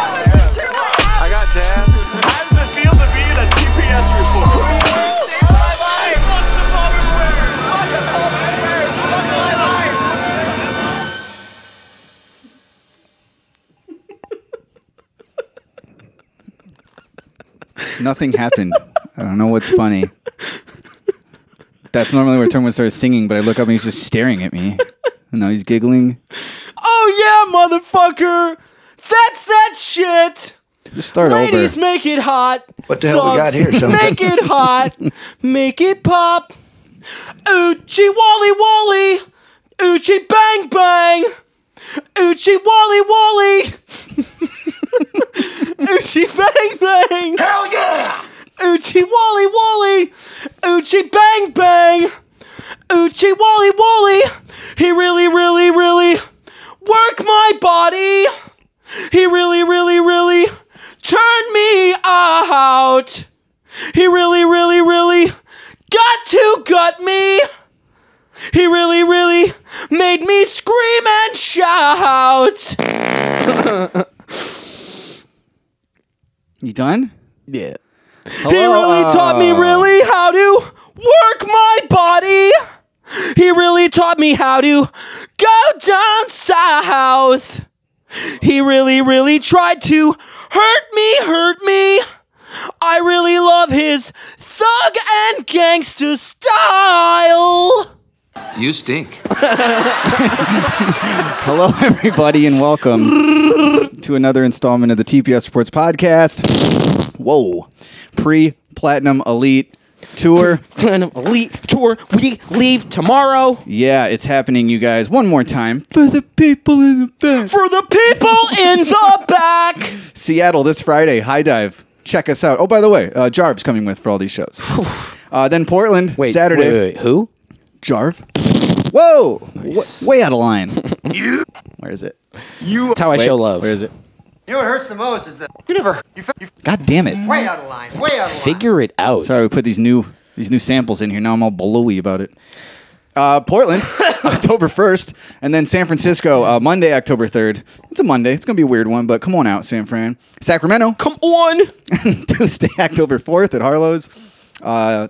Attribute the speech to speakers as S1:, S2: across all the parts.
S1: I got jabbed.
S2: How does it feel to be in a GPS report?
S3: Nothing happened. I don't know what's funny. That's normally where Tom would start singing, but I look up and he's just staring at me. And now he's giggling.
S1: Oh yeah, motherfucker! That's that shit.
S3: Just start
S1: Ladies,
S3: over.
S1: make it hot.
S4: What the hell we got
S1: Thugs,
S4: here? Some
S1: Make it hot. Make it pop. Oochie Wally Wally. Oochie Bang Bang. Oochie Wally Wally. Oochie Bang Bang. Hell yeah! Oochie Wally Wally. Oochie Bang Bang. Oochie Wally Wally. He really, really, really work my body. He really, really, really turned me out. He really, really, really got to gut me. He really, really made me scream and shout.
S3: You done?
S1: Yeah.
S3: Hello?
S1: He really taught me
S3: Uh,
S1: really how to work my body. He really taught me how to go down south. He really, really tried to hurt me, hurt me. I really love his thug and gangster style.
S5: You stink.
S3: Hello, everybody, and welcome to another installment of the TPS Sports Podcast. Whoa. Pre Platinum Elite Tour.
S1: Platinum Elite Tour, we leave tomorrow.
S3: Yeah, it's happening, you guys. One more time for the people in the back.
S1: For the people in the back.
S3: Seattle this Friday, High Dive. Check us out. Oh, by the way, uh, Jarv's coming with for all these shows. Uh, then Portland Saturday.
S1: who?
S3: Jarv. Whoa! Wh- way out of line. Where is it?
S1: That's how I
S3: Wait,
S1: show love.
S3: Where is it?
S6: You know what hurts the most is that you never you f- you f-
S3: God damn it!
S6: way out of line, way out of line.
S1: Figure it out.
S3: Sorry, we put these new these new samples in here. Now I'm all blowy about it. Uh, Portland, October first, and then San Francisco, uh, Monday, October third. It's a Monday. It's gonna be a weird one, but come on out, San Fran. Sacramento,
S1: Come on.
S3: Tuesday, October 4th at Harlow's. Uh,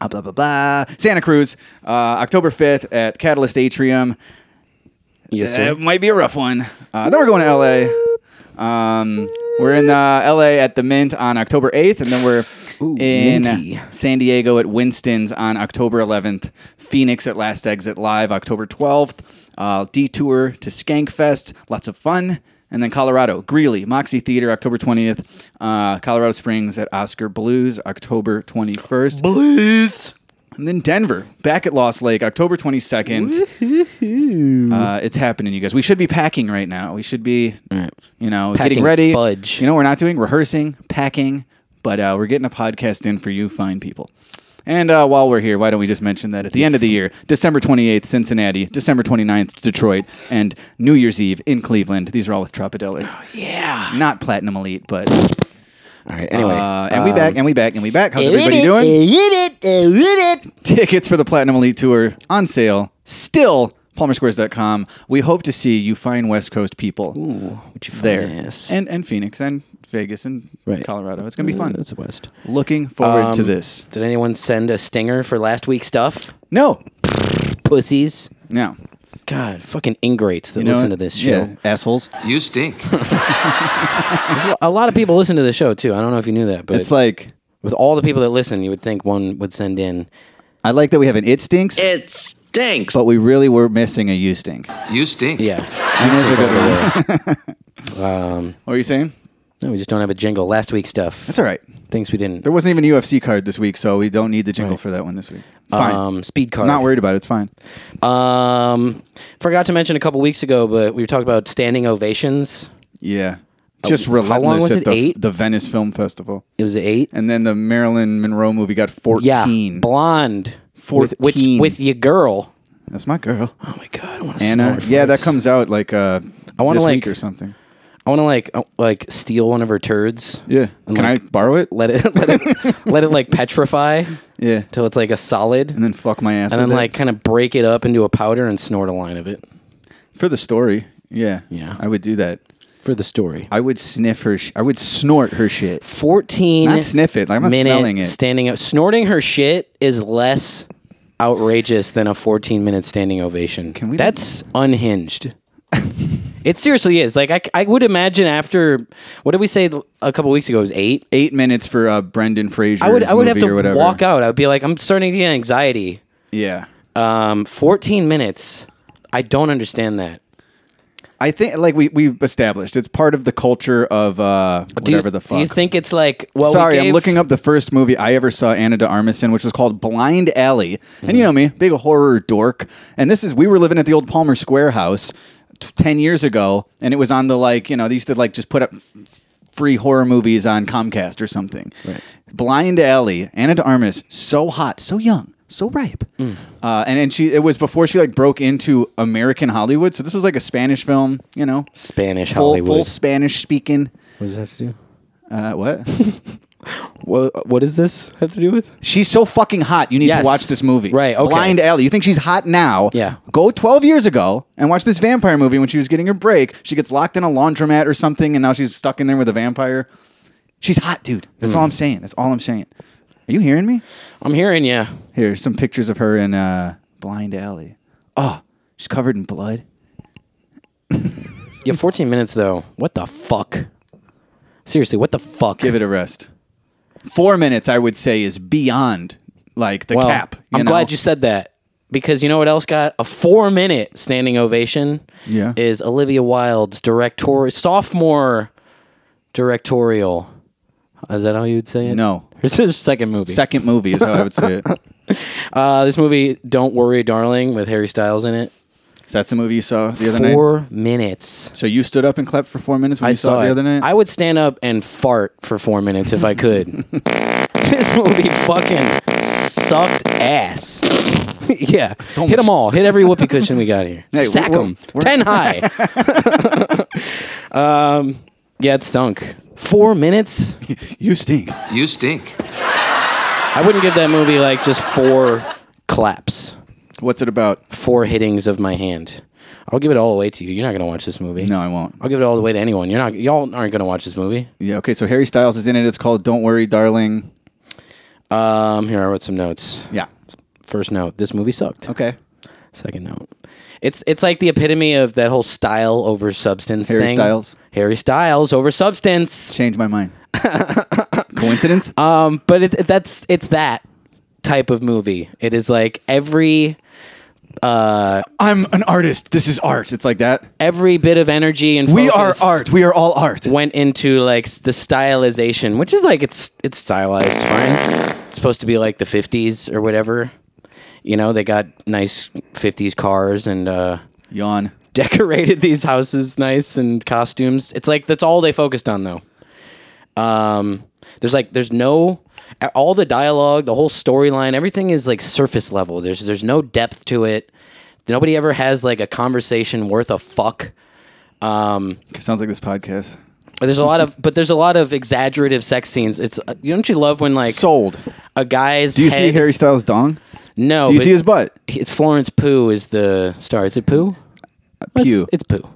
S3: uh, blah, blah, blah. Santa Cruz, uh, October 5th at Catalyst Atrium. Uh,
S1: Yes,
S3: It might be a rough one. Uh, then we're going to LA. Um, we're in uh, LA at the Mint on October 8th, and then we're
S1: Ooh,
S3: in
S1: minty.
S3: San Diego at Winston's on October 11th, Phoenix at Last Exit Live October 12th, uh, detour to Skankfest, lots of fun, and then Colorado, Greeley, Moxie Theater October 20th, uh, Colorado Springs at Oscar Blues October 21st,
S1: Blues.
S3: and then Denver back at Lost Lake October 22nd. Uh, it's happening, you guys. We should be packing right now. We should be, you know,
S1: Packing
S3: getting ready.
S1: fudge.
S3: You know, we're not doing rehearsing, packing, but uh, we're getting a podcast in for you fine people. And uh, while we're here, why don't we just mention that at the end of the year, December 28th, Cincinnati, December 29th, Detroit, and New Year's Eve in Cleveland. These are all with Tropidelic. yeah. Not Platinum Elite, but.
S5: All right. Anyway,
S3: Uh, and we back, and we back, and we back. How's everybody doing?
S1: eh,
S3: Tickets for the Platinum Elite Tour on sale still palmersquares.com. We hope to see you fine West Coast people there
S1: ass.
S3: and and Phoenix and Vegas and
S1: Right.
S3: Colorado. It's gonna be fun.
S1: a West.
S3: Looking forward to
S1: Um,
S3: this.
S1: Did anyone send a stinger for last week's stuff?
S3: No,
S1: Pussies.
S3: no.
S1: God, fucking ingrates that listen to this show.
S3: Yeah, assholes.
S5: you stink.
S1: There's a- a lot of people listen to the show too. I don't know if you knew that, but
S3: It's like
S1: with all the people that listen, you would think one would send in.
S3: I like that we have an it stinks,
S5: It stinks.
S3: but we really were missing a you stink.
S5: You stink.
S1: Yeah.
S3: And there's a good one.
S1: um,
S3: What are you saying?
S1: no, we just don't have a jingle. Last week's stuff.
S3: That's all right.
S1: Things we didn't.
S3: There wasn't even a UFC card this week, so we don't need the jingle for that one this week. It's fine.
S1: Um, speed card.
S3: Not worried about it. It's fine.
S1: Um, forgot to mention a couple weeks ago, but we were talking about standing ovations.
S3: Yeah. Just
S1: how long
S3: relentless
S1: was
S3: at
S1: it?
S3: the,
S1: Eight?
S3: the Venice Film Festival.
S1: It was eight.
S3: And then the Marilyn Monroe movie got 14.
S1: Yeah, blonde. With, which,
S3: 14.
S1: with your girl.
S3: That's my girl.
S1: Oh my god, I want to
S3: Anna. Yeah, that comes out like uh, I
S1: wanna,
S3: this
S1: like-
S3: week or something.
S1: I want to like uh, like steal one of her turds.
S3: Yeah.
S1: And,
S3: Can
S1: like,
S3: I borrow it?
S1: let it let it let it like petrify
S3: Yeah.
S1: till it's like a solid,
S3: And then fuck my ass.
S1: and then
S3: with it.
S1: like kind of break it up into a powder and snort a line of it
S3: for the story. Yeah.
S1: Yeah.
S3: I would do that.
S1: for the story.
S3: I would sniff her. Sh- I would snort her shit.
S1: Fourteen.
S3: Not sniff it, like, I'm not
S1: minute
S3: smelling it.
S1: Standing up, snorting her shit is less outrageous than a fourteen minute standing ovation. Can
S3: we-
S1: That's unhinged. it seriously is. Like I, I would imagine after what did we say a couple weeks ago? It was eight.
S3: Eight minutes for uh, Brendan Fraser.
S1: I would I would have
S3: or
S1: to
S3: whatever.
S1: walk out. I would be like, I'm starting to get anxiety.
S3: Yeah.
S1: Um, 14 minutes. I don't understand that.
S3: I think like we we've established it's part of the culture of uh,
S1: Do you-
S3: whatever the fuck.
S1: Do you think it's like? Well, we
S3: Sorry, I'm
S1: gave-
S3: looking up the first movie I ever saw Anna de Armisen, which was called Blind Alley. And
S1: Mm-hmm.
S3: you know me, big horror dork. And this is we were living at the old Palmer Square house t- ten years ago, and it was on the like you know they used to like just put up f- free horror movies on Comcast or something. Blind Alley, Anna de Armas, so hot, so young, so ripe.
S1: Mm.
S3: Uh, and and she it was before she like broke into American Hollywood, so this was like a Spanish film, you know,
S1: Spanish
S3: full
S1: Hollywood.
S3: full Spanish speaking.
S1: What does that have to do?
S3: Uh, what?
S1: What What does this have to do with?
S3: She's so fucking hot. You need
S1: Yes.
S3: to watch this movie.
S1: Right, okay.
S3: Blind Alley. You think she's hot now?
S1: Yeah.
S3: Go 12 years ago and watch this vampire movie when she was getting her break. She gets locked in a laundromat or something, and now she's stuck in there with a vampire. She's hot, dude.
S1: Hmm.
S3: That's all I'm saying. That's all I'm saying. Are you hearing me?
S1: I'm hearing you.
S3: Here's some pictures of her in uh, Blind Alley. Oh, she's covered in blood.
S1: Yeah, 14 minutes though. What the fuck? Seriously, what the fuck?
S3: Give it a rest. Four minutes, I would say, is beyond like the
S1: well,
S3: cap. you
S1: I'm
S3: know?
S1: glad you said that because you know what else got a four minute standing ovation?
S3: Yeah.
S1: is Olivia Wilde's directorial sophomore directorial. Is that how you would say it?
S3: No.
S1: This is her second movie.
S3: Second movie is how I would say it. So
S1: Uh, this movie, Don't Worry, Darling, with Harry Styles in it.
S3: that's the movie you saw the other night.
S1: Four minutes.
S3: So you stood up and clapped for four minutes when
S1: I
S3: you saw, it the other night.
S1: I would stand up and fart for four minutes if I could. this movie fucking sucked ass. yeah, Hit 'em hit
S3: much-
S1: them all. Hit every whoopee cushion we got here.
S3: Hey,
S1: Stack
S3: we're-
S1: them
S3: we're-
S1: ten high. um, yeah, it stunk. Four minutes.
S3: you stink.
S5: You stink.
S1: I wouldn't give that movie like just four claps,
S3: What's it about?
S1: four hittings of my hand. I'll give it all away to you. You're not gonna watch this movie.
S3: No, I won't.
S1: I'll give it all the way to anyone. You're not. Y'all aren't gonna watch this movie.
S3: Yeah, okay. So Harry Styles is in it. It's called "Don't Worry, Darling."
S1: Um, here I wrote some notes.
S3: Yeah.
S1: First note, this movie sucked.
S3: Okay.
S1: Second note, it's it's like the epitome of that whole style over substance
S3: Harry
S1: thing.
S3: Styles.
S1: Harry Styles over substance.
S3: Change my mind. Coincidence?
S1: Uh, But it, it- that's it's that type of movie. It is like every
S3: I'm an artist. This is art. It's like that.
S1: every bit of energy and
S3: We are
S1: focus
S3: art. We are all art.
S1: went into like s- the stylization, which is like it's it's stylized fine. It's supposed to be like the 50s or whatever. You know, they got nice 50s cars and uh
S3: Yawn.
S1: decorated these houses nice and costumes. It's like that's all they focused on though. Um, there's like there's no all the dialogue, the whole storyline, everything is like surface level. There's there's no depth to it. Nobody ever has like a conversation worth a fuck.
S3: Sounds like this podcast.
S1: But There's a lot of but there's a lot of exaggerative sex scenes. It's uh, don't you love when like
S3: Sold.
S1: a guy's
S3: Do you see
S1: head-
S3: Harry Styles' dong?
S1: No,
S3: Do you
S1: but
S3: see his butt?
S1: It's Florence Pooh is the star. Is it Pooh?
S3: Pew.
S1: It's, it's Pooh.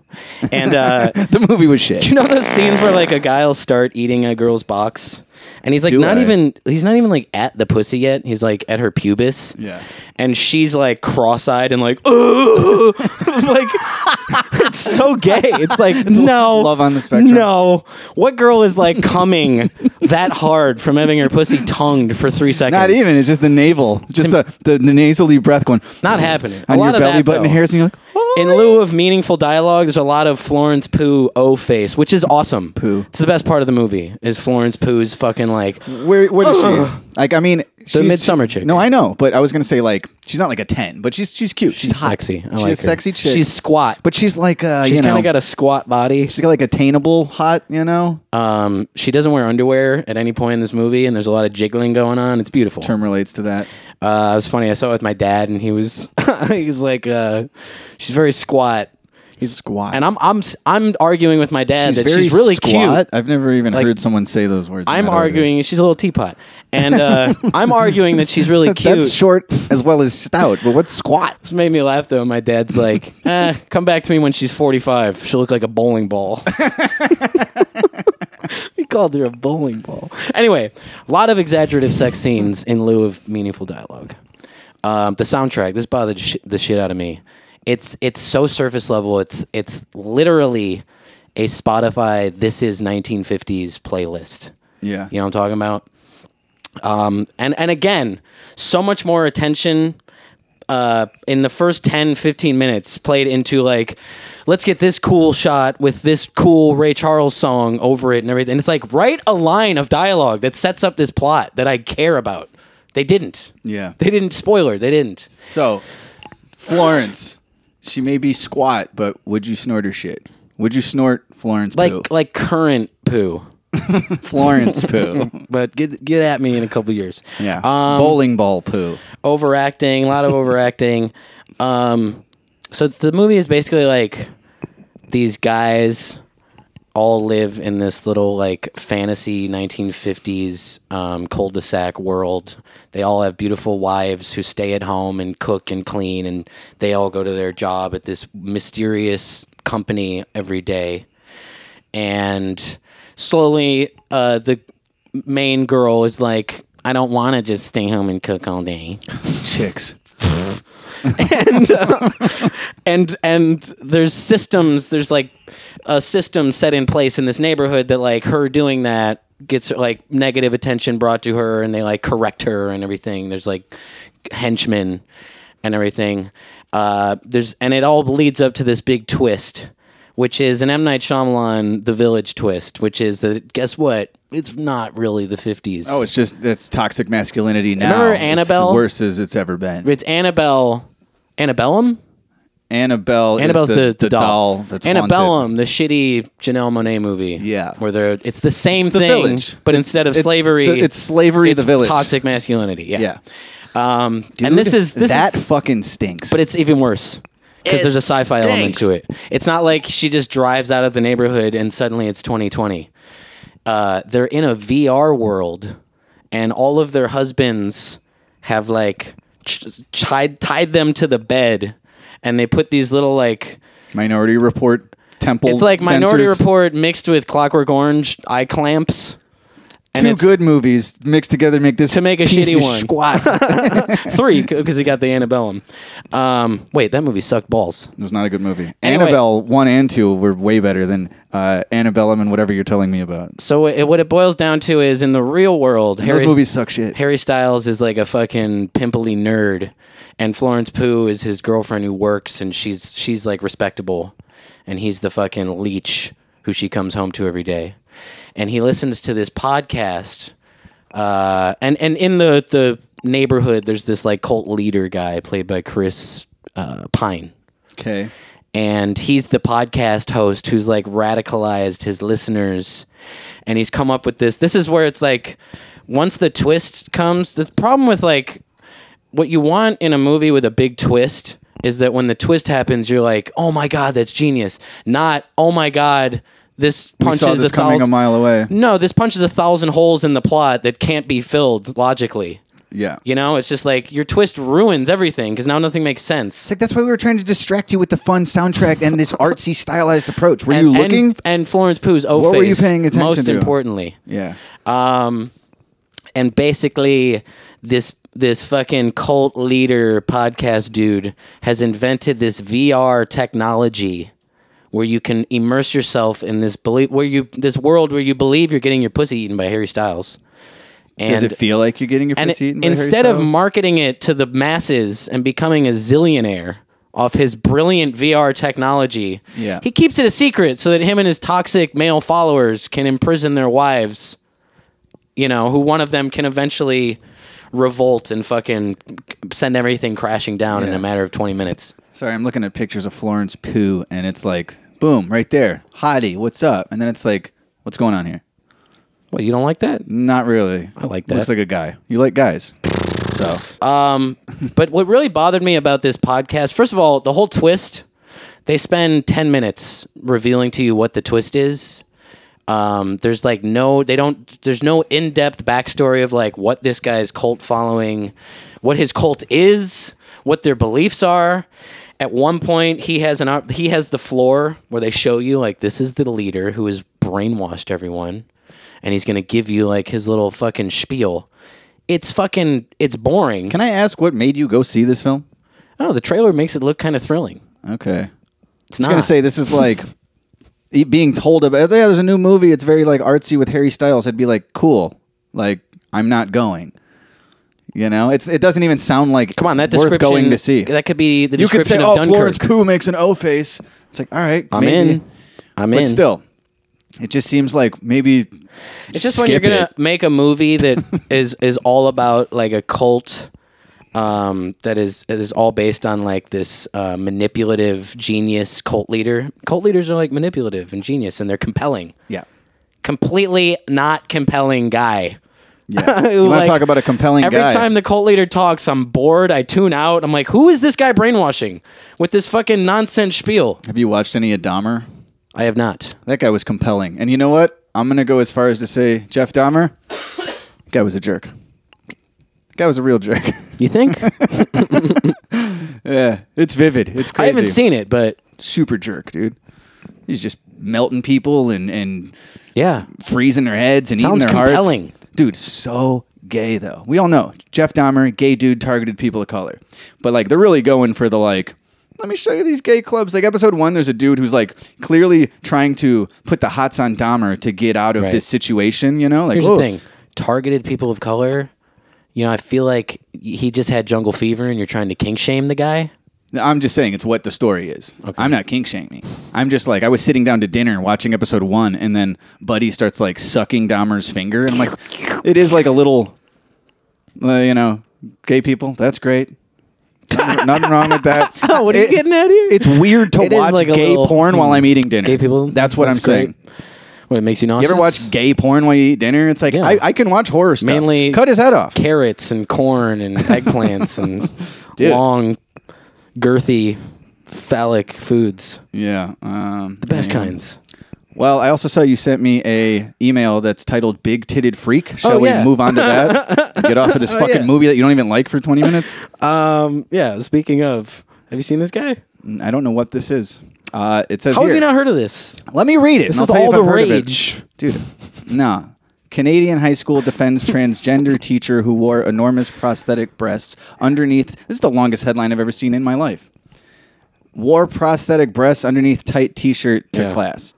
S1: And uh
S3: The movie was shit.
S1: you know those scenes where like a guy'll start eating a girl's box and he's like
S3: Do
S1: not
S3: I?
S1: even he's not even like at the pussy yet he's like at her pubis
S3: Yeah.
S1: and she's like cross-eyed and like "Ugh." like it's so gay it's like no
S3: love on the spectrum.
S1: no what girl is like coming that hard from having her pussy tongued for three seconds
S3: Not even. It's just the navel. Just the, the, the nasally breath going
S1: not happening A
S3: on your
S1: lot of
S3: belly
S1: that,
S3: button
S1: though.
S3: hairs, and you're like, oh.
S1: in lieu of meaningful dialogue, there's a lot of Florence Pooh O face, which is awesome.
S3: Pooh.
S1: It's the best part of the movie is Florence Pooh's fucking like
S3: Where what is she? Like I mean, she's,
S1: midsummer chick.
S3: No, I know, but I was gonna say like she's not like a ten, but she's she's cute.
S1: she's
S3: She's, hot.
S1: sexy. I
S3: she's
S1: like her.
S3: a sexy chick.
S1: She's squat, but
S3: but she's like uh,
S1: she's
S3: you
S1: kind
S3: know,
S1: of got a squat body.
S3: she's got like attainable hot. You know,
S1: Uh, Um, She doesn't wear underwear at any point in this movie, and there's a lot of jiggling going on. It's beautiful.
S3: term relates to that.
S1: Uh, it was funny. I saw it with my dad, and he was he was like, uh, she's very squat. He's
S3: Squat.
S1: and I'm I'm I'm arguing with my dad that she's really cute.
S3: I've never even
S1: Like,
S3: heard someone say those words. in
S1: I'm
S3: that order.
S1: arguing she's a little teapot, and uh, I'm arguing that she's really cute.
S3: That's short as well as stout, but what's squat?
S1: This made me laugh though. My dad's like, eh, "Come back to me when she's 45. She'll look like a bowling ball." he called her a bowling ball. Anyway, a lot of exaggerative sex scenes in lieu of meaningful dialogue. Um, the soundtrack this bothered sh- the shit out of me. It's it's so surface level. It's it's literally a Spotify "This Is 1950s" playlist.
S3: Yeah.
S1: You know what I'm talking about? Um, and, and again, so much more attention uh, in the first 10, 15 minutes played into like, let's get this cool shot with this cool Ray Charles song over it and everything. it's like, write a line of dialogue that sets up this plot that I care about. They didn't.
S3: Yeah.
S1: They didn't. Spoiler, they didn't.
S3: So, Florence, she may be squat, but would you snort her shit? Would you snort Florence
S1: Like,
S3: poo?
S1: like current poo.
S3: Florence poo.
S1: But get get at me in a couple years.
S3: Yeah.
S1: Um,
S3: Bowling ball poo.
S1: overacting, a lot of overacting. Um, so the movie is basically like these guys all live in this little like fantasy 1950s um, cul-de-sac world. They all have beautiful wives who stay at home and cook and clean, and they all go to their job at this mysterious company every day and slowly uh, the main girl is like i don't want to just stay home and cook all day
S3: Chicks.
S1: and uh, and and there's systems there's like a system set in place in this neighborhood that like her doing that gets like negative attention brought to her and they like correct her and everything there's like henchmen and everything uh, there's and it all leads up to this big twist which is an M Night Shyamalan The Village twist which is that guess what it's not really the 50s
S3: Oh, it's just that's toxic masculinity now.
S1: Remember
S3: It's the
S1: Annabelle?
S3: worst as it's ever been.
S1: it's Annabelle Annabellum
S3: Annabelle.
S1: Annabelle's
S3: is
S1: the,
S3: the,
S1: the, doll.
S3: that's haunted.
S1: Annabellum, the shitty Janelle Monet movie.
S3: Yeah.
S1: Where they're it's the same
S3: It's the
S1: thing,
S3: village.
S1: but
S3: It's-
S1: instead of
S3: it's
S1: slavery,
S3: the- it's slavery, the village.
S1: toxic masculinity. Yeah.
S3: Yeah.
S1: Um, and this
S3: Dude,
S1: is this
S3: that
S1: is,
S3: fucking stinks.
S1: but it's even worse because there's a
S5: It
S1: sci-fi element
S5: stinks.
S1: to it. It's not like she just drives out of the neighborhood and suddenly it's 2020. Uh, they're in a VR world, and all of their husbands have like ch- tied tied them to the bed, and they put these little like
S3: Minority Report temple.
S1: it's like Minority
S3: sensors.
S1: Report mixed with Clockwork Orange eye clamps. And
S3: Two
S1: it's
S3: good movies mixed together make this
S1: To make a
S3: piece
S1: shitty
S3: of
S1: one.
S3: Squat. it
S1: three because he got the antebellum. Um, wait, that movie sucked balls.
S3: was not a good movie.
S1: Anyway.
S3: Annabelle one and two were way better than uh, Annabellum and whatever you're telling me about.
S1: So it, what it boils down to is in the real world,
S3: Those
S1: Harry,
S3: movies suck shit.
S1: Harry Styles is like a fucking pimply nerd, and Florence Pugh is his girlfriend who works, and she's she's like respectable, and he's the fucking leech who she comes home to every day, and he listens to this podcast, uh, and and in the the neighborhood, there's this like cult leader guy played by Chris uh, Pine
S3: Okay.
S1: and he's the podcast host who's like radicalized his listeners and he's come up with this this is where it's like once the twist comes the problem with like what you want in a movie with a big twist is that when the twist happens you're like oh my god that's genius not oh my god this
S3: We
S1: punches
S3: saw this
S1: a
S3: coming a
S1: thousand
S3: mile away.
S1: no this punches a thousand holes in the plot that can't be filled logically
S3: Yeah.
S1: you know it's just like your twist ruins everything because now nothing makes sense
S3: It's like that's why we were trying to distract you with the fun soundtrack and this artsy stylized approach. Were
S1: and,
S3: you looking?
S1: And, and Florence Pugh's O
S3: What were you paying attention
S1: most
S3: to?
S1: importantly.
S3: yeah.
S1: And basically, this this fucking cult leader podcast dude has invented this VR technology where you can immerse yourself in this belief where you this world where you believe you're getting your pussy eaten by Harry Styles. And
S3: Does it feel like you're getting your
S1: and
S3: pussy
S1: it-
S3: eaten by Harry
S1: instead of
S3: Styles?
S1: marketing it to the masses and becoming a zillionaire off his brilliant VR technology,
S3: Yeah.
S1: he keeps it a secret so that him and his toxic male followers can imprison their wives. You know, who one of them can eventually revolt and fucking send everything crashing down in
S3: Yeah.
S1: a matter of twenty minutes.
S3: Sorry, I'm looking at pictures of Florence Pooh, and it's like, boom, right there, hottie, what's up? And then it's like, what's going on here?
S1: Well, you don't like that?
S3: Not really. I
S1: like that.
S3: Looks like a guy. You like guys? So
S1: But what really bothered me about this podcast, first of all, the whole twist, they spend 10 minutes revealing to you what the twist is. Um, there's like no, they don't, there's no in depth backstory of like what this guy's cult following, what his cult is, what their beliefs are. At one point, he has an op- he has the floor where they show you like this is the leader who has brainwashed everyone, and he's gonna give you like his little fucking spiel. It's fucking it's boring.
S3: can I ask what made you go see this film?
S1: I don't know. Oh, The trailer makes it look kind of thrilling.
S3: Okay.
S1: It's
S3: I
S1: not
S3: was gonna say this is like e- being told about. Yeah, there's a new movie. It's very like artsy with Harry Styles. I'd be like, cool. Like I'm not going. You know, it's it doesn't even sound like
S1: Come on, that
S3: worth
S1: description
S3: going to see.
S1: That could be the
S3: you could
S1: description
S3: say,
S1: of
S3: oh,
S1: Dunkirk.
S3: Florence Pugh makes an O face. It's like, all right,
S1: I'm
S3: maybe.
S1: in. I'm
S3: but
S1: in.
S3: still, it just seems like maybe
S1: it's just when you're
S3: skip
S1: gonna
S3: it.
S1: make a movie that is is all about like a cult. Um, that is it is all based on like this uh, manipulative genius cult leader. Cult leaders are like manipulative and genius, and they're compelling.
S3: yeah.
S1: Completely not compelling guy.
S3: Yeah. You want to talk about a compelling
S1: every
S3: guy?
S1: time the cult leader talks, I'm bored. I tune out. I'm like, who is this guy brainwashing with this fucking nonsense spiel?
S3: Have you watched any of Dahmer?
S1: I have not.
S3: That guy was compelling. And you know what? I'm gonna go as far as to say Jeff Dahmer. guy was a jerk. Guy was a real jerk.
S1: You think?
S3: yeah, it's vivid. It's crazy.
S1: I haven't seen it, but
S3: super jerk, dude. He's just melting people and and
S1: yeah,
S3: freezing their heads and
S1: Sounds
S3: eating their
S1: compelling.
S3: hearts. Dude, so gay though. We all know Jeff Dahmer, gay dude, targeted people of color. But like they're really going for the like. Let me show you these gay clubs. Like episode one, there's a dude who's like clearly trying to put the hots on Dahmer to get out of
S1: Right.
S3: this situation. You know, like
S1: here's
S3: "Whoa,
S1: the thing: targeted people of color. You know, I feel like he just had jungle fever, and you're trying to kink shame the guy.
S3: I'm just saying it's what the story is. I'm not kink shaming. I'm just like I was sitting down to dinner and watching episode one, and then Buddy starts like sucking Dahmer's finger, and I'm like, it is like a little, uh, you know, gay people. That's great. Nothing, nothing wrong with that.
S1: Oh, what are you getting at here?
S3: It's weird to
S1: It is
S3: watch
S1: like a
S3: gay
S1: little-
S3: porn while I'm eating dinner.
S1: Gay people,
S3: That's what
S1: that's
S3: I'm saying.
S1: great. What it makes you
S3: You
S1: nauseous?
S3: ever watch gay porn while you eat dinner? It's like
S1: Yeah.
S3: I, I can watch horror stuff.
S1: Mainly
S3: cut his head off.
S1: carrots and corn and eggplants and
S3: Dude.
S1: long, girthy, phallic foods?
S3: yeah, um, the
S1: Best kinds.
S3: Well, I also saw you sent me a email that's titled "Big Titted Freak." Shall
S1: Oh, yeah. Oh,
S3: we move on to that? and get off of this fucking
S1: yeah.
S3: movie that you don't even like for twenty minutes.
S1: Um. Yeah. Speaking of, have you seen this guy?
S3: Mm, I don't know what this is. Uh, it says
S1: How
S3: here.
S1: have you not heard of this?
S3: Let me read it.
S1: This
S3: and
S1: is
S3: I'll tell you
S1: all
S3: if
S1: the
S3: I've heard of it.
S1: rage.
S3: dude. Nah. Canadian high school defends transgender teacher who wore enormous prosthetic breasts underneath. This is the longest headline I've ever seen in my life. Wore prosthetic breasts underneath tight T-shirt to
S1: Yeah.
S3: class.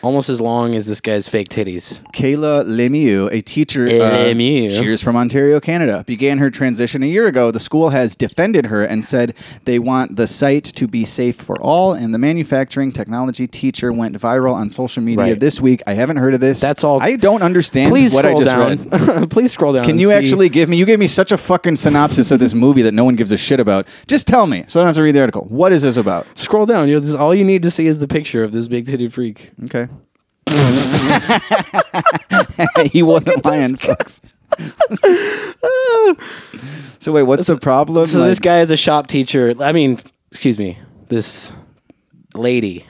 S1: Almost as long as this guy's fake titties.
S3: Kayla Lemieux, a teacher. uh,
S1: Lemieux.
S3: She is from Ontario, Canada. Began her transition a year ago. The school has defended her and said they want the site to be safe for all. And the manufacturing technology teacher went viral on social media
S1: Right.
S3: this week. I haven't heard of this.
S1: That's all-
S3: I don't understand
S1: Please
S3: what I
S1: scroll
S3: just
S1: down.
S3: read.
S1: Please scroll down.
S3: Can
S1: and
S3: you
S1: see-
S3: actually give me? You gave me such a fucking synopsis of this movie that no one gives a shit about. Just tell me, so I don't have to read the article. What is this about?
S1: scroll down? You know, this, all you need to see is the picture of this big titted freak.
S3: Okay. he wasn't lying, folks. so wait, what's the problem?
S1: So this
S3: Like,
S1: guy is a shop teacher. I mean, excuse me. This lady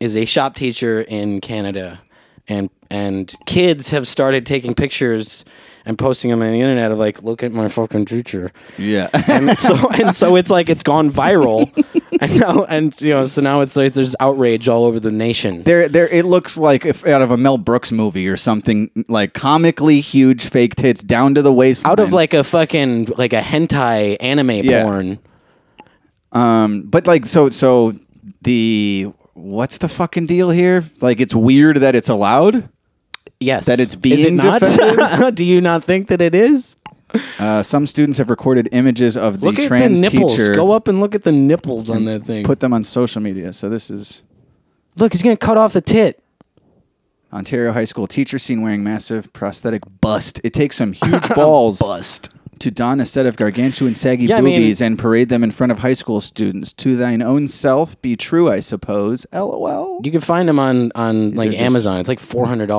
S1: is a shop teacher in Canada, and and kids have started taking pictures and posting them on the internet of like, look at my fucking teacher.
S3: Yeah.
S1: and so and so it's like it's gone viral and now and you know so now it's like there's outrage all over the nation
S3: there, there. It looks like if out of a Mel Brooks movie or something, like comically huge fake tits down to the waist.
S1: out of like a fucking like a hentai anime
S3: Yeah.
S1: porn
S3: but like, so, so the what's the fucking deal here? Like, it's weird that it's allowed.
S1: yes
S3: That it's
S1: is it
S3: being
S1: not do you not think that it is
S3: Uh, some students have recorded images of the
S1: look at the
S3: trans
S1: nipples
S3: teacher.
S1: go up and look at the nipples on that thing
S3: Put them on social media. So this is.
S1: look he's gonna cut off the tit
S3: Ontario high school teacher seen wearing massive prosthetic bust. It takes some huge balls
S1: bust
S3: to don a set of gargantuan saggy
S1: Yeah, I mean-
S3: boobies and parade them in front of high school students. To thine own self be true, I suppose. LOL.
S1: you can find them on on like
S3: are just-
S1: amazon it's like $400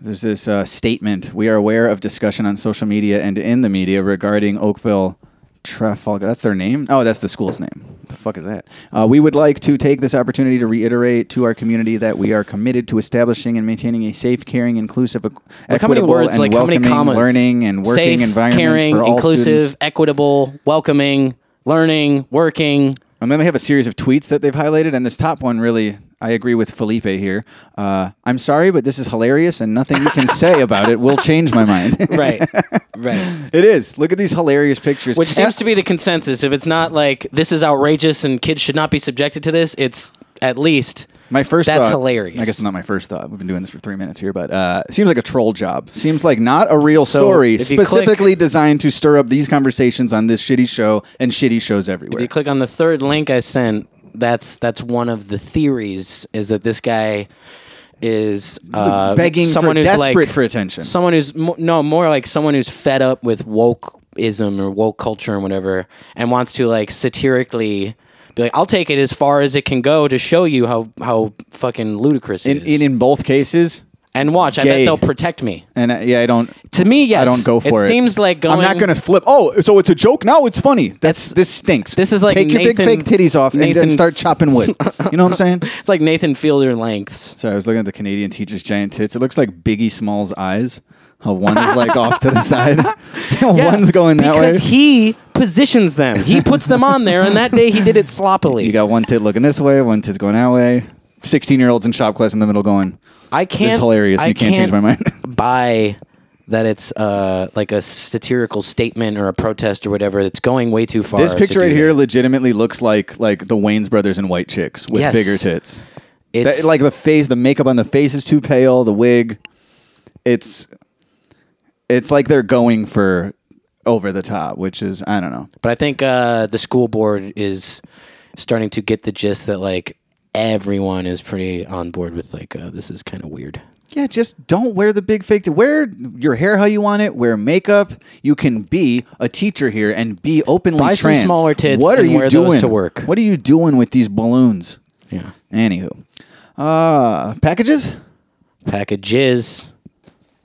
S3: There's this uh, statement. We are aware of discussion on social media and in the media regarding Oakville Trafalgar. That's their name? Oh, that's the school's name. What the fuck is that? Uh, we would like to take this opportunity to reiterate to our community that we are committed to establishing and maintaining a safe, caring, inclusive, equ-
S1: Like how many
S3: equitable,
S1: words?
S3: and
S1: Like how many
S3: welcoming
S1: commas?
S3: learning and working
S1: Safe,
S3: environment
S1: caring,
S3: for all
S1: inclusive,
S3: students.
S1: equitable, welcoming, learning, working.
S3: And then they have a series of tweets that they've highlighted, and this top one really, I agree with Felipe here. Uh, I'm sorry, but this is hilarious, and nothing you can say about it will change my mind.
S1: Right, right.
S3: it is. Look at these hilarious pictures.
S1: Which seems
S3: And-
S1: to be the consensus. If it's not like this is outrageous and kids should not be subjected to this, it's at least
S3: my first
S1: That's
S3: thought-
S1: hilarious.
S3: I guess not my first thought. We've been doing this for three minutes here, but uh, it seems like a troll job. Seems like not a real story,
S1: if you click-
S3: specifically designed to stir up these conversations on this shitty show and shitty shows everywhere.
S1: If you click on the third link I sent, that's that's one of the theories is that this guy is uh,
S3: begging for-
S1: someone who's
S3: desperate
S1: like-
S3: for attention.
S1: Someone who's mo- no more like someone who's fed up with wokeism or woke culture and whatever, and wants to like satirically be like, "I'll take it as far as it can go to show you how how fucking ludicrous
S3: in,
S1: it is."
S3: in in both cases,
S1: and watch, I
S3: gay.
S1: bet they'll protect me.
S3: and uh, yeah, I don't.
S1: To me, yes,
S3: I don't go for it.
S1: It seems like going.
S3: I'm not going to flip. Oh, so it's a joke now. It's funny. That's
S1: That's-
S3: this stinks.
S1: this is like
S3: take your big fake
S1: Nathan-
S3: titties off and then
S1: Nathan-
S3: start chopping wood. You know what I'm saying?
S1: It's like Nathan Fielder lengths.
S3: Sorry, I was looking at the Canadian teacher's giant tits. It looks like Biggie Small's eyes. How one is like off to the side. One's going that way.
S1: because he positions them. He puts them on there, and that day he did it sloppily.
S3: you got one tit looking this way, one tit's going that way. Sixteen year olds in shop class in the middle going.
S1: I can't.
S3: This is hilarious.
S1: I
S3: you can't, change my mind.
S1: Buy that it's uh, like a satirical statement or a protest or whatever. That's going way too far.
S3: this
S1: to
S3: picture
S1: do
S3: right here
S1: that.
S3: legitimately looks like like the Wayne's brothers and white chicks with
S1: Yes.
S3: bigger tits.
S1: It's
S3: That- like the face, the makeup on the face is too pale. The wig, it's it's like they're going for over the top, which is I don't know.
S1: But I think uh, the school board is starting to get the gist that like everyone is pretty on board with like uh, this is kind of weird.
S3: Yeah, just don't wear the big fake. T- wear your hair how you want it. Wear makeup. You can be a teacher here and be openly
S1: Buy some
S3: trans.
S1: smaller tits
S3: What are
S1: and
S3: you
S1: wear
S3: doing
S1: those to work.
S3: What are you doing with these balloons?
S1: Yeah,
S3: Anywho, uh, packages.
S1: packages.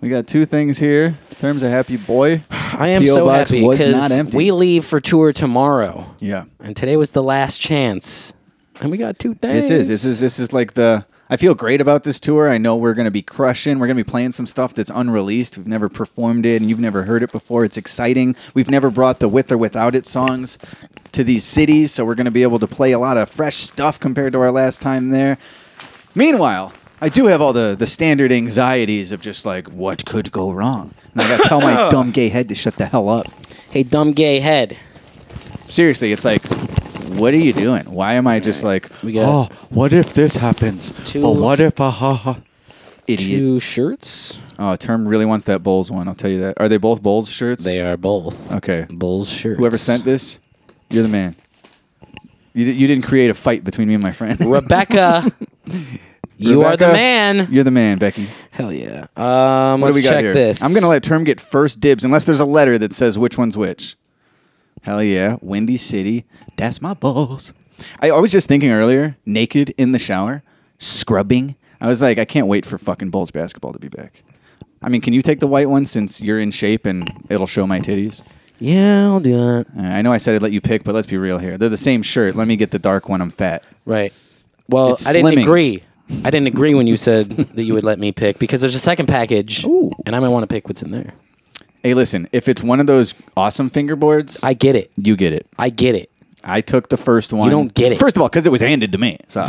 S3: We got two things here. In terms of happy boy,
S1: I am
S3: P.O.
S1: so
S3: Box
S1: happy
S3: was not empty.
S1: we leave for tour tomorrow.
S3: yeah.
S1: and today was the last chance, and we got two days.
S3: This is this is this is like the. I feel great about this tour. I know we're gonna be crushing. We're gonna be playing some stuff that's unreleased. We've never performed it, and you've never heard it before. It's exciting. We've never brought the with or without it songs to these cities, so we're gonna be able to play a lot of fresh stuff compared to our last time there. Meanwhile, I do have all the the standard anxieties of just like what could go wrong, and I gotta tell my dumb gay head to shut the hell up
S1: hey dumb gay head.
S3: seriously, it's like, what are you doing? Why am I just like,
S1: got-
S3: oh, what if this happens?
S1: Two-
S3: but what if, ah, ha, ha. Idiot.
S1: Two shirts.
S3: Oh, Term really wants that Bulls one. I'll tell you that. Are they both Bulls shirts?
S1: They are both
S3: Okay.
S1: Bulls shirts.
S3: Whoever sent this, you're the man. You, di- you didn't create a fight between me and my friend.
S1: Rebecca, you are the
S3: Rebecca,
S1: man.
S3: You're the man, Becky.
S1: Hell yeah. Um,
S3: What
S1: let's
S3: do we got
S1: check
S3: here?
S1: this.
S3: I'm gonna let Term get first dibs unless there's a letter that says which one's which. Hell yeah, Windy City. That's my balls. I, I was just thinking earlier, naked in the shower, scrubbing. I was like, I can't wait for fucking Bulls basketball to be back. I mean, can you take the white one since you're in shape and it'll show my titties?
S1: Yeah, I'll do that.
S3: Uh, I know I said I'd let you pick, but let's be real here. They're the same shirt. Let me get the dark one. I'm fat.
S1: Right. Well,
S3: It's
S1: I didn't
S3: slimming.
S1: agree. I didn't agree when you said that you would let me pick because there's a second package, and I might want to pick what's in there.
S3: Hey, listen, if it's one of those awesome fingerboards,
S1: I get it.
S3: you get it.
S1: I get it.
S3: I took the first one.
S1: don't get it.
S3: First of all, because it was handed to me. So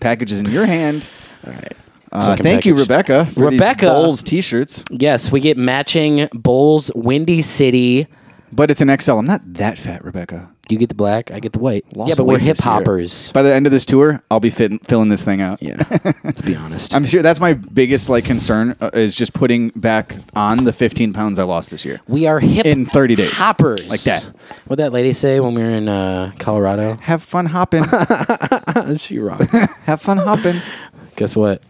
S3: packages in your hand. All right. Uh,
S1: Second
S3: thank you,
S1: package.
S3: Rebecca, for
S1: Rebecca.
S3: these Bulls t-shirts.
S1: Yes, we get matching Bulls, Windy City.
S3: But it's an XL. I'm not that fat, Rebecca.
S1: You get the black. I get the white.
S3: Lost
S1: yeah, but we're
S3: weight
S1: hip
S3: this year.
S1: hoppers.
S3: By the end of this tour, I'll be fit- filling this thing out.
S1: Yeah. Let's be honest.
S3: I'm sure that's my biggest like concern uh, is just putting back on the 15 pounds I lost this year.
S1: we are hip
S3: In 30 days.
S1: hoppers.
S3: Like that.
S1: What'd that lady say when we were in uh, Colorado?
S3: Have fun hopping.
S1: Is she wrong?
S3: Have fun hopping.
S1: Guess what?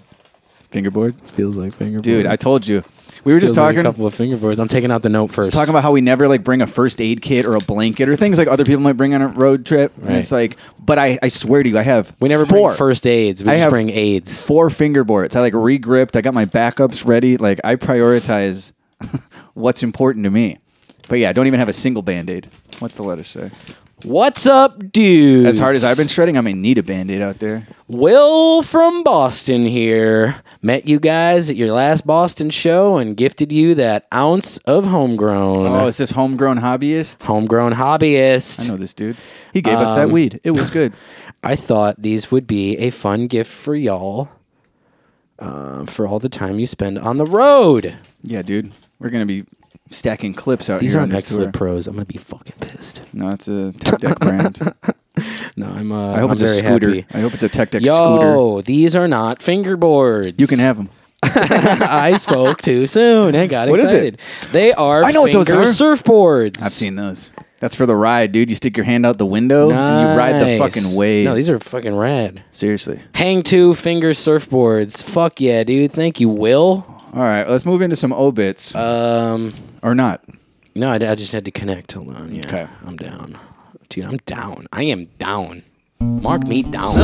S3: Fingerboard.
S1: Feels like fingerboards.
S3: Dude, I told you. We were just
S1: Feels like
S3: talking.
S1: a couple of fingerboards. I'm taking out the note first.
S3: talking about how we never like bring a first aid kit or a blanket or things like other people might bring on a road trip. And
S1: Right.
S3: it's like, but I, I swear to you, I have
S1: we never
S3: four
S1: bring first aids. We
S3: I
S1: just
S3: have
S1: bring aids.
S3: four fingerboards. I like regripped. I got my backups ready. Like I prioritize what's important to me. But yeah, I don't even have a single band aid. What's the letter say?
S1: What's up, dude?
S3: As hard as I've been shredding, I may need a band aid out there.
S1: Will from Boston here. Met you guys at your last Boston show and gifted you that ounce of homegrown.
S3: Oh, is this homegrown hobbyist?
S1: homegrown hobbyist.
S3: I know this dude. He gave us that
S1: Um,
S3: weed. It was good.
S1: I thought these would be a fun gift for y'all uh, for all the time you spend on the road.
S3: yeah, dude. We're gonna be stacking clips out
S1: These
S3: here on
S1: aren't
S3: this tour.
S1: XFlip Pros. I'm gonna be fucking pissed.
S3: no, it's a tech deck brand.
S1: No, I'm. Uh,
S3: I hope
S1: I'm
S3: it's a
S1: very
S3: scooter.
S1: happy.
S3: I hope it's a tech deck scooter.
S1: Yo, these are not fingerboards.
S3: You can have them.
S1: I spoke too soon. I got
S3: What is
S1: excited.
S3: it?
S1: They are.
S3: I know what those
S1: finger
S3: are.
S1: Surfboards.
S3: I've seen those. That's for the ride, dude. You stick your hand out the window and you ride
S1: Nice.
S3: the fucking wave.
S1: No, these are fucking rad.
S3: seriously.
S1: Hang two finger surfboards. Fuck yeah, dude. Thank you, Will.
S3: All right, let's move into some obits
S1: Um,
S3: or not.
S1: no, I, I just had to connect. Hold on. Yeah,
S3: Okay.
S1: I'm down, dude. I'm down. I am down. Mark me down.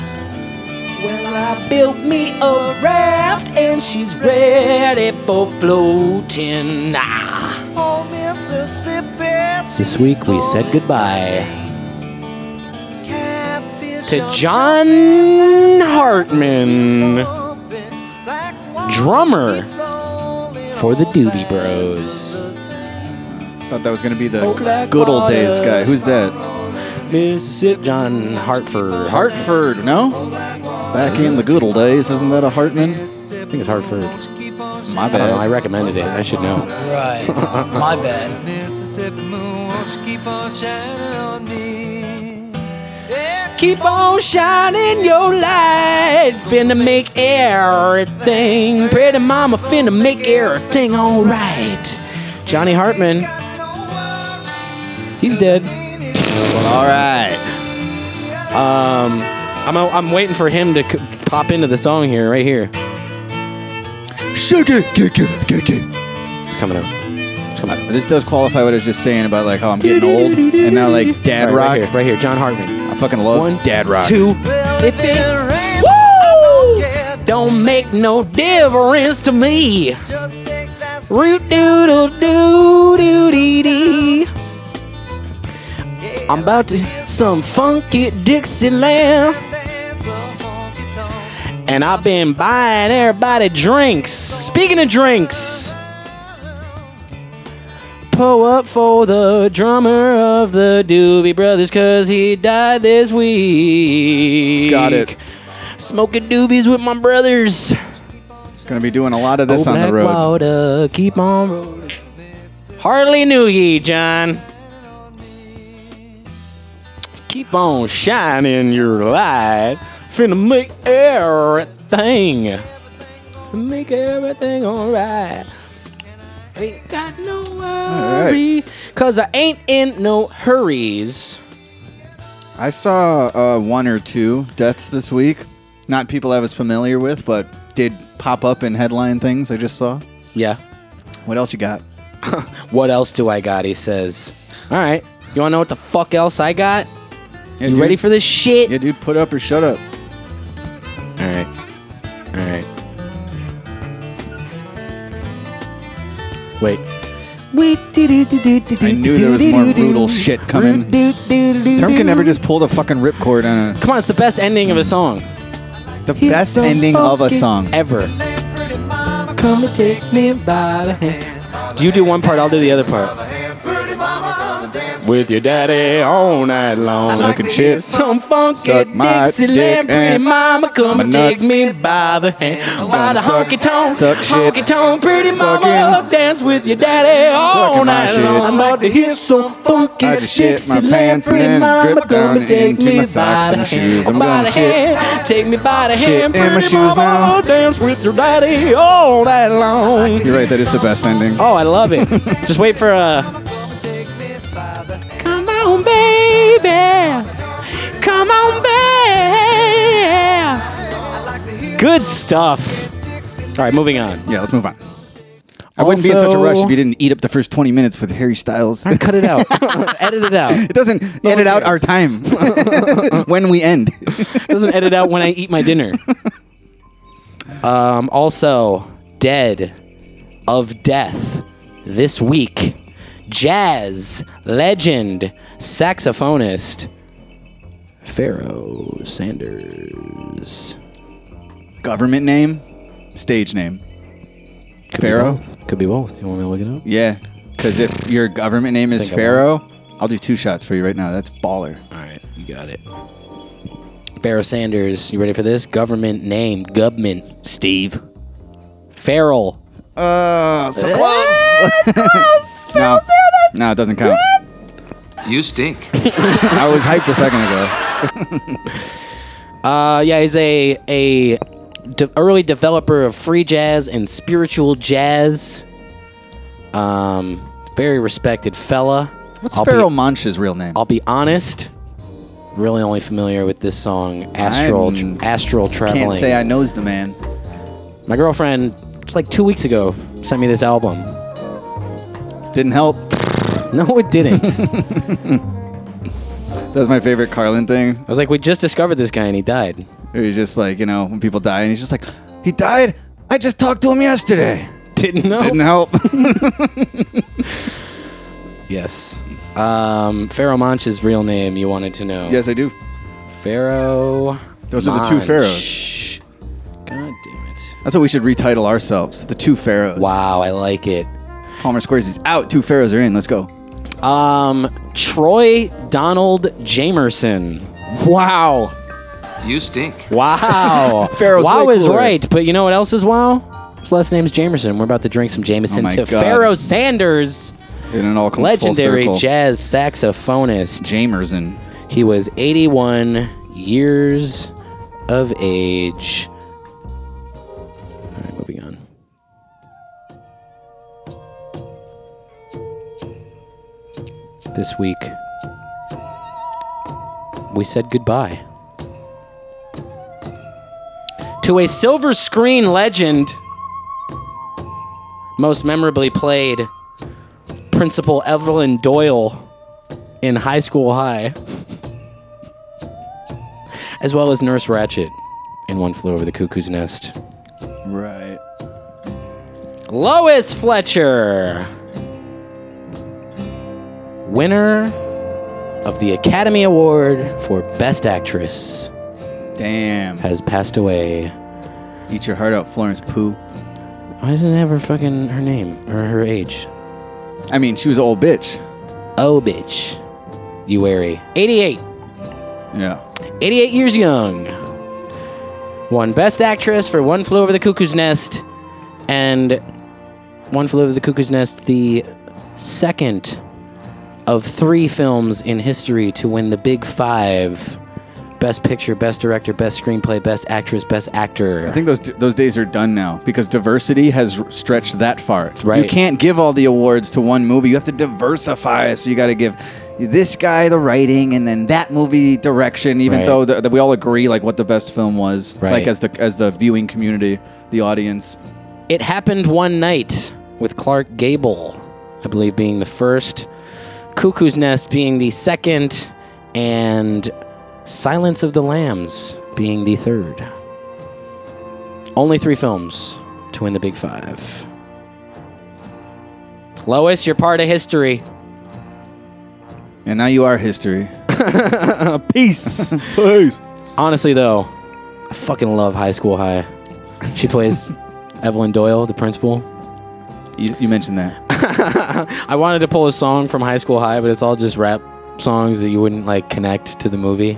S1: Well, I built me a raft and she's ready for floating. Ah. This week we said goodbye to John Hartman, drummer for the Doobie Bros.
S3: Thought that was gonna be the good old days guy. Who's that?
S1: Mississippi John Hartford.
S3: Hartford, no? Back in the good old days, isn't that a Hartman?
S1: I think it's Hartford.
S3: My
S1: I don't know. I
S3: bad.
S1: recommended it. I should know.
S7: Right. My bad.
S1: Keep on shining your light. Finna make everything. Pretty mama finna make everything alright. Johnny Hartman. He's dead.
S3: Alright.
S1: I'm, I'm waiting for him to c- pop into the song here, right here.
S3: Sugar kick it, kick it.
S1: It's coming up. It's coming up.
S3: This does qualify what I was just saying about like how I'm getting old and now like dad
S1: Right,
S3: rock.
S1: right here, right here. John Hartman.
S3: I fucking love
S1: One,
S3: dad rock.
S1: Two. If it, woo! Don't make no difference to me. Root doodle doo doo dee dee. I'm about to some funky Dixieland. And I've been buying everybody drinks. Speaking of drinks, pull up for the drummer of the Doobie Brothers, cause he died this week.
S3: Got it.
S1: Smoking doobies with my brothers.
S3: Gonna be doing a lot of this
S1: Oh,
S3: on the
S1: black
S3: road.
S1: Water, keep on rolling. Hardly knew ye, John. Keep on shining your light. Finna make everything. Make everything alright. Ain't got no worry. Cause I ain't in no hurries.
S3: I saw uh, one or two deaths this week. Not people I was familiar with, but did pop up in headline things I just saw.
S1: Yeah.
S3: What else you got?
S1: What else do I got? He says. Alright. You wanna know what the fuck else I got?
S3: Yeah,
S1: You
S3: dude.
S1: ready for this shit?
S3: Yeah, dude, put up or shut up.
S1: All right. All right. Wait.
S3: I knew there was more brutal shit coming. Term can never just pull the fucking ripcord on
S1: Come on, it's the best ending of a song
S3: a, the best ending of a song.
S1: ever. Come and take me by the hand. You do one part, I'll do the other part.
S3: with your daddy all night long. Sucking Oh, shit.
S1: Some funky
S3: Suck my
S1: Dixieland
S3: dick
S1: pretty
S3: and
S1: mama
S3: my
S1: come
S3: nuts.
S1: take me by the hand. By the
S3: suck-
S1: honky tonk,
S3: suck shit.
S1: honky tonk pretty
S3: Suck in.
S1: mama up, dance with your daddy all
S3: Sucking my
S1: night
S3: shit.
S1: long. I'd like to hear some funky
S3: I just shit my
S1: Dixieland
S3: pants and
S1: pretty
S3: then
S1: mama
S3: drip
S1: come
S3: down
S1: take
S3: into
S1: me
S3: my socks
S1: by
S3: and
S1: the
S3: shoes. I'm
S1: hand, by
S3: gonna
S1: the
S3: shit.
S1: hand. Take me by the
S3: Shit
S1: hand,
S3: in my
S1: pretty
S3: shoes
S1: mama,
S3: now.
S1: dance with your daddy all night long.
S3: You're right. That is the best ending.
S1: Oh, I love it. Just wait for a. Come on, baby. Come on, baby. Good stuff. All right, moving on.
S3: Yeah, let's move on. I wouldn't be in such a rush
S1: Also-
S3: if you didn't eat up the first 20 minutes with Harry Styles. It
S1: Cut it out. edit it out. It
S3: doesn't edit out
S1: cares.
S3: our time when we end.
S1: doesn't edit out when I eat my dinner. Um, also, dead of death this week. Jazz legend, saxophonist, Pharaoh Sanders.
S3: Government name, stage name. Pharaoh?
S1: Could be both. You want me to look it up?
S3: Yeah, because if your government name is
S1: Think I
S3: Pharaoh, I'll do two shots for you right now. That's baller.
S1: All right, you got it. Pharaoh Sanders, you ready for this? Government name, government, Steve. Farrell.
S3: Uh, so close. no, no, it doesn't count.
S5: You stink.
S3: I was hyped a second ago.
S1: Uh, yeah, he's a a de- early developer of free jazz and spiritual jazz. Um, very respected fella.
S3: What's
S1: I'll be-
S3: Pharaoh Monch's real name?
S1: I'll be honest. Really, only familiar with this song, astral,
S3: I'm-
S1: astral traveling.
S3: Can't say I knows the man.
S1: My girlfriend, it's like two weeks ago, sent me this album.
S3: Didn't help.
S1: No, it didn't.
S3: That's my favorite Carlin thing.
S1: I was like, we just discovered this guy and he died.
S3: Where he's just like, you know, when people die, and he's just like, he died. I just talked to him yesterday.
S1: Didn't know.
S3: Didn't help.
S1: Yes. Um, Pharaoh Monch's real name you wanted to know.
S3: yes, I do.
S1: Pharaoh.
S3: Those are the two
S1: Monch.
S3: pharaohs.
S1: God damn it.
S3: That's what we should retitle ourselves. The two pharaohs.
S1: Wow, I like it.
S3: Palmer Squares is out. Two pharaohs are in. Let's go.
S1: Um, Troy Donald Jamerson. Wow.
S5: You stink.
S1: Wow.
S3: Pharaoh's
S1: wow
S3: way
S1: is
S3: cooler.
S1: right, but you know what else is wow? His last name's Jamerson. We're about to drink some Jameson
S3: Oh my
S1: to
S3: God.
S1: Pharaoh Sanders,
S3: And it all comes
S1: legendary
S3: full circle.
S1: jazz saxophonist.
S3: Jamerson.
S1: He was 81 years of age. All right, moving on. This week, we said goodbye to a silver screen legend, most memorably played Principal Evelyn Doyle in High School High, as well as Nurse Ratchet in One Flew Over the Cuckoo's Nest.
S3: Right.
S1: Lois Fletcher, winner of the Academy Award for Best Actress,
S3: Damn.
S1: has passed away.
S3: Eat your heart out, Florence Pooh.
S1: Why doesn't it have her fucking her name or her age?
S3: I mean, she was an old bitch.
S1: Oh, bitch. You wary. 88.
S3: Yeah.
S1: 88 years young. Won Best Actress for One Flew Over the Cuckoo's Nest, and One Flew Over the Cuckoo's Nest, the second of three films in history to win the Big Five Best Picture, Best Director, Best Screenplay, Best Actress, Best Actor.
S3: I think those those days are done now because diversity has stretched that far.
S1: Right.
S3: You can't give all the awards to one movie. You have to diversify. So you got to give this guy the writing and then that movie direction. Even
S1: Right.
S3: though the, that we all agree like what the best film was,
S1: Right.
S3: like as the as the viewing community, the audience.
S1: It happened one night with Clark Gable, I believe, being the first, Cuckoo's Nest being the second, and Silence of the Lambs being the third. Only three films to win the Big Five. Lois, you're part of history.
S3: And now you are history.
S1: Peace.
S3: Please.
S1: Honestly, though, I fucking love High School High. She plays Evelyn Doyle, the principal.
S3: You, you mentioned that.
S1: I wanted to pull a song from High School High, but it's all just rap pop songs that you wouldn't like connect to the movie,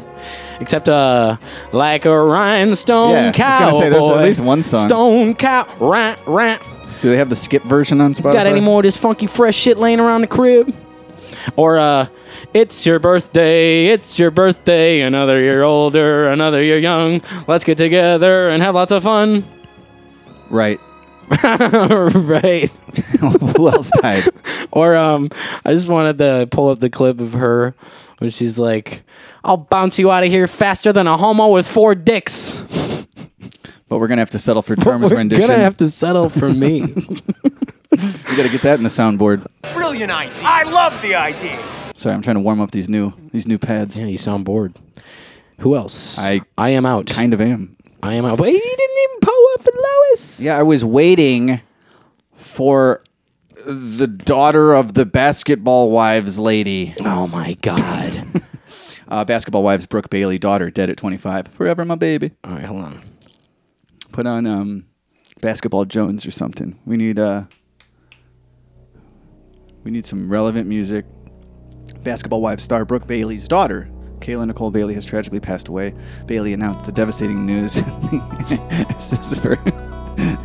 S1: except uh, like a rhinestone
S3: Yeah, I was
S1: cowboy.
S3: gonna say, there's at least one song.
S1: Stone cow, rant, rant.
S3: Do they have the skip version on Spotify?
S1: Got any more of this funky fresh shit laying around the crib? Or uh, it's your birthday, it's your birthday. Another year older, another year young. Let's get together and have lots of fun.
S3: Right.
S1: right.
S3: Who else died?
S1: Or um, I just wanted to pull up the clip of her when she's like, "I'll bounce you out of here faster than a homo with four dicks."
S3: But we're gonna have to settle for Terms
S1: We're
S3: rendition.
S1: gonna have to settle for me.
S3: You gotta get that in the soundboard.
S6: Brilliant idea.
S8: I love the idea.
S3: Sorry, I'm trying to warm up these new these new pads.
S1: yeah, you sound bored. Who else?
S3: I-
S1: I am out. I,
S3: Kind of am.
S1: am out. But you didn't even pull up for Lois.
S3: Yeah, I was waiting for the daughter of the basketball wives lady.
S1: Oh my god.
S3: Uh, basketball wives Brooke Bailey, daughter, dead at 25. Forever my baby.
S1: All right, hold on.
S3: Put on um, Basketball Jones or something. We need uh, we need some relevant music. Basketball wives star Brooke Bailey's daughter, Kayla Nicole Bailey, has tragically passed away. Bailey announced the devastating news. this is for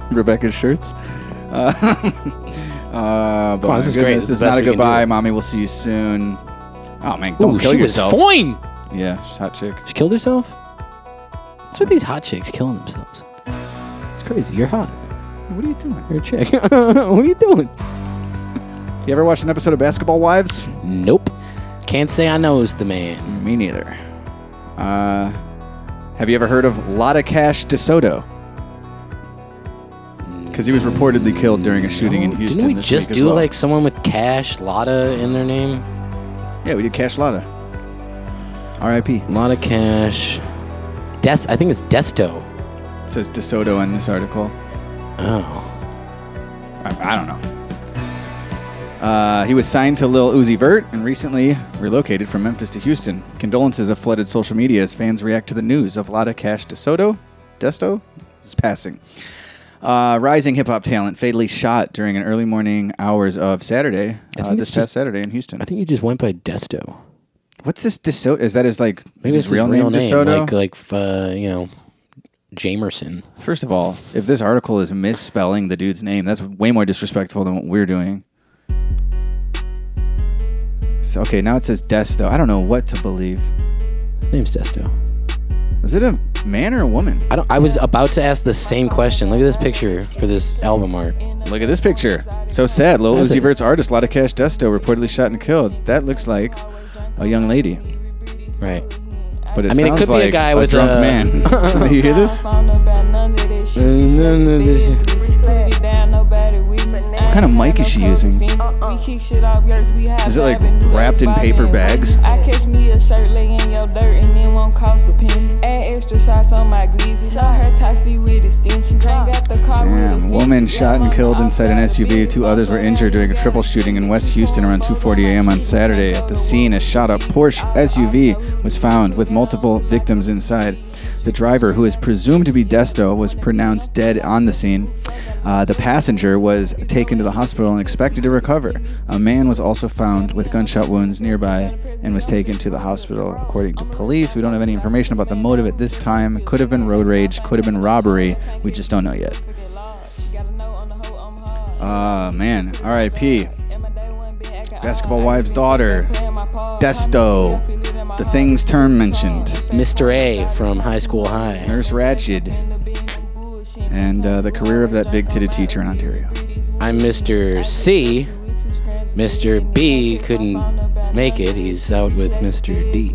S3: Rebecca's shirts. Uh, uh, but
S1: on,
S3: my
S1: this is
S3: goodness,
S1: great. This is
S3: This is
S1: the best we
S3: not a
S1: can do.
S3: goodbye, mommy. We'll see you soon. Oh man, don't kill
S1: she
S3: yourself.
S1: was fine.
S3: yeah, she's a hot chick.
S1: She killed herself. What's with these hot chicks killing themselves? It's crazy. You're hot.
S3: What are you doing?
S1: You're a chick. what are you doing?
S3: You ever watched an episode of Basketball Wives?
S1: Nope. Can't say I knows the man.
S3: Me neither. Uh, have you ever heard of Lotta Cash DeSoto? Because he was reportedly killed during a shooting in
S1: Mm. Oh,
S3: Houston.
S1: Didn't we
S3: this
S1: just
S3: week
S1: do
S3: as well.
S1: like someone with cash, Lotta in their name?
S3: Yeah, we did Cash Lotta. R.I.P.
S1: Lotta cash. Des. I think it's Desto.
S3: It says DeSoto in this article.
S1: Oh.
S3: I, I don't know. Uh, he was signed to Lil Uzi Vert and recently relocated from Memphis to Houston. Condolences have flooded social media as fans react to the news of Lotta Cash DeSoto, Desto, is passing. Uh, rising hip hop talent fatally shot during an early morning hours of Saturday, uh,
S1: it's
S3: this past
S1: just-
S3: Saturday in Houston.
S1: I think you just went by Desto.
S3: What's this DeSoto? Is that his like
S1: Maybe
S3: is
S1: it's
S3: his real, name, DeSoto?
S1: Like, like uh, you know, Jamerson.
S3: First of all, if this article is misspelling the dude's name, that's way more disrespectful than what we're doing. So, okay, now it says Desto. I don't know what to believe.
S1: His name's Desto.
S3: Is it a man or a woman?
S1: I don't. I was about to ask the same question. Look at this picture for this album art.
S3: Look at this picture. So sad. Lil
S1: That's
S3: Uzi
S1: it.
S3: Vert's artist, Lotta Cash Desto, reportedly shot and killed. That looks like a young lady.
S1: Right.
S3: But it
S1: I mean, it
S3: sounds
S1: could be a
S3: like
S1: guy with
S3: drunk
S1: a-
S3: man. you hear this? What kind of mic is she using? Is it like wrapped in paper bags?
S9: I catch me a shirt laying your dirt and then won't cost a penny. Add extra shots on my glizzy. Show her toxie with extensions. Crank up the car with a
S3: Damn, woman shot and killed inside an SUV. Two others were injured during a triple shooting in West Houston around 2:40 a.m. on Saturday. At the scene, a shot-up Porsche SUV was found with multiple victims inside. The driver, who is presumed to be Desto, was pronounced dead on the scene. Uh, the passenger was taken to the hospital and expected to recover. A man was also found with gunshot wounds nearby and was taken to the hospital, according to police. We don't have any information about the motive at this time. Could have been road rage, could have been robbery. We just don't know yet. Ah, man. R.I.P. Basketball Wives' daughter, Desto. The Things Term mentioned,
S1: Mr. A from High School High.
S3: Nurse Ratched, and uh, the career of that big titted teacher in Ontario.
S1: I'm Mr. C. Mr. B couldn't make it. He's out with Mr. D.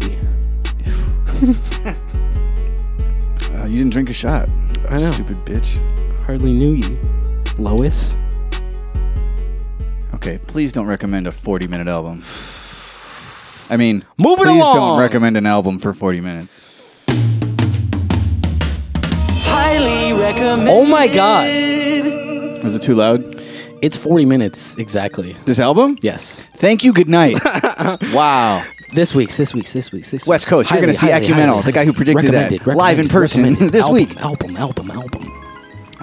S3: Uh, you didn't drink a shot.
S1: I know.
S3: Stupid bitch.
S1: Hardly knew you. Lois?
S3: Okay, please don't recommend a 40 minute album. I mean,
S1: Moving
S3: please
S1: along.
S3: don't recommend an album for 40 minutes.
S1: Oh my god.
S3: Was it too loud?
S1: It's 40 minutes exactly.
S3: This album?
S1: Yes.
S3: Thank you, good night. wow.
S1: This week's, this week's, this week's, this
S3: West
S1: week's.
S3: Coast, you're gonna see
S1: Highly, highly,
S3: Acumenal,
S1: highly
S3: the guy who predicted that,
S1: recommended,
S3: live in person
S1: recommended.
S3: this
S1: Album,
S3: week.
S1: Album, album, album.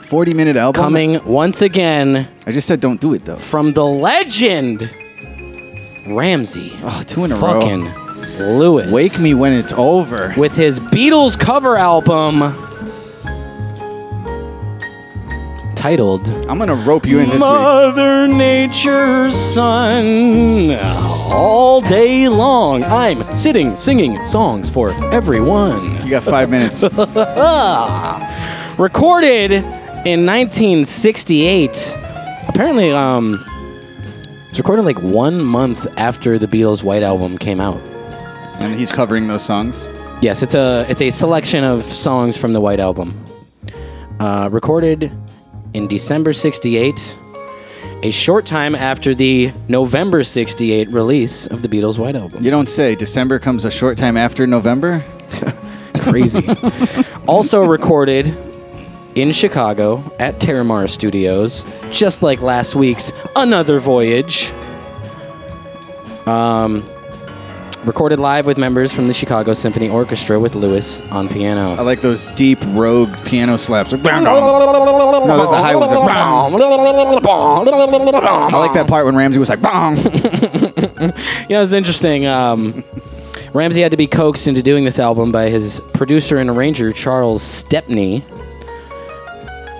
S3: 40 minute album?
S1: Coming once again
S3: I just said don't do it though.
S1: from the legend, Ramsey.
S3: Oh, two in a row.
S1: fucking Lewis.
S3: Wake me when it's over.
S1: with his Beatles cover album titled
S3: I'm gonna rope you in this week.
S1: Mother Nature's Son. All day long, I'm sitting singing songs for everyone.
S3: You got five minutes.
S1: Recorded in 1968. Apparently, um, it's recorded like one month after the Beatles' White Album came out.
S3: and he's covering those songs.
S1: Yes, it's a it's a selection of songs from the White Album, uh, recorded in December '68, a short time after the November '68 release of the Beatles' White Album.
S3: You don't say. December comes a short time after November.
S1: Crazy. also recorded in Chicago at Terramar Studios, just like last week's Another Voyage. Um, recorded live with members from the Chicago Symphony Orchestra with Lewis on piano.
S3: I like those deep rogue piano slaps. no, that's the high ones. I like that part when Ramsey was like, "Bong."
S1: You know, it's interesting. Um, Ramsey had to be coaxed into doing this album by his producer and arranger, Charles Stepney,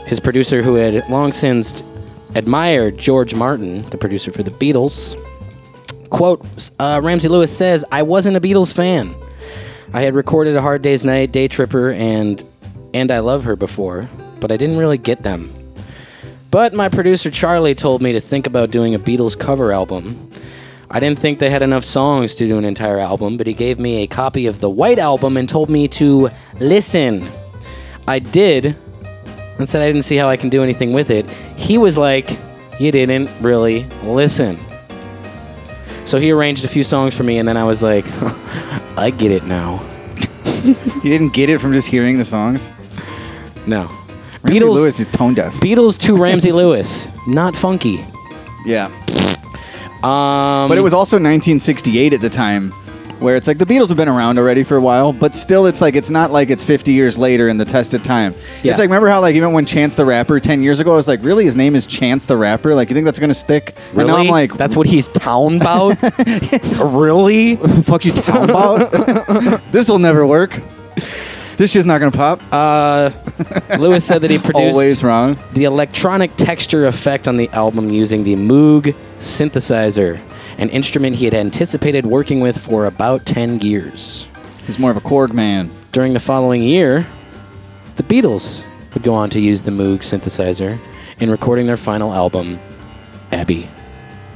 S1: his producer who had long since admired George Martin, the producer for the Beatles. Quote uh, Ramsey Lewis says, I wasn't a Beatles fan. I had recorded A Hard Day's Night, Day Tripper, and And I Love Her before, but I didn't really get them. But my producer Charlie told me to think about doing a Beatles cover album. I didn't think they had enough songs to do an entire album, but he gave me a copy of the White Album and told me to listen. I did, and said I didn't see how I can do anything with it. He was like, You didn't really listen. So he arranged a few songs for me, and then I was like, I get it now.
S3: You didn't get it from just hearing the songs.
S1: No.
S3: Ramsey
S1: Beatles,
S3: Lewis is tone deaf.
S1: Beatles to Ramsey Lewis. Not funky.
S3: Yeah. Um, but it was also 1968 at the time, where it's like the Beatles have been around already for a while, but still, it's like it's not like it's 50 years later in the test of time.
S1: Yeah.
S3: It's like remember how like even when Chance the Rapper 10 years ago, I was like, really, his name is Chance the Rapper? Like, you think that's gonna stick? And now I'm
S1: Really?
S3: like,
S1: that's what he's town about? really?
S3: fuck you, town about. this will never work. This shit's not gonna pop.
S1: Lewis said that he Uh, produced
S3: Always wrong.
S1: the electronic texture effect on the album using the Moog synthesizer, an instrument he had anticipated working with for about 10 years.
S3: He's more of a Korg man.
S1: During the following year, the Beatles would go on to use the Moog synthesizer in recording their final album, Abbey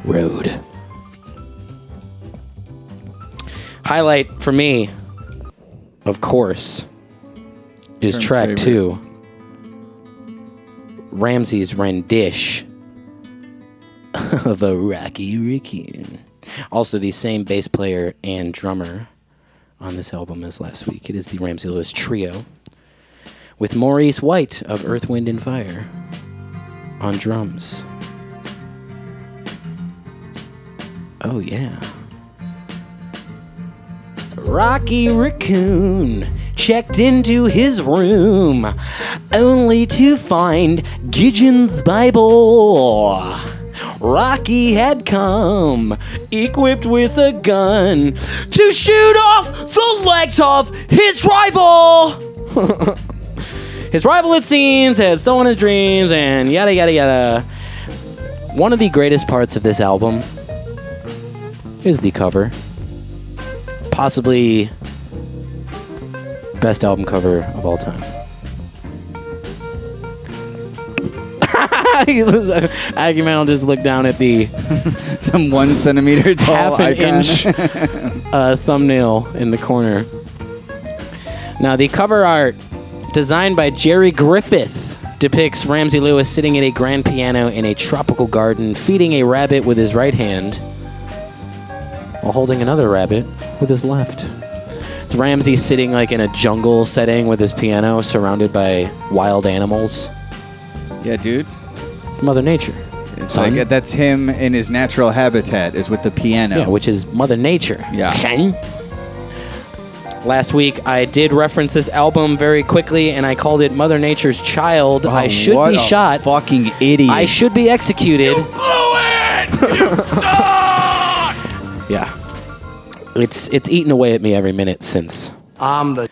S1: Road. Highlight for me, of course, is
S3: Term
S1: track
S3: saver.
S1: two Ramsey's rendition of a Rocky Ricky. Also, the same bass player and drummer on this album as last week. It is the Ramsey Lewis Trio with Maurice White of Earth, Wind, and Fire on drums. Oh, yeah. Rocky Raccoon checked into his room only to find Gideon's Bible. Rocky had come equipped with a gun to shoot off the legs of his rival. his rival, it seems, had stolen his dreams and yada yada yada. One of the greatest parts of this album is the cover possibly best album cover of all time. Aguimental just looked down at the
S3: Some one centimeter tall
S1: half an
S3: icon.
S1: inch uh, thumbnail in the corner. Now, the cover art, designed by Jerry Griffith, depicts Ramsey Lewis sitting at a grand piano in a tropical garden, feeding a rabbit with his right hand, while holding another rabbit with his left. It's Ramsey sitting like in a jungle setting with his piano, surrounded by wild animals.
S3: Yeah, dude.
S1: Mother Nature.
S3: It's
S1: son.
S3: like that's him in his natural habitat is with the piano.
S1: Yeah, which is Mother Nature.
S3: Yeah.
S1: Shang. Last week, I did reference this album very quickly, and I called it Mother Nature's Child. I
S3: Oh,
S1: should
S3: what
S1: be
S3: a
S1: shot.
S3: Fucking idiot.
S1: I should be executed.
S8: Blew it! You suck!
S1: Yeah. It's it's eaten away at me every minute since.
S7: I'm the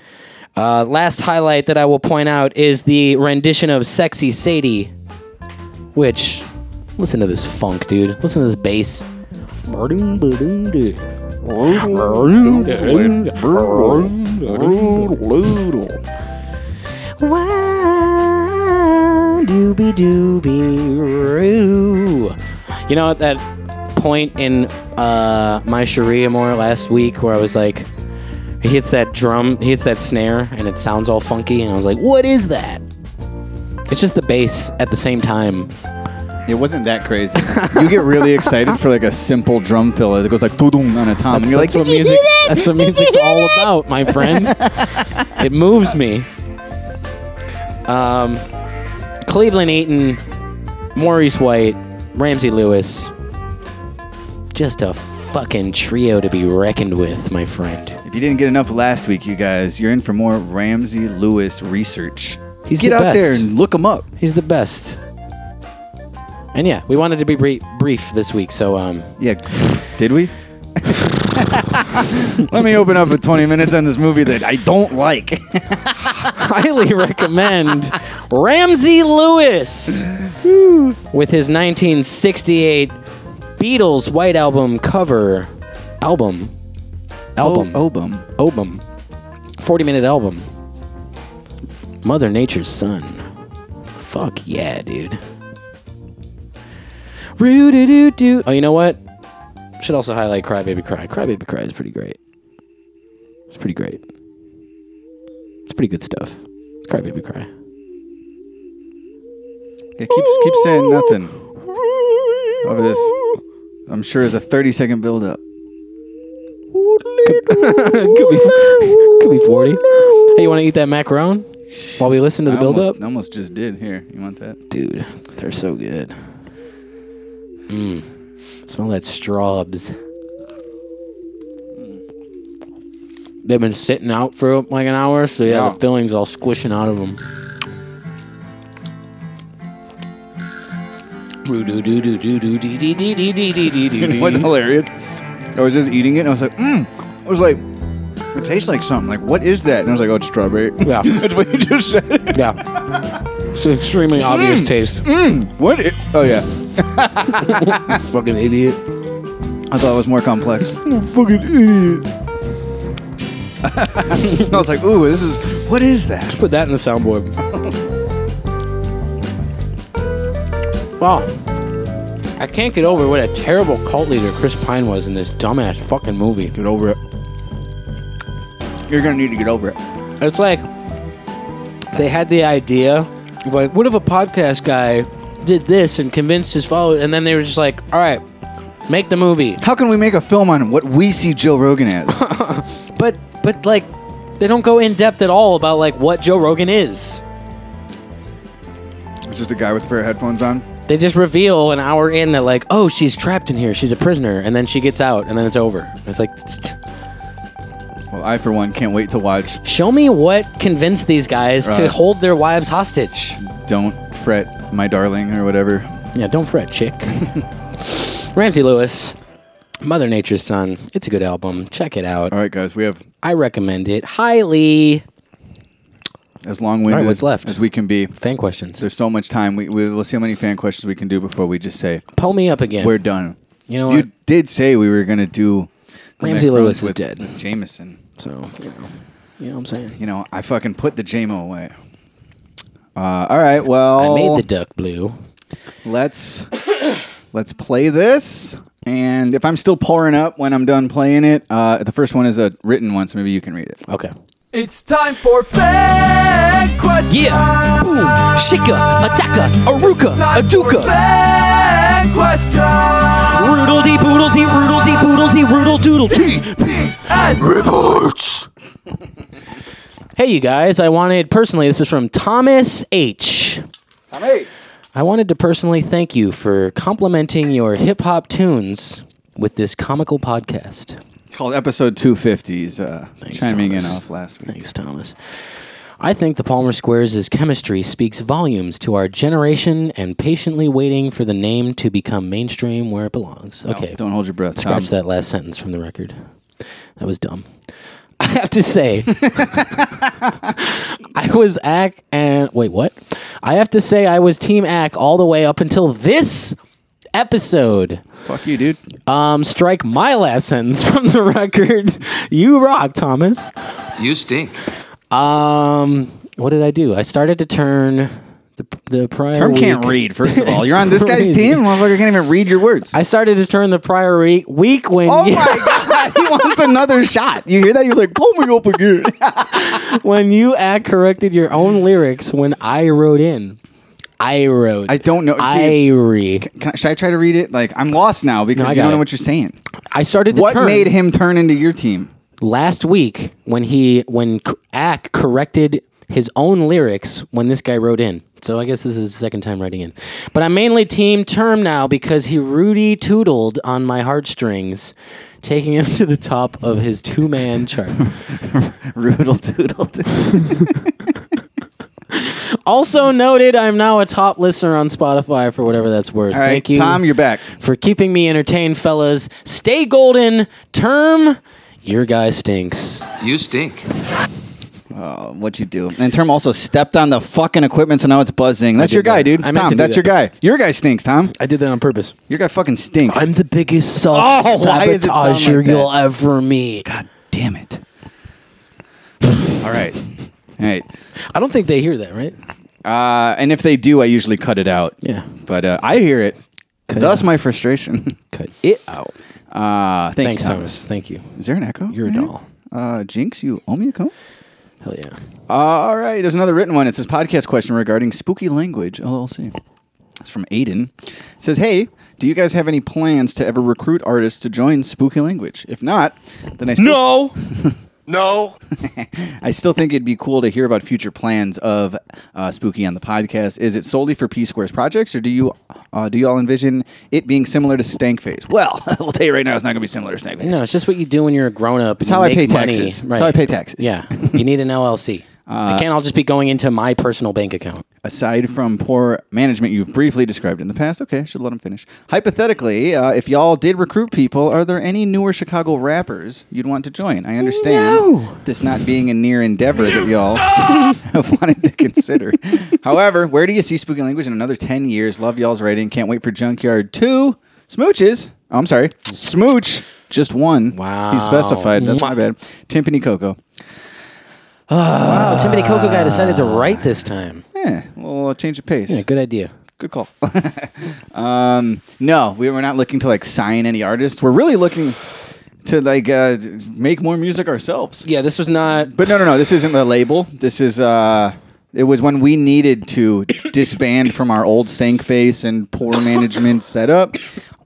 S1: Uh, last highlight that I will point out is the rendition of "Sexy Sadie," which listen to this funk, dude. Listen to this bass. Wow, doobie doobie roo. You know, at that point in uh, my Sharia more last week where I was like, he hits that drum, he hits that snare, and it sounds all funky, and I was like, what is that? It's just the bass at the same time.
S3: It wasn't that crazy. you get really excited for like a simple drum filler that goes like doo-doom on a tom. and you're like,
S1: that's what music. That's what music's all about, my friend. it moves me. Um, Cleveland Eaton, Maurice White, Ramsey Lewis, just a fucking trio to be reckoned with, my friend.
S3: if you didn't get enough last week, you guys, you're in for more Ramsey Lewis research.
S1: He's
S3: get
S1: the
S3: out there
S1: best.
S3: and look him up.
S1: He's the best. And yeah, we wanted to be brief, brief this week, so um,
S3: Yeah, did we? Let me open up with 20 minutes on this movie that I don't like.
S1: highly recommend Ramsey Lewis with his 1968 Beatles White Album cover album. Album.
S3: Obum.
S1: Album. 40 minute album. Mother Nature's Son. Fuck yeah, dude. Roo doo doo doo. Oh, you know what? Should also highlight Cry Baby Cry. Cry Baby Cry is pretty great. It's pretty great. It's pretty good stuff. Cry Baby Cry.
S3: Yeah, keep, keep saying nothing over this. I'm sure it's a 30 second build up.
S1: could be, could be 40. Hey, you want to eat that macaron while we listen to the
S3: I
S1: build up?
S3: almost, I almost just did. Here, you want that?
S1: Dude, they're so good. Mmm. Smell that straws. They've been sitting out for like an hour, so yeah,
S3: Yeah.
S1: the filling's all squishing out of them.
S3: You know what's hilarious? I was just eating it and I was like, mmm. I was like, it tastes like something. Like, what is that? And I was like, oh, it's strawberry.
S1: Yeah.
S3: That's what you just said.
S1: Yeah. It's an extremely obvious taste.
S3: What? i- oh, yeah.
S1: Fucking idiot.
S3: I thought it was more complex.
S1: Fucking idiot.
S3: I was like, ooh, this is, what is that?
S1: Put that in the soundboard. wow. I can't get over what a terrible cult leader Chris Pine was in this dumbass fucking movie.
S3: Get over it. You're going to need to get over it.
S1: It's like they had the idea of like, what if a podcast guy did this and convinced his followers, and then they were just like, all right, make the movie.
S3: How can we make a film on what we see Joe Rogan as?
S1: But, but like, they don't go in depth at all about like what Joe Rogan is.
S3: it's just a guy with a pair of headphones on.
S1: They just reveal an hour in that like, oh, she's trapped in here, she's a prisoner, and then she gets out, and then it's over. It's like,
S3: Well, I, for one, can't wait to watch
S1: show me what convinced these guys to
S3: Right.
S1: hold their wives hostage.
S3: Don't Fret, My Darling, or whatever.
S1: Yeah, don't fret, chick. Ramsey Lewis, Mother Nature's Son. It's a good album. Check it out.
S3: All right, guys, we have
S1: I recommend it highly.
S3: as long winded
S1: All right, what's left?
S3: as we can be.
S1: Fan questions.
S3: There's so much time. We, we, we'll see how many fan questions we can do before we just say,
S1: Pull me up again.
S3: we're done.
S1: you know what?
S3: You did say we were going to do. the
S1: Ramsey
S3: macarons
S1: Lewis is
S3: with
S1: dead.
S3: Jameson.
S1: So, you know, you know what I'm saying.
S3: You know, I fucking put the JMO away. Uh, all right, well.
S1: I made the duck blue.
S3: let's let's play this and if i'm still pouring up when i'm done playing it uh, the first one is a written one so maybe you can read it
S1: Okay.
S2: It's time for fan questions.
S1: Yeah. Boom. Shika. Mataka. Aruka. Aduka.
S2: Fan questions.
S1: Roodle dee poodle dee roodle dee poodle dee roodle doodle dee. Hey, you guys, I wanted personally, this is from Thomas H. I wanted to personally thank you for complimenting your hip hop tunes with this comical podcast.
S3: it's called episode 250s uh,
S1: Thanks,
S3: chiming
S1: Thomas.
S3: in off last week
S1: Thanks, Thomas. I think the Palmer Squares' chemistry speaks volumes to our generation and patiently waiting for the name to become mainstream where it belongs. Okay.
S3: don't hold your breath
S1: Scratch
S3: Tom.
S1: that last sentence from the record. That was dumb. I have to say, I was Ack and wait, what? I have to say, I was Team Ack all the way up until this episode.
S3: Fuck you, dude.
S1: Um, strike my lessons from the record. You rock, Thomas.
S5: You stink.
S1: Um, what did I do? I started to turn the the prior.
S3: Term can't
S1: week-
S3: read, first of all. You're on this guy's
S1: Crazy.
S3: team? Motherfucker can't even read your words.
S1: I started to turn the prior week week when
S3: oh
S1: you,
S3: my God. He wants another shot. You hear that? He was like, pull me up again.
S1: when you act corrected your own lyrics when I wrote in. I wrote.
S3: I don't know. See,
S1: I re.
S3: Can I, should I try to read it? Like, I'm lost now because
S1: No, I
S3: you
S1: got
S3: don't know
S1: it.
S3: what you're saying.
S1: I started to
S3: What
S1: turn
S3: made him turn into your team?
S1: last week when he when C- Ack corrected his own lyrics when this guy wrote in. So I guess this is the second time writing in. But I'm mainly team term now because he Rudy tootled on my heartstrings, taking him to the top of his two man chart.
S3: Roodle doodle. doodle.
S1: also noted, I'm now a top listener on Spotify for whatever that's worth.
S3: All right,
S1: Thank you.
S3: Tom, you're back.
S1: for keeping me entertained, fellas. Stay golden. Term, your guy stinks.
S5: You stink.
S3: Uh, what you do? And Term also stepped on the fucking equipment, so now it's buzzing. That's
S1: did
S3: your guy,
S1: that.
S3: dude.
S1: I meant
S3: Tom,
S1: to do
S3: that's
S1: that.
S3: your guy. Your guy stinks, Tom.
S1: I did that on purpose.
S3: Your guy fucking stinks.
S1: I'm the biggest self
S3: Oh, why does it sound
S1: sabotager
S3: like that?
S1: you'll ever meet.
S3: God damn it. All right. All right.
S1: I don't think they hear that, right?
S3: Uh, and if they do, I usually cut it out.
S1: Yeah.
S3: But uh, I hear it.
S1: Cut it
S3: Thus,
S1: out.
S3: my frustration.
S1: Cut it out.
S3: Uh, thank
S1: Thanks,
S3: you,
S1: Thomas.
S3: Thomas.
S1: Thank you.
S3: Is there an echo?
S1: You're a
S3: in here?
S1: doll.
S3: Uh, Jinx, you owe me a cone?
S1: Hell yeah.
S3: All right, there's another written one. It says podcast question regarding spooky language LLC. It's from Aiden. It says, "Hey, do you guys have any plans to ever recruit artists to join Spooky Language? If not, then I still,
S10: No.
S8: No.
S3: I still think it'd be cool to hear about future plans of uh, Spooky on the podcast. Is it solely for P Square's projects, or do you uh, do you all envision it being similar to Stank Phase? Well, we'll tell you right now, it's not going to be similar to Stank Phase.
S1: No, it's just what you do when you're a grown up. It's
S3: how I
S1: make
S3: pay
S1: money.
S3: taxes. It's how I pay taxes.
S1: Yeah. you need an LLC. I can't all just be going into my personal bank account.
S3: aside from poor management you've briefly described in the past okay should let him finish hypothetically uh, if y'all did recruit people are there any newer chicago rappers you'd want to join i understand this not being a near endeavor that y'all have wanted to consider however where do you see spooky language in another 10 years love y'all's writing can't wait for junkyard 2 smooches oh, i'm sorry smooch just one
S1: Wow.
S3: he specified that's my bad timpani coco
S1: Oh, Timothy Coco guy decided to write this time.
S3: yeah a little Eh, change of pace
S1: Yeah, good idea.
S3: good call. um, no, we were not looking to like sign any artists. We're really looking to like uh, make more music ourselves.
S1: Yeah, this was not.
S3: But no, no, no. This isn't the label. This is uh, it was when we needed to disband from our old stank face and poor management setup.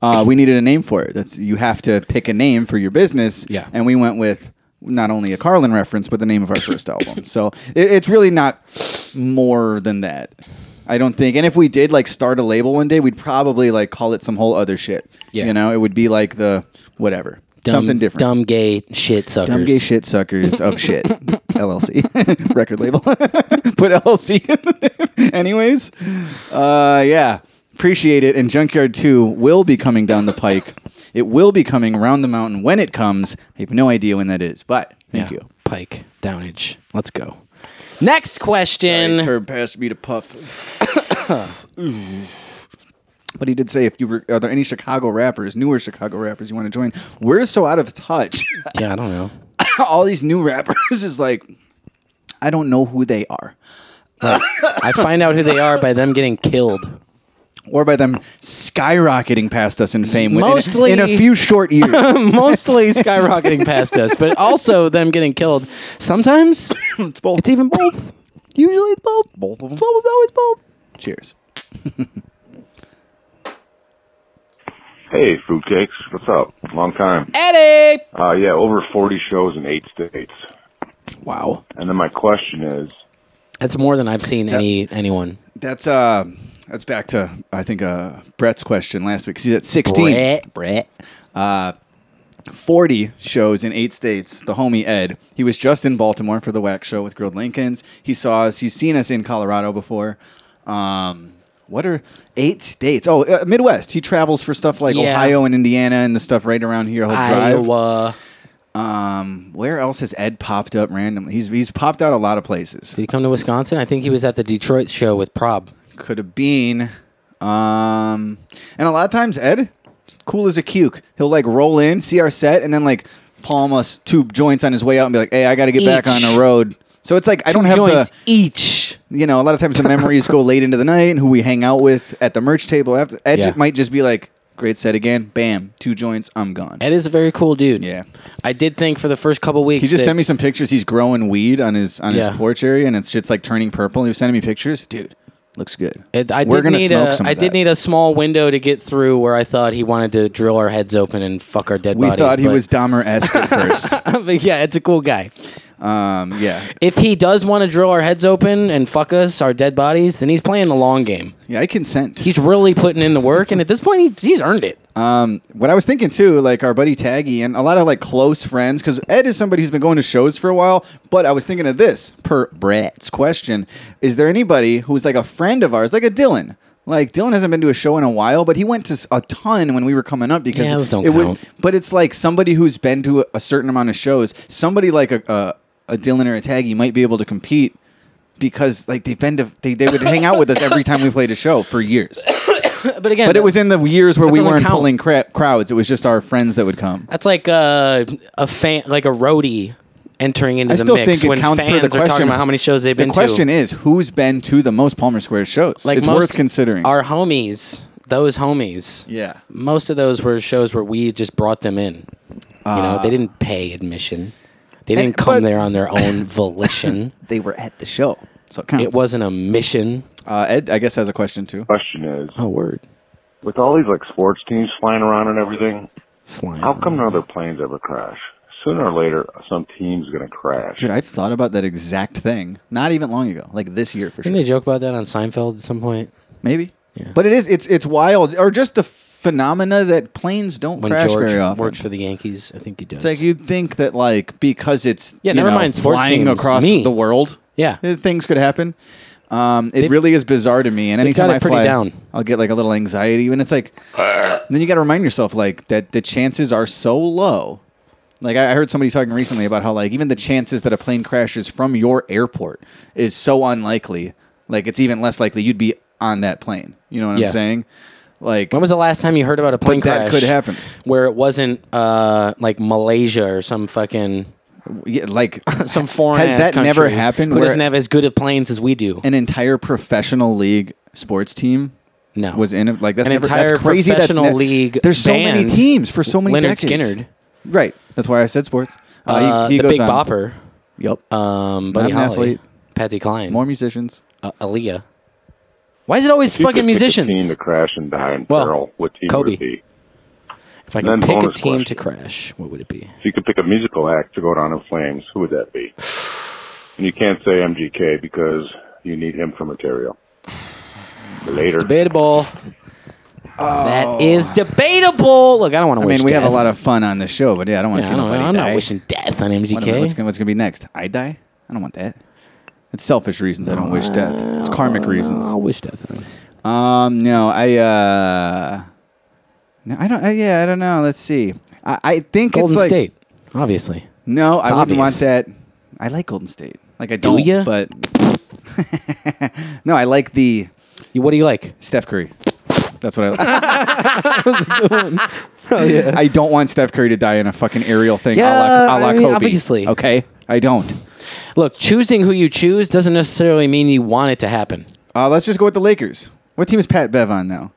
S3: Uh, we needed a name for it. That's you have to pick a name for your business.
S1: Yeah.
S3: and we went with not only a Carlin reference but the name of our first album. So it, it's really not more than that. I don't think. And if we did like start a label one day, we'd probably like call it some whole other shit.
S1: Yeah.
S3: you know, it would be like the whatever.
S1: dumb-
S3: Something different.
S1: Dumb gay shit suckers.
S3: Dumb gay shit suckers of shit. LLC. Record label. Put LLC in the name. Anyways, uh, yeah. Appreciate it. And Junkyard 2 will be coming down the pike. It will be coming around the mountain when it comes. I have no idea when that is, but thank
S1: Yeah.
S3: you.
S1: Pike Downage. Let's go. Next question.
S3: Turd passed me to puff. but he did say, if you were, are there any Chicago rappers, newer Chicago rappers you want to join? We're so out of touch.
S1: yeah, I don't know.
S3: All these new rappers is like, I don't know who they are.
S1: I find out who they are by them getting killed.
S3: or by them skyrocketing past us in fame within
S1: Mostly-
S3: in a few short years.
S1: Mostly skyrocketing past us, but also them getting killed. Sometimes
S3: it's both.
S1: it's even both. Usually it's both.
S3: both of them.
S1: It's almost always both.
S3: Cheers.
S11: Hey, Fruitcakes. What's up? Long time.
S1: Eddie.
S11: Uh, yeah, over 40 shows in eight states.
S1: Wow,
S11: And then my question is,
S1: that's more than I've seen any anyone.
S3: That's uh, that's back to I think uh, Brett's question last week. 'cause He's at sixteen.
S1: Brett.
S3: Brett. Uh, Forty shows in eight states. The homie Ed. He was just in Baltimore for the Wax Show with Grilled Lincolns. He saw us. He's seen us in Colorado before. Um, what are eight states? Oh, uh, Midwest. He travels for stuff like
S1: Yeah. uh,
S3: Ohio and Indiana and the stuff right around here. He'll drive.
S1: Iowa.
S3: Um, where else has Ed popped up randomly? He's he's popped out a lot of places. Did
S1: he come to Wisconsin? I think he was at the Detroit show with Prob.
S3: Could have been. Um, and a lot of times Ed, cool as a cuke. He'll like roll in, see our set, and then like palm us two joints on his way out and be like, "Hey, I got to get back on
S1: Each.
S3: the road." So it's like I
S1: Two
S3: don't have
S1: joints
S3: the
S1: each.
S3: You know, a lot of times the memories go late into the night, and who we hang out with at the merch table after. Ed
S1: Yeah.
S3: might just be like, "Great set again, bam, two joints, I'm gone."
S1: Ed is a very cool dude.
S3: Yeah,
S1: I did think for the first couple weeks
S3: He just
S1: that-
S3: sent me some pictures. He's growing weed on his on
S1: Yeah.
S3: his porch area, and it's just like turning purple. He was sending me pictures, dude. Looks good.
S1: I
S3: We're
S1: did
S3: gonna
S1: need
S3: smoke
S1: a,
S3: some of
S1: I did
S3: that.
S1: need a small window to get through where I thought he wanted to drill our heads open and fuck our dead
S3: we
S1: bodies.
S3: thought he
S1: but-
S3: was Dahmer esque at first.
S1: but yeah, it's a cool guy.
S3: Um, yeah,
S1: If he does want to drill our heads open and fuck us, our dead bodies, then he's playing the long game.
S3: Yeah, I consent.
S1: He's really putting in the work, and at this point, he, he's earned it.
S3: Um, what I was thinking too, like our buddy Taggy and a lot of like close friends, because Ed is somebody who's been going to shows for a while. But I was thinking of this per Brett's question: Is there anybody who's like a friend of ours, like a Dylan? Like Dylan hasn't been to a show in a while, but he went to s- a ton when we were coming up because
S1: Yeah, those don't
S3: it would-
S1: count.
S3: but it's like somebody who's been to a, a certain amount of shows. Somebody like a, a a Dylan or a Taggy might be able to compete because like they've been to they, they would hang out with us every time we played a show for years
S1: But again,
S3: but it was in the years where
S1: that
S3: we
S1: doesn't
S3: weren't
S1: count.
S3: pulling cra- crowds. It was just our friends that would come.
S1: That's like uh, a fan, like a roadie entering into
S3: I
S1: the
S3: still
S1: mix
S3: think it
S1: when
S3: counts
S1: fans
S3: for the
S1: are
S3: question.
S1: talking about how many shows they've
S3: the
S1: been to.
S3: question is, who's been to the most Palmer Square shows? it's worth considering.
S1: Our homies, those homies.
S3: Yeah.
S1: Most of those were shows where we just brought them in. you know,
S3: Ah.
S1: they didn't pay admission. They
S3: And-
S1: didn't come
S3: but-
S1: there on their own volition.
S3: they were at the show, so it counts.
S1: It wasn't a mission.
S3: Uh, Ed, I guess, has a question too.
S11: Question is,
S1: oh word,
S11: with all these like sports teams flying around and everything,
S1: flying
S11: how come none of their planes ever crash? Sooner or later, some team's gonna crash.
S3: Dude, I've thought about that exact thing not even long ago, like this year for sure.
S1: Didn't they joke about that on Seinfeld at some point?
S3: Maybe. But it is it's it's wild, or just the phenomena that planes don't
S1: When
S3: crash
S1: George
S3: very often.
S1: works for the Yankees, I think he does.
S3: It's like you'd think that like because it's
S1: Yeah,
S3: you
S1: never
S3: know,
S1: mind sports
S3: flying
S1: teams,
S3: across
S1: me.
S3: the world.
S1: Yeah,
S3: uh, things could happen. Um, it
S1: They've-
S3: really is bizarre to me, and
S1: they've
S3: anytime
S1: got it
S3: I
S1: pretty
S3: fly,
S1: down.
S3: I'll get like a little anxiety, and it's like then you got to remind yourself like that the chances are so low. Like I I heard somebody talking recently about how like even the chances that a plane crashes from your airport is so unlikely. Like it's even less likely you'd be on that plane. You know what
S1: Yeah.
S3: I'm saying? Like
S1: When was the last time you heard about a plane
S3: But that
S1: crash?
S3: could happen.
S1: Where it wasn't uh, like Malaysia or some fucking
S3: like
S1: some foreign.
S3: has
S1: ass
S3: that never
S1: country
S3: happened
S1: Who
S3: where-
S1: doesn't have as good of planes as we do?
S3: an entire professional league sports team.
S1: No,
S3: was in it. Like that's
S1: An
S3: never,
S1: entire
S3: that's crazy.
S1: professional
S3: that's
S1: league
S3: There's so many
S1: banned
S3: teams for so many
S1: Leonard
S3: decades.
S1: Skinnerd.
S3: Right. That's why I said sports.
S1: Uh,
S3: he- he
S1: the
S3: goes
S1: Big
S3: on.
S1: Bopper.
S3: Yep.
S1: Um, Buddy
S3: Not an
S1: Holly,
S3: athlete.
S1: Patsy Cline,
S3: More musicians.
S1: uh, Aaliyah. Why is it always
S11: If you could pick
S1: fucking
S11: a team
S1: musicians?
S11: to crash and die in
S1: Well,
S11: peril. What team would
S1: Kobe.
S11: it be?
S1: If I
S11: Then
S1: could pick a
S11: bonus
S1: team
S11: question.
S1: to crash, what would it be?
S11: If you could pick a musical act to go down in flames, who would that be? And you can't say MGK because you need him for material. Later.
S1: Debatable. That is debatable. Look, I don't want
S3: Oh. I
S1: to.
S3: mean, we have a lot of fun on this show, but yeah, I don't want
S1: Yeah,
S3: to see
S1: I don't-
S3: nobody
S1: I'm not
S3: die.
S1: wishing death on
S3: What-
S1: MGK.
S3: What's gonna, what's gonna be next? I die? I don't want that. It's selfish reasons. I don't wish death. It's karmic reasons.
S1: I'll Oh, wish death.
S3: Um, no, I uh, no, I don't. I, yeah, I don't know. Let's see. I, I think
S1: Golden
S3: it's like,
S1: State, obviously.
S3: No,
S1: It's
S3: I wouldn't want
S1: obvious.
S3: that. I like Golden State. Like I
S1: Do
S3: don't.
S1: ya?
S3: But no, I like the.
S1: What do you like?
S3: Steph Curry. That's what I like. I don't want Steph Curry to die in a fucking aerial thing. a la,
S1: Oh, Yeah,
S3: a la
S1: I mean,
S3: Kobe.
S1: obviously.
S3: Okay, I don't.
S1: Look, choosing who you choose doesn't necessarily mean you want it to happen.
S3: Uh, let's just go with the Lakers. What team is Pat Bev on now?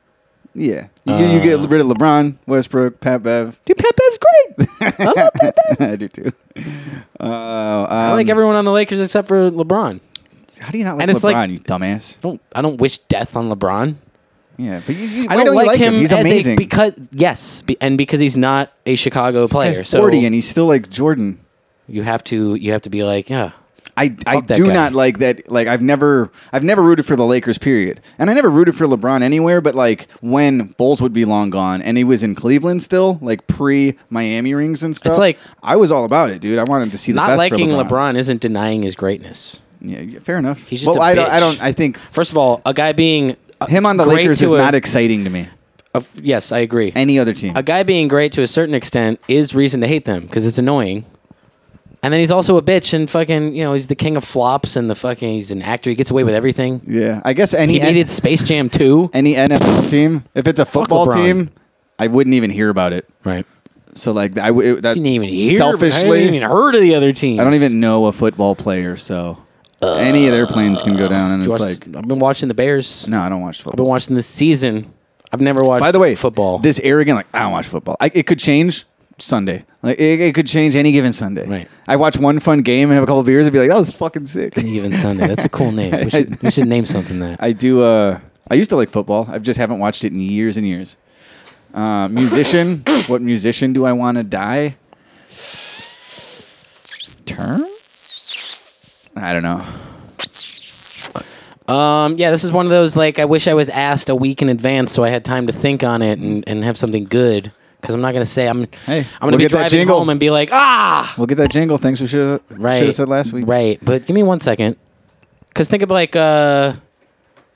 S3: Yeah, you, you
S1: Uh.
S3: get rid of LeBron, Westbrook, Pat Bev.
S1: Dude, Pat Bev's great.
S3: I do too. Uh,
S1: I like
S3: um,
S1: everyone on the Lakers except for LeBron.
S3: How do you not like
S1: and it's
S3: LeBron,
S1: like-
S3: you dumbass?
S1: I don't I don't wish death on LeBron.
S3: Yeah, but you, you,
S1: I
S3: why
S1: don't,
S3: don't you
S1: like, him,
S3: He's
S1: as
S3: amazing.
S1: a because yes, be, and because he's not a Chicago player.
S3: He's forty
S1: so
S3: and he's still like Jordan.
S1: you have to you have to be like, yeah.
S3: I, I
S1: that
S3: do
S1: guy.
S3: not like that. Like I've never I've never rooted for the Lakers. Period. And I never rooted for LeBron anywhere. But like when Bulls would be long gone, and he was in Cleveland still, like pre Miami rings and stuff.
S1: like-
S3: I was all about it, dude. I wanted to see the
S1: Not
S3: best
S1: liking
S3: for
S1: LeBron.
S3: LeBron.
S1: isn't denying his greatness.
S3: Yeah, yeah, fair enough.
S1: He's just
S3: well,
S1: a
S3: I don't. I
S1: bitch.
S3: don't. I think
S1: First of all, a guy being uh,
S3: him on the
S1: great
S3: Lakers
S1: to
S3: is
S1: a-
S3: not exciting to me.
S1: Of, yes, I agree.
S3: Any other team.
S1: A guy being great to a certain extent is reason to hate them because it's annoying. And then he's also a bitch and fucking, you know, he's the king of flops and the fucking, he's an actor. He gets away with everything.
S3: Yeah, I guess any
S1: He needed Space Jam 2.
S3: Any NFL team, if it's a football
S1: LeBron.
S3: team, I wouldn't even hear about it.
S1: Right.
S3: So like I w- it- that
S1: Didn't even hear.
S3: selfishly.
S1: I didn't even heard of the other team.
S3: I don't even know a football player, so any of their planes can go down, and
S1: Uh, Do you
S3: it's
S1: watch-
S3: like
S1: I've been watching the Bears.
S3: no, I don't watch
S1: I've been
S3: football.
S1: watching the season. I've never watched.
S3: By the way,
S1: football.
S3: This arrogant, like I don't watch football. I, it could change Sunday. Like it, it could change any given Sunday. Right. I watch one fun game and have a couple beers and be like, that was fucking sick.
S1: Any given Sunday. That's a cool name. We should, we should name something that.
S3: I do. Uh, I used to like football. I just haven't watched it in years and years. Uh, musician. what musician do I want to die? Turn. I don't know.
S1: Um, yeah, this is one of those like I wish I was asked a week in advance so I had time to think on it and, and have something good because I'm not gonna say I'm
S3: Hey,
S1: I'm gonna
S3: we'll
S1: be
S3: get that
S1: driving
S3: jingle.
S1: home and be like ah
S3: We'll get that jingle. Thanks. We should have
S1: right
S3: said last week.
S1: right. But give me one second because think of like uh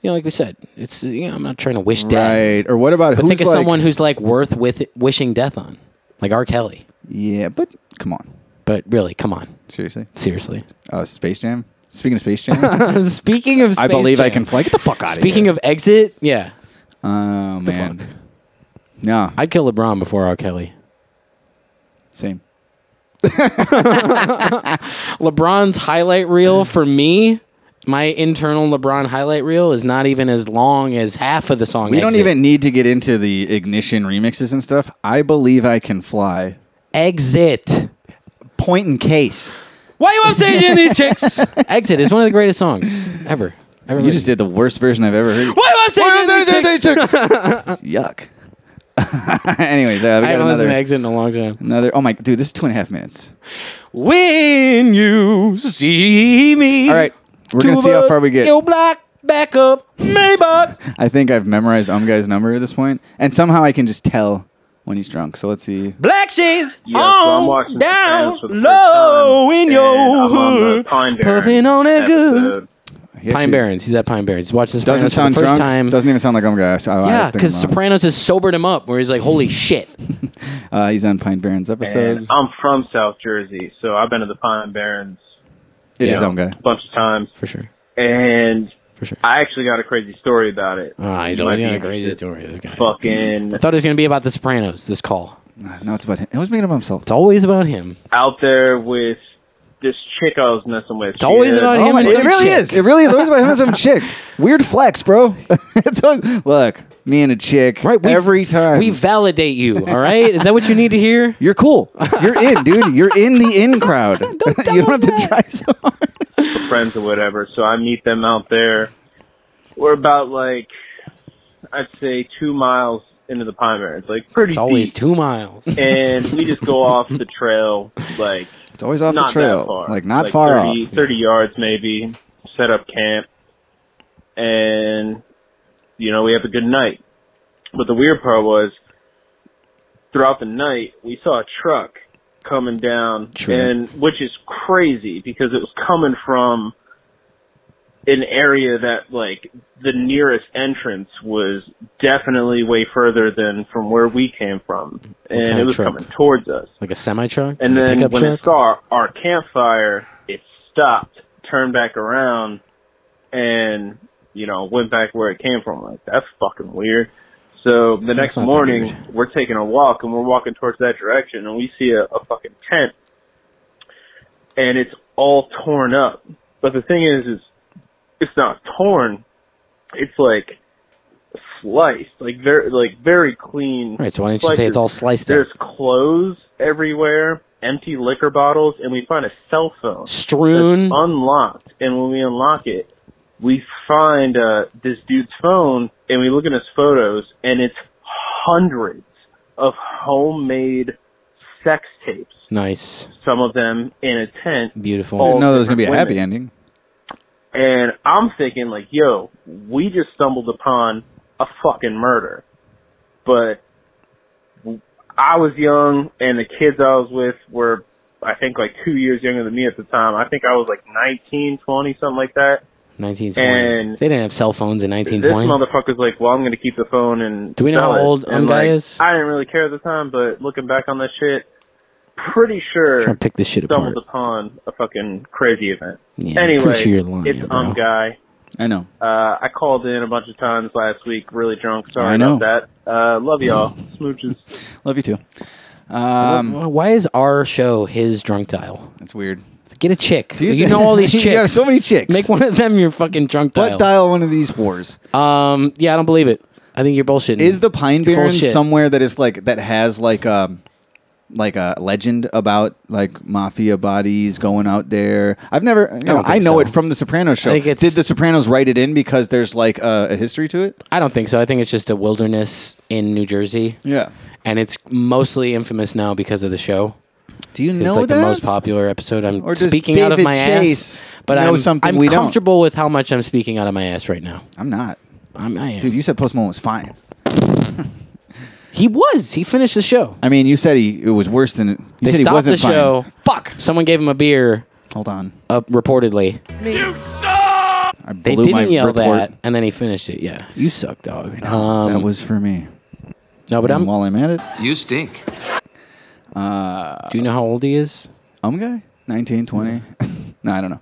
S1: you know like we said it's you know I'm not trying to wish
S3: Right.
S1: death
S3: Or what about
S1: but
S3: who's
S1: think of
S3: like-
S1: someone who's like worth with wishing death on like R Kelly
S3: Yeah, but come on.
S1: but really come on
S3: Seriously.
S1: seriously
S3: Uh, Space Jam. Speaking of Space Jam,
S1: speaking of
S3: I
S1: Space
S3: believe I
S1: Jam.
S3: can fly. Get the fuck out of here.
S1: speaking of exit yeah
S3: Oh
S1: the
S3: man.
S1: fuck?
S3: No.
S1: I'd kill LeBron before R Kelly.
S3: Same.
S1: LeBron's highlight reel for me, my internal LeBron highlight reel is not even as long as half of the song.
S3: We don't
S1: Exit.
S3: even need to get into the ignition remixes and stuff. I believe I can fly.
S1: exit.
S3: Point in case.
S1: Why you upstaging these chicks? Exit is one of the greatest songs ever. ever
S3: You just did the worst version I've ever heard.
S1: Why you upstaging these chicks?
S3: Yuck. Anyways, uh, we
S1: I
S3: got
S1: haven't listened
S3: another.
S1: to Exit in a long time.
S3: another. Oh my dude, this is two and a half minutes.
S1: When you see me,
S3: All right, we're
S1: two
S3: gonna
S1: of
S3: see how
S1: us,
S3: far we get.
S1: Yo, block back of Maybach.
S3: I think I've memorized Um Guy's number at this point, and somehow I can just tell when he's drunk. So let's see.
S1: Black shades
S12: Yeah, so I'm
S1: on
S12: watching
S1: down
S12: Sopranos for the first
S1: low
S12: time,
S1: in
S12: and
S1: your
S12: I'm on the
S1: hood,
S12: Pine Barrens
S1: puffing on that good.
S12: episode.
S3: He
S1: Pine
S3: actually
S1: Barrens. He's at Pine Barrens. He's watching
S3: Doesn't
S1: Sopranos for
S3: sound
S1: the first
S3: drunk.
S1: time.
S3: Doesn't even sound like Um Guy. So I- I
S1: yeah,
S3: think
S1: because
S3: I'm wrong.
S1: Sopranos has sobered him up, where he's like, "Holy shit!"
S3: uh, he's on Pine Barrens episode.
S12: And I'm from South Jersey, so I've been to the Pine Barrens
S3: It
S12: you
S3: is
S12: know,
S3: Um Guy.
S12: a bunch of times.
S1: For sure.
S12: And
S1: For sure.
S12: I actually got a crazy story about it.
S1: Ah, he's
S12: You might
S1: always got
S12: be
S1: a crazy
S12: interested.
S1: story. This guy.
S12: Fucking
S1: I thought it was gonna be about the Sopranos. This call.
S3: No, it's about him. It was making up himself.
S1: It's always about him.
S12: out there with this chick I was messing with.
S1: It's always about him. and
S3: Oh it
S1: some
S3: really
S1: chick.
S3: is. It really is always about him and some chick. Weird flex, bro. it's always, look, me and a chick.
S1: Right. we-
S3: every time.
S1: we validate you. All right. Is that what you need to hear?
S3: You're cool. You're in, dude. You're in the in crowd. you don't have to try so hard.
S12: friends or whatever. So I meet them out there. We're about like, I'd say two miles into the Pine Barrens, like pretty
S1: It's always
S12: deep.
S1: two miles.
S12: and we just go off the trail, like
S3: It's always off
S12: not
S3: the trail.
S12: that far,
S3: Like not far
S12: 30,
S3: off.
S12: 30 yards maybe. Set up camp, and you know we have a good night. But the weird part was, throughout the night we saw a truck coming down,
S3: Truck.
S12: and which is crazy because it was coming from an area that like the nearest entrance was definitely way further than from where we came from,
S1: kind
S12: and it
S1: of
S12: was
S1: truck?
S12: coming towards us.
S1: Like a semi truck.
S12: And
S1: a
S12: then
S1: pickup
S12: when
S1: truck.
S12: it saw our, our campfire, it stopped, turned back around, and you know went back where it came from. Like that's fucking weird. So the next
S1: not that
S12: morning,
S1: weird.
S12: we're taking a walk and we're walking towards that direction, and we see a, a fucking tent, and it's all torn up. But the thing is, is it's not torn. It's like sliced, like very, like very clean.
S1: All right. So why don't you say it's
S12: slices.
S1: all sliced up?
S12: There's clothes everywhere, empty liquor bottles, and we find a cell phone
S1: Strewn.
S12: that's unlocked. And when we unlock it, we find uh, this dude's phone, and we look at his photos, and it's hundreds of homemade sex tapes.
S1: Nice.
S12: Some of them in a tent.
S1: Beautiful.
S12: All
S3: I didn't know there was gonna be a
S12: different
S3: happy
S12: women.
S3: ending.
S12: And I'm thinking, like, yo, we just stumbled upon a fucking murder. But I was young, and the kids I was with were, I think, like two years younger than me at the time. I think I was like 19, 20, something like that.
S1: 1920.
S11: And
S1: they didn't have cell phones in
S11: This
S1: 1920.
S11: motherfucker's like, well, I'm going to keep the phone and.
S1: Do we know
S11: sell
S1: how
S11: it."
S1: old
S11: And,
S1: um guy
S11: like,
S1: is?
S11: I didn't really care at the time, but looking back on that shit, pretty sure.
S1: Trying to pick this shit
S11: Stumbled upon a fucking crazy event.
S1: Yeah, I'm
S11: anyway,
S1: pretty sure you're lying,
S11: it's
S1: bro.
S11: um guy.
S3: I know.
S11: Uh, I called in a bunch of times last week, really drunk. Sorry
S3: I know.
S11: about that. Uh, love y'all, smooches.
S3: Love you too. Um,
S1: Why- Why is our show his drunk dial?
S3: That's weird.
S1: Get a chick.
S3: Do you
S1: you,
S3: think-
S1: know all these
S3: You
S1: chicks.
S3: have so many chicks.
S1: Make one of them your fucking drunk dial.
S3: What dial one of these whores?
S1: Um, yeah, I don't believe it. I think you're bullshitting.
S3: Is the Pine
S1: You're full
S3: Barrens
S1: shit.
S3: somewhere that is like that has like um like a legend about like mafia bodies going out there? I've never. You know,
S1: don't
S3: I
S1: think
S3: know
S1: so.
S3: it from the Sopranos show.
S1: I think it's-
S3: Did the Sopranos write it in because there's like a, a history to it?
S1: I don't think so. I think it's just a wilderness in New Jersey.
S3: Yeah.
S1: And it's mostly infamous now because of the show.
S3: Do you
S1: It's
S3: know
S1: like
S3: that?
S1: the most popular episode. I'm
S3: Or does
S1: speaking out of
S3: David
S1: my
S3: Chase
S1: ass, but
S3: know
S1: I'm,
S3: something
S1: I'm
S3: we don't?
S1: comfortable with how much I'm speaking out of my ass right now.
S3: I'm not.
S1: I'm, I am.
S3: Dude, you said Post Malone was fine.
S1: he was. He finished the show.
S3: I mean, you said he it was worse than you
S1: They
S3: said he
S1: stopped
S3: wasn't
S1: the show.
S3: fine.
S1: Fuck. Someone gave him a beer,
S3: Hold on.
S1: uh, reportedly.
S3: I blew
S1: They
S3: my
S1: didn't yell
S3: retort.
S1: that, and then he finished it. Yeah, you suck, dog.
S3: that
S1: Um,
S3: was for me.
S1: no, but
S3: And
S1: I'm.
S3: while I'm at it,
S5: You stink.
S1: Do you know how old he is?
S3: I'm a guy. 19, 20. no, I don't know.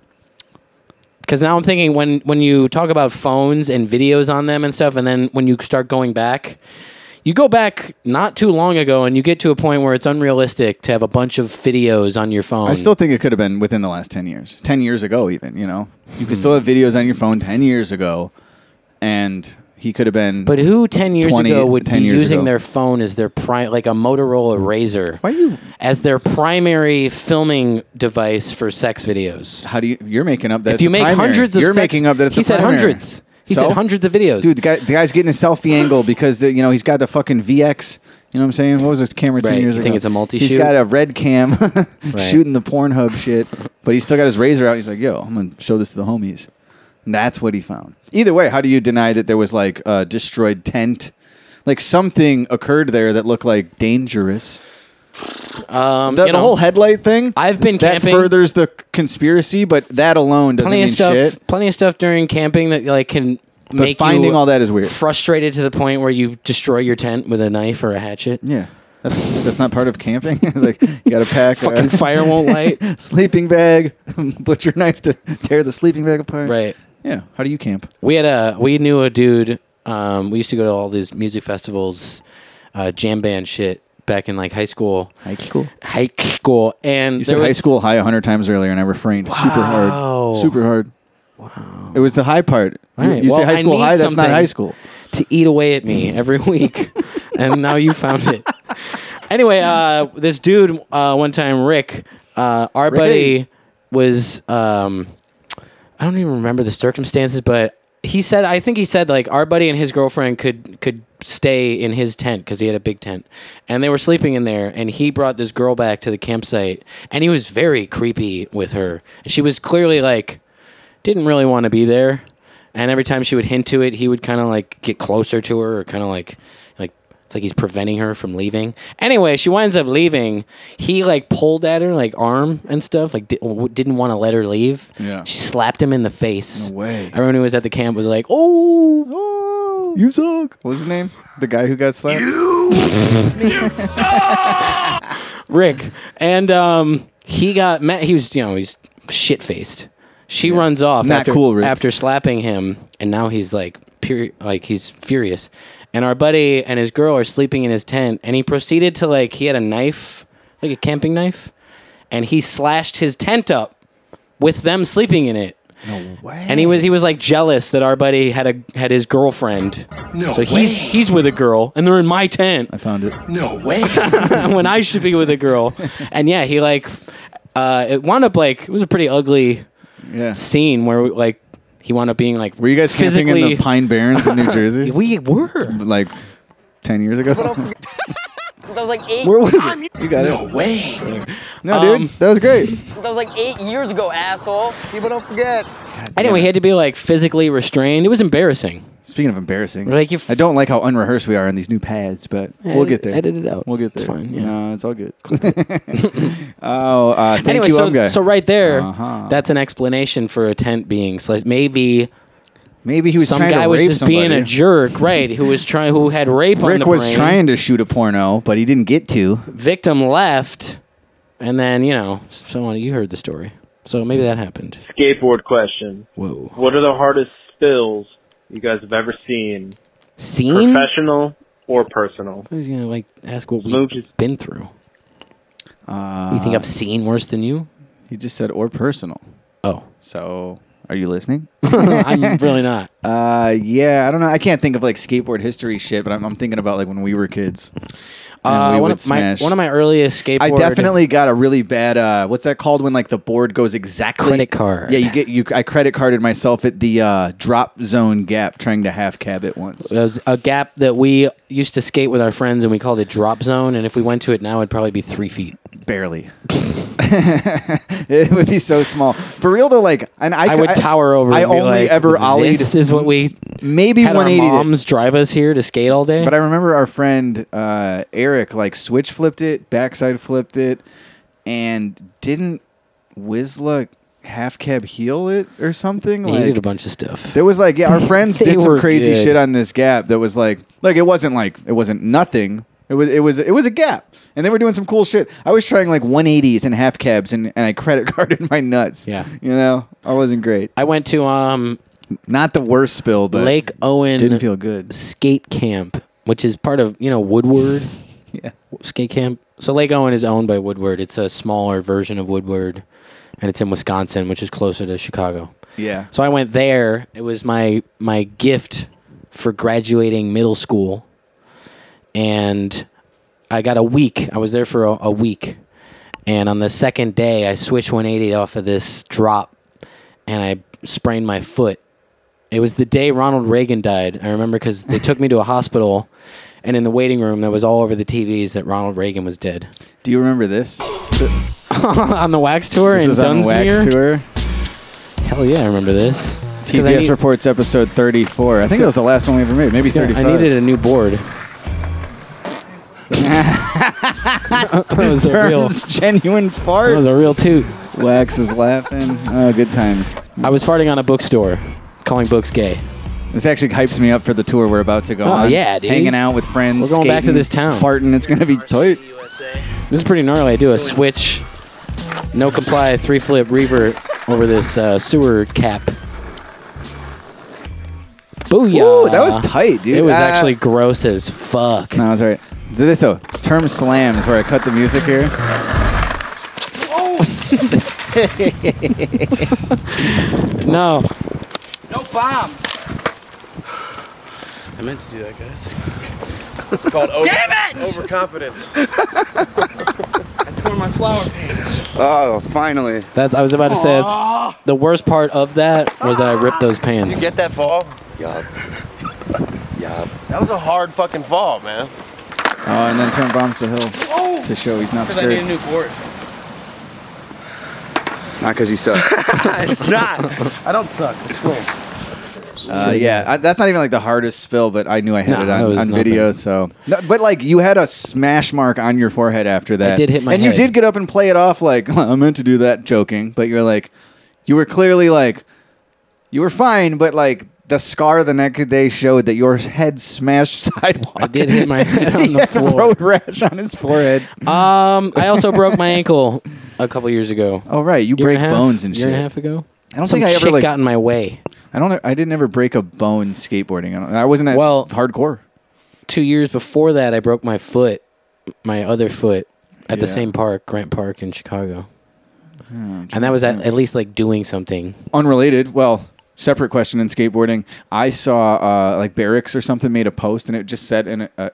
S1: Because now I'm thinking when when you talk about phones and videos on them and stuff, and then when you start going back, you go back not too long ago, and you get to a point where it's unrealistic to have a bunch of videos on your phone.
S3: I still think it could have been within the last 10 years, 10 years ago, even, you know? You could still have videos on your phone 10 years ago, and he could have been.
S1: But who ten years
S3: 20
S1: ago would
S3: 10
S1: be
S3: years
S1: using
S3: ago.
S1: their phone as their pri- like a Motorola Razor?
S3: Why you-
S1: as their primary filming device for sex videos?
S3: how do you. You're making up that
S1: if you make hundreds of
S3: You're
S1: sex-
S3: making up that it's
S1: he
S3: the
S1: said
S3: primary.
S1: hundreds. He
S3: So?
S1: said hundreds of videos.
S3: Dude, the, guy, the guy's getting a selfie angle because, the, you know, he's got the fucking VX. You know what I'm saying? What was this camera 10
S1: Right,
S3: years
S1: you
S3: ago?
S1: think it's a multi-shoot?
S3: He's got a red cam shooting the Pornhub shit, but he's still got his razor out. He's like, yo, I'm going to show this to the homies. And that's what he found. Either way, how do you deny that there was like a destroyed tent? Like something occurred there that looked like dangerous.
S1: um,
S3: The,
S1: you
S3: the
S1: know,
S3: whole headlight thing.
S1: I've been
S3: that
S1: camping.
S3: furthers the conspiracy, but that alone doesn't
S1: plenty
S3: mean
S1: of stuff,
S3: shit.
S1: plenty of stuff during camping that like can make
S3: finding
S1: you
S3: all that is weird.
S1: Frustrated to the point where you destroy your tent with a knife or a hatchet.
S3: Yeah, that's that's not part of camping. it's like you got to pack a
S1: Fucking fire won't light.
S3: sleeping bag, butcher knife to tear the sleeping bag apart.
S1: Right.
S3: Yeah. How do you camp?
S1: We had a we knew a dude. Um, we used to go to all these music festivals, uh, jam band shit back in like high school,
S3: High school.
S1: high school, and
S3: You said high school high a hundred times earlier, and I refrained super
S1: Wow.
S3: hard, super hard. Wow. It was the high part. You-
S1: Right,
S3: You, say
S1: well,
S3: high
S1: I
S3: school
S1: need
S3: high. That's not
S1: something.
S3: high school.
S1: to eat away at me every week, and now you found it. Anyway, uh, this dude uh, one time, Rick, uh, our buddy, was um, I don't even remember the circumstances, but he said I think he said like our buddy and his girlfriend could could stay in his tent because he had a big tent, and they were sleeping in there, and he brought this girl back to the campsite, and he was very creepy with her. She was clearly like didn't really want to be there. And every time she would hint to it, he would kind of like get closer to her or kind of like like it's like he's preventing her from leaving. Anyway, she winds up leaving. He like pulled at her like arm and stuff, like di- w- didn't want to let her leave.
S3: Yeah.
S1: She slapped him in the face.
S3: No way.
S1: Everyone who was at the camp was like, "Oh,
S3: You suck. What was his name? The guy who got slapped.
S1: Rick." And um he got met he was, you know, he's shit-faced. She runs off
S3: Not
S1: after,
S3: cool, Rick.
S1: after slapping him, and now he's like, pure, like he's furious. And our buddy and his girl are sleeping in his tent, and he proceeded to like he had a knife, like a camping knife, and he slashed his tent up with them sleeping in it. No way. And he was he was like jealous that our buddy had a had his girlfriend. No so he's he's with a girl, and they're in my tent
S3: I found it.
S1: when I should be with a girl. And yeah, he like uh, it wound up like it was a pretty ugly
S3: Yeah.
S1: scene where like he wound up being like
S3: Were you guys camping in the
S1: physically-
S3: Pine Barrens in New Jersey?
S1: We were.
S3: like ten years ago.
S13: That was like eight.
S1: Where was it?
S3: you got it.
S1: way.
S3: No, dude,
S1: Um,
S3: that was great.
S13: That was like eight years ago, asshole.
S6: People don't forget.
S1: Anyway, he had to be like physically restrained. It was embarrassing.
S3: Speaking of embarrassing,
S1: like you
S3: I don't like how unrehearsed we are in these new pads, but
S1: Yeah,
S3: we'll
S1: edit-
S3: get there.
S1: edit it out.
S3: We'll get there.
S1: It's fine,
S3: Yeah, it's all good. oh, uh, thank
S1: anyway,
S3: you,
S1: so,
S3: um, guy.
S1: so right there,
S3: Uh-huh.
S1: that's an explanation for a tent being sliced. Maybe,
S3: maybe he was
S1: some
S3: trying to
S1: guy was
S3: rape
S1: just being
S3: somebody.
S1: a jerk, right? Who was trying, who had rape on
S3: Rick
S1: the
S3: was
S1: brain.
S3: trying to shoot a porno, but he didn't get to.
S1: Victim left, and then you know, someone you heard the story, so maybe that happened.
S11: Skateboard question.
S1: Whoa.
S11: What are the hardest spills you guys have ever seen?
S1: Seen?
S11: Professional or personal?
S1: I was gonna like ask what we've
S11: Smooches.
S1: been through.
S3: Uh,
S1: you think I've seen worse than you?
S3: He just said or personal.
S1: Oh,
S3: so are you listening?
S1: I'm really not.
S3: Uh, yeah, I don't know. I can't think of like skateboard history shit, but I'm, I'm thinking about like when we were kids. and
S1: Uh,
S3: we
S1: one,
S3: would
S1: of my,
S3: smash.
S1: one of my earliest skateboard.
S3: I definitely got a really bad. Uh, what's that called when like the board goes exactly?
S1: Credit card.
S3: Yeah, you get you. I credit carded myself at the uh, drop zone gap, trying to half cab it once.
S1: It was a gap that we used to skate with our friends, and we called it drop zone. And if we went to it now, it'd probably be three feet,
S3: barely. it would be so small. For real though, like, and I,
S1: I, would
S3: I-
S1: tower over.
S3: I
S1: and be
S3: only
S1: like,
S3: ever ollied.
S1: This is what we
S3: maybe
S1: had our
S3: 180 did.
S1: moms drive us here to skate all day.
S3: But I remember our friend uh, Eric like switch flipped it, backside flipped it, and didn't Wizla half cab heel it or something?
S1: he
S3: like,
S1: did a bunch of stuff.
S3: There was like, yeah, our friends
S1: They
S3: did some
S1: were
S3: crazy
S1: good.
S3: shit on this gap that was like, like it wasn't like it wasn't nothing. It was it was it was a gap, and they were doing some cool shit. I was trying like 180s and half cabs, and, and I credit carded my nuts. Yeah, you know, I wasn't great.
S1: I went to um,
S3: not the worst spill, but
S1: Lake Owen
S3: didn't feel good.
S1: Skate camp, which is part of you know Woodward.
S3: yeah,
S1: skate camp. So Lake Owen is owned by Woodward. It's a smaller version of Woodward, and it's in Wisconsin, which is closer to Chicago.
S3: Yeah.
S1: So I went there. It was my my gift for graduating middle school, and I got a week. I was there for a, a week, and on the second day, I switched 180 off of this drop, and I sprained my foot. It was the day Ronald Reagan died. I remember because they took me to a hospital, and in the waiting room, there was all over the TVs that Ronald Reagan was dead.
S3: Do you remember this?
S1: on the Wax Tour
S3: This
S1: in
S3: was on the Wax
S1: Dunsmuir.
S3: Tour.
S1: Hell yeah, I remember this. 'Cause I
S3: TBS
S1: need-
S3: reports episode 34. I think that was the last one we ever made. Maybe
S1: It's gonna-
S3: 35.
S1: I needed a new board. that was a real
S3: Terms genuine fart.
S1: That was a real toot.
S3: Wax is laughing. Oh, good times.
S1: I was farting on a bookstore, calling books gay.
S3: This actually hypes me up for the tour we're about to go
S1: Oh,
S3: on.
S1: yeah, dude.
S3: Hanging out with friends.
S1: We're going back to
S3: skating,
S1: this town.
S3: Farting. It's going to be tight.
S1: This is pretty gnarly. I do a switch, no comply, three flip revert over this uh, sewer cap. Booyah!
S3: Ooh, that was tight, dude.
S1: It was Uh,
S3: Ah.
S1: actually gross as fuck.
S3: No, it's all right. So this, though, term slam is where I cut the music here.
S1: no.
S12: No bombs. I meant to do that, guys. It's called over-
S14: Damn it!
S12: overconfidence. I tore my flower pants.
S3: Oh, finally.
S1: That's. I was about to say.
S12: Aw.
S1: That's, the worst part of that was that I ripped those pants.
S12: Did you get that fall? Yup. Yup. That was a hard fucking fall, man.
S3: Oh, and then turn bombs the hill to show he's not
S12: Because I need a
S3: scared.
S12: new board.
S3: It's not because you suck.
S12: it's not. I don't suck. It's cool.
S3: Uh, yeah, I, that's not even like the hardest spill, but I knew I had
S1: No,
S3: it
S1: that
S3: on,
S1: was
S3: on
S1: nothing.
S3: video. So, No, but like you had a smash mark on your forehead after that.
S1: did hit my
S3: and you
S1: head.
S3: did get up and play it off like I meant to do that, joking. But you're like, you were clearly like, you were fine, but like the scar the next day showed that your head smashed sidewalk. I
S1: did hit my head on the floor.
S3: Road rash on his forehead.
S1: Um, I also broke my ankle a couple years ago.
S3: Oh right, you
S1: Year
S3: break
S1: a half-
S3: bones and
S1: year
S3: shit.
S1: and a half ago.
S3: I don't
S1: Some
S3: think I ever
S1: chick
S3: like
S1: got in my way.
S3: I don't. I didn't ever break a bone skateboarding. I, don't, I wasn't that
S1: Well-
S3: hardcore.
S1: Two years before that, I broke my foot, my other foot, at the
S3: Yeah.
S1: same park, Grant Park in Chicago,
S3: Hmm,
S1: and that was at, at least like doing something.
S3: unrelated well separate question in skateboarding i saw uh, like barracks or something made a post and it just said and uh,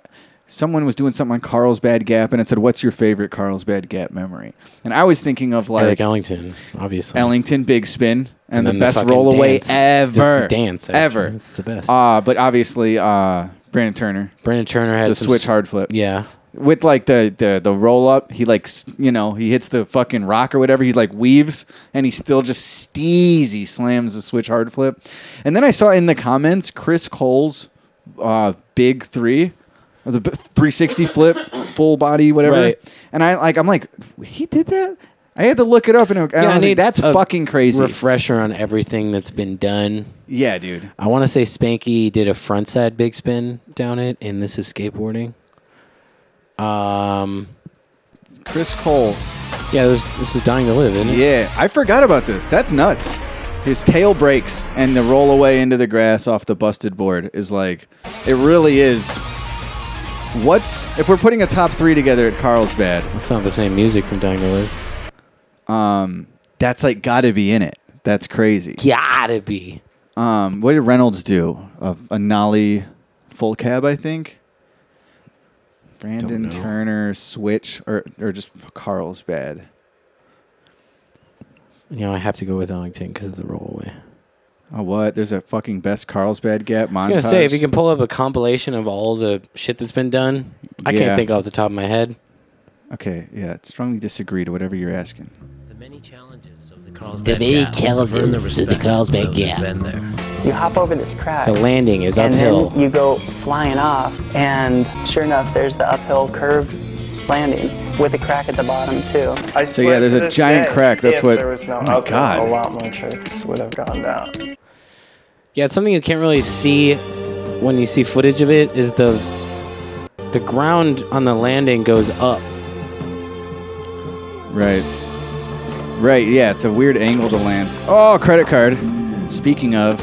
S3: someone was doing something on carlsbad gap and it said what's your favorite carlsbad gap memory and i was thinking of like
S1: Eric Ellington, obviously,
S3: ellington big spin and,
S1: And
S3: the
S1: then the
S3: best
S1: fucking
S3: roll away
S1: dance. Just the
S3: ever
S1: dance, actually.
S3: ever
S1: It's the best.
S3: uh, but obviously uh, brandon turner
S1: Brandon Turner had
S3: the
S1: some
S3: switch
S1: s-
S3: hard flip
S1: Yeah,
S3: with like the the, the roll up, he like s- you know he hits the fucking rock or whatever. He like weaves and he still just steezy slams the switch hard flip. And then I saw in the comments Chris Cole's uh, big three, or the b- 360 flip, full body whatever.
S1: Right.
S3: And I like I'm like he did that. I had to look it up and, and I was like, that's
S1: a
S3: fucking crazy.
S1: Refresher on everything that's been done.
S3: Yeah, dude.
S1: I want to say Spanky did a frontside big spin down it, and this is skateboarding. Um,
S3: Chris Cole.
S1: Yeah, this, this is dying to live, isn't it?
S3: Yeah, I forgot about this. That's nuts. His tail breaks and the roll away into the grass off the busted board is like, it really is. What's if we're putting a top three together at Carlsbad?
S1: It's not the same music from Dying to Live.
S3: Um, that's like gotta be in it. That's crazy.
S1: Gotta be.
S3: Um, what did Reynolds do? A, a nollie full cab, I think. Brandon Turner switch or or just Carlsbad.
S1: You know, I have to go with Ellington because of the roll away.
S3: Oh what? There's a fucking best Carlsbad gap
S1: I
S3: montage.
S1: was gonna say if you can pull up a compilation of all the shit that's been done. I
S3: Yeah.
S1: can't think off the top of my head.
S3: Okay, yeah, strongly disagree to whatever you're asking.
S14: The many challenges of the Carlsbad
S1: Gap.
S15: You hop over this crack.
S1: The landing is
S15: and
S1: uphill.
S15: Then you go flying off, and sure enough, there's the uphill curved landing with a crack at the bottom too.
S16: I
S3: So, yeah,
S16: swear
S3: there's
S16: to
S3: a
S16: this
S3: giant
S16: day,
S3: crack, that's
S16: if
S3: what-
S16: There was no
S3: oh my
S16: outcome,
S3: God.
S16: A lot more tricks would have gone down.
S1: Yeah, it's something you can't really see when you see footage of it. Is the the ground on the landing goes up?
S3: Right. Right, yeah, it's a weird angle to land. Oh, credit card. Speaking of.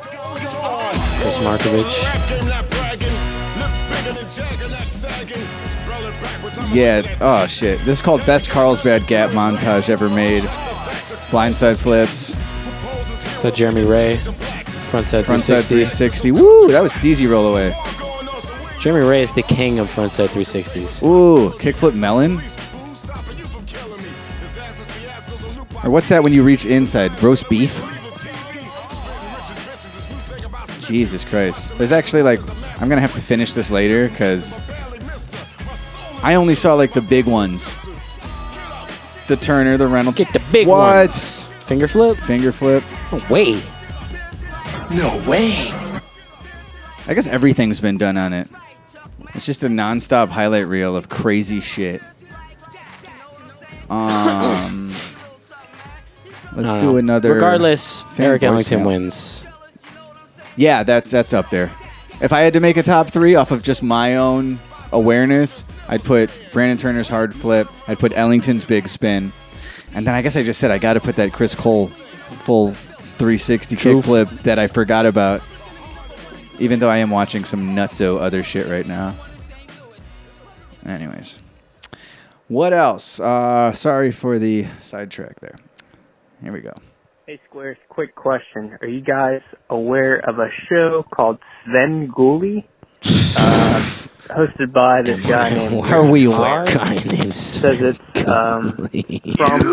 S1: Chris Markovich.
S3: Yeah, oh shit. This is called Best Carlsbad Gap Montage Ever Made. Blindside flips.
S1: So Jeremy Ray. Frontside
S3: Frontside
S1: 360.
S3: 360. Woo, that was Steezy roll away.
S1: Jeremy Ray is the king of frontside 360s.
S3: Ooh, kickflip melon. Or what's that when you reach inside? Roast beef? Jesus Christ. There's actually like, I'm going to have to finish this later because I only saw like the big ones the Turner, the Reynolds. Get the big what? ones.
S1: Finger flip?
S3: Finger flip.
S1: No way.
S3: No way. I guess everything's been done on it. It's just a nonstop highlight reel of crazy shit. Um, let's
S1: I don't
S3: do
S1: know.
S3: another.
S1: Regardless,
S3: fan
S1: Eric
S3: voicemail.
S1: Ellington wins.
S3: Yeah, that's that's up there. If I had to make a top three off of just my own awareness, I'd put Brandon Turner's hard flip. I'd put Ellington's big spin, and then I guess I just said I got to put that Chris Cole full 360
S1: Truth.
S3: kickflip that I forgot about. Even though I am watching some nutso other shit right now. Anyways, what else? Uh, sorry for the sidetrack there. Here we go.
S17: Hey Squares, quick question. Are you guys aware of a show called Sven Gulli? uh, hosted by this guy named
S1: Why are we
S17: Mark.
S1: what guy named
S17: Says it's um, from Chicago.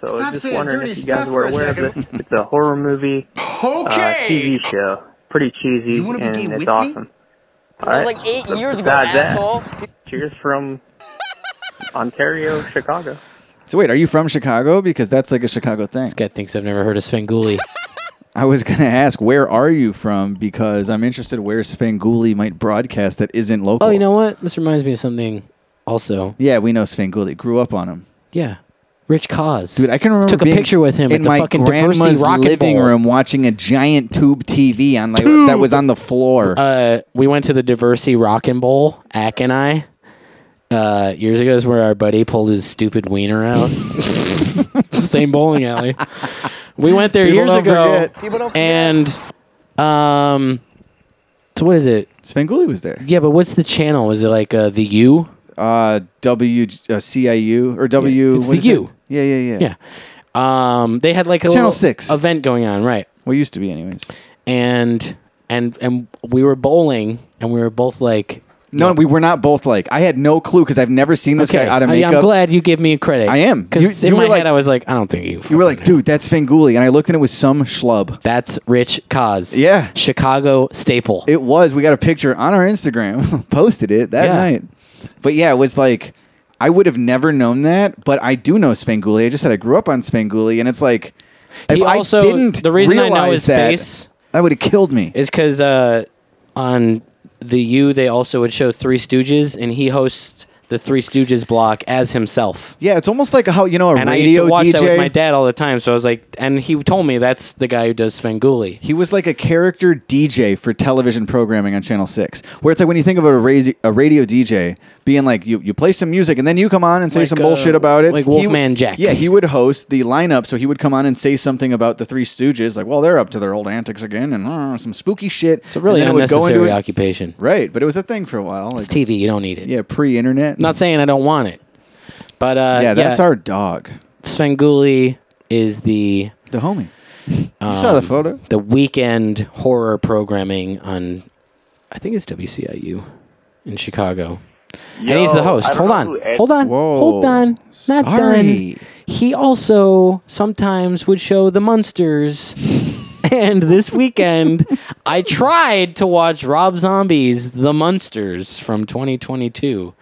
S17: So I was just
S6: saying
S17: wondering
S6: dirty
S17: if you guys
S6: stuff
S17: were
S6: for a
S17: aware of it. It's a horror movie. Uh,
S6: Okay.
S17: TV show. Pretty cheesy
S6: You wanna
S17: and
S6: begin
S17: it's
S6: with me?
S17: awesome. All
S6: That
S17: right.
S6: was like eight
S17: So
S6: years ago,
S17: besides that,
S6: asshole.
S17: Cheers from Ontario, Chicago.
S3: So wait, are you from Chicago? Because that's like a Chicago thing. This
S1: guy thinks I've never heard of Svengoolie.
S3: I was gonna ask where are you from because I'm interested where Svengoolie might broadcast that isn't local.
S1: Oh, you know what? This reminds me of something also.
S3: Yeah, we know Svengoolie. Grew up on him.
S1: Yeah. Rich Cause.
S3: Dude, I can remember
S1: Took a
S3: being
S1: picture with him
S3: in
S1: at the
S3: my
S1: fucking
S3: grandma's
S1: Diversity Rocket
S3: living
S1: Bowl.
S3: room watching a giant tube TV on like that
S1: Tube!
S3: was on the floor.
S1: Uh, we went to the Diversity Rockin' Bowl, Ack and I. Uh, years ago is where our buddy pulled his stupid wiener out. Same bowling alley. We went there
S3: People
S1: years
S3: don't
S1: ago,
S3: forget. People don't
S1: and um, so what is it?
S3: Spanguli was there.
S1: Yeah, but what's the channel? Is it like uh, the U?
S3: Uh, W uh, CIU or W?
S1: it's
S3: what
S1: the
S3: is it?
S1: U.
S3: Yeah, yeah, yeah.
S1: Yeah. Um, they had like a
S3: Channel
S1: little
S3: six.
S1: event going on, right?
S3: Well, used to be, anyways.
S1: And and and we were bowling, and we were both like,
S3: No, we were not both like. I had no clue because I've never seen this
S1: Okay,
S3: guy out of
S1: I- I'm
S3: makeup.
S1: glad you gave me credit.
S3: I am
S1: Because
S3: You-
S1: in
S3: you
S1: my
S3: were like-
S1: head, I was like, I don't think you.
S3: You were like, dude, that's Fanguli, and I looked and it was some schlub.
S1: That's Rich Cause.
S3: Yeah,
S1: Chicago staple.
S3: It was. We got a picture on our Instagram, posted it that
S1: Yeah.
S3: night. But yeah, it was like I would have never known that, but I do know Svengoolie. I just said I grew up on Svengoolie, and it's like if
S1: He also-
S3: I didn't
S1: the reason I know
S3: realize
S1: his
S3: that,
S1: face-
S3: that would have killed me.
S1: Is because uh, on the U they also would show Three Stooges, and he hosts the Three Stooges block as himself.
S3: Yeah, it's almost like how you know a
S1: and I used
S3: radio
S1: to watch
S3: DJ.
S1: that with my dad all the time. So I was like, and he told me that's the guy who does Fanguli.
S3: He was like a character DJ for television programming on Channel 6, where it's like when you think of a radio, a radio DJ being like, you, you play some music and then you come on and say
S1: Like,
S3: some
S1: uh,
S3: bullshit about it.
S1: like
S3: He-
S1: Wolfman Jack.
S3: Yeah, he would host the lineup, so he would come on and say something about the Three Stooges, like, well, they're up to their old antics again and uh, some spooky shit. It's
S1: a really unnecessary occupation.
S3: Right, but it was a thing for a while.
S1: It's TV. You don't need it.
S3: Yeah, pre internet.
S1: Not saying I don't want it, but uh,
S3: yeah, that's our dog.
S1: Svengoolie is the
S3: the homie. You saw the
S1: Um,
S3: photo.
S1: The weekend horror programming on, I think it's WCIU in Chicago, and he's the
S18: Yo, I
S1: host.
S18: don't
S1: Hold
S18: know
S1: on,
S18: who Ed-
S1: hold on,
S18: Whoa.
S1: hold on, not
S18: Sorry.
S1: done. He also sometimes would show the Munsters. And this weekend, I tried to watch Rob Zombie's The Munsters from 2022.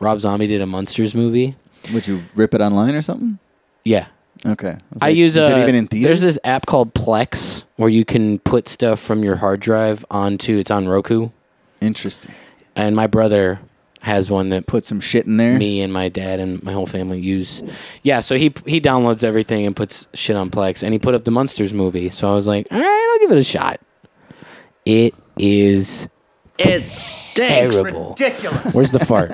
S1: Rob Zombie did a Munsters movie.
S3: Would you rip it online or something?
S1: Yeah.
S3: Okay. I, was
S1: I
S3: like,
S1: use
S3: is
S1: uh,
S3: it even in theaters?
S1: There's this app called Plex where you can put stuff from your hard drive onto. It's on Roku.
S3: Interesting.
S1: And my brother has one that
S3: put some shit in there.
S1: Me and my dad and my whole family use. Yeah, so he he downloads everything and puts shit on Plex, and he put up the Munsters movie. So I was like, all right, I'll give it a shot. It is
S6: It stinks.
S1: terrible.
S6: Ridiculous.
S1: Where's the fart?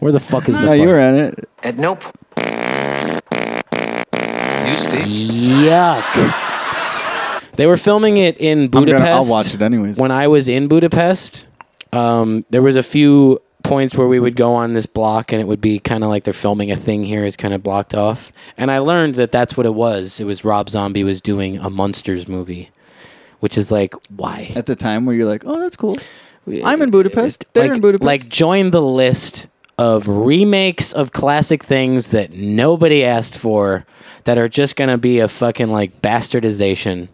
S1: Where the fuck is the
S3: No,
S1: fart?
S3: you were on it.
S6: At no point.
S5: You stink.
S1: Yuck. They were filming it in
S3: gonna-
S1: Budapest.
S3: I'll watch it anyways.
S1: When I was in Budapest, um, there was a few points where we would go on this block and it would be kind of like they're filming a thing here is kind of blocked off. And I learned that that's what it was. It was Rob Zombie was doing a Monsters movie, which is like why?
S3: At the time where you're like, oh, that's cool. I'm in Budapest. They're
S1: uh, like,
S3: in Budapest.
S1: Like join the list of remakes of classic things that nobody asked for that are just gonna be a fucking like bastardization.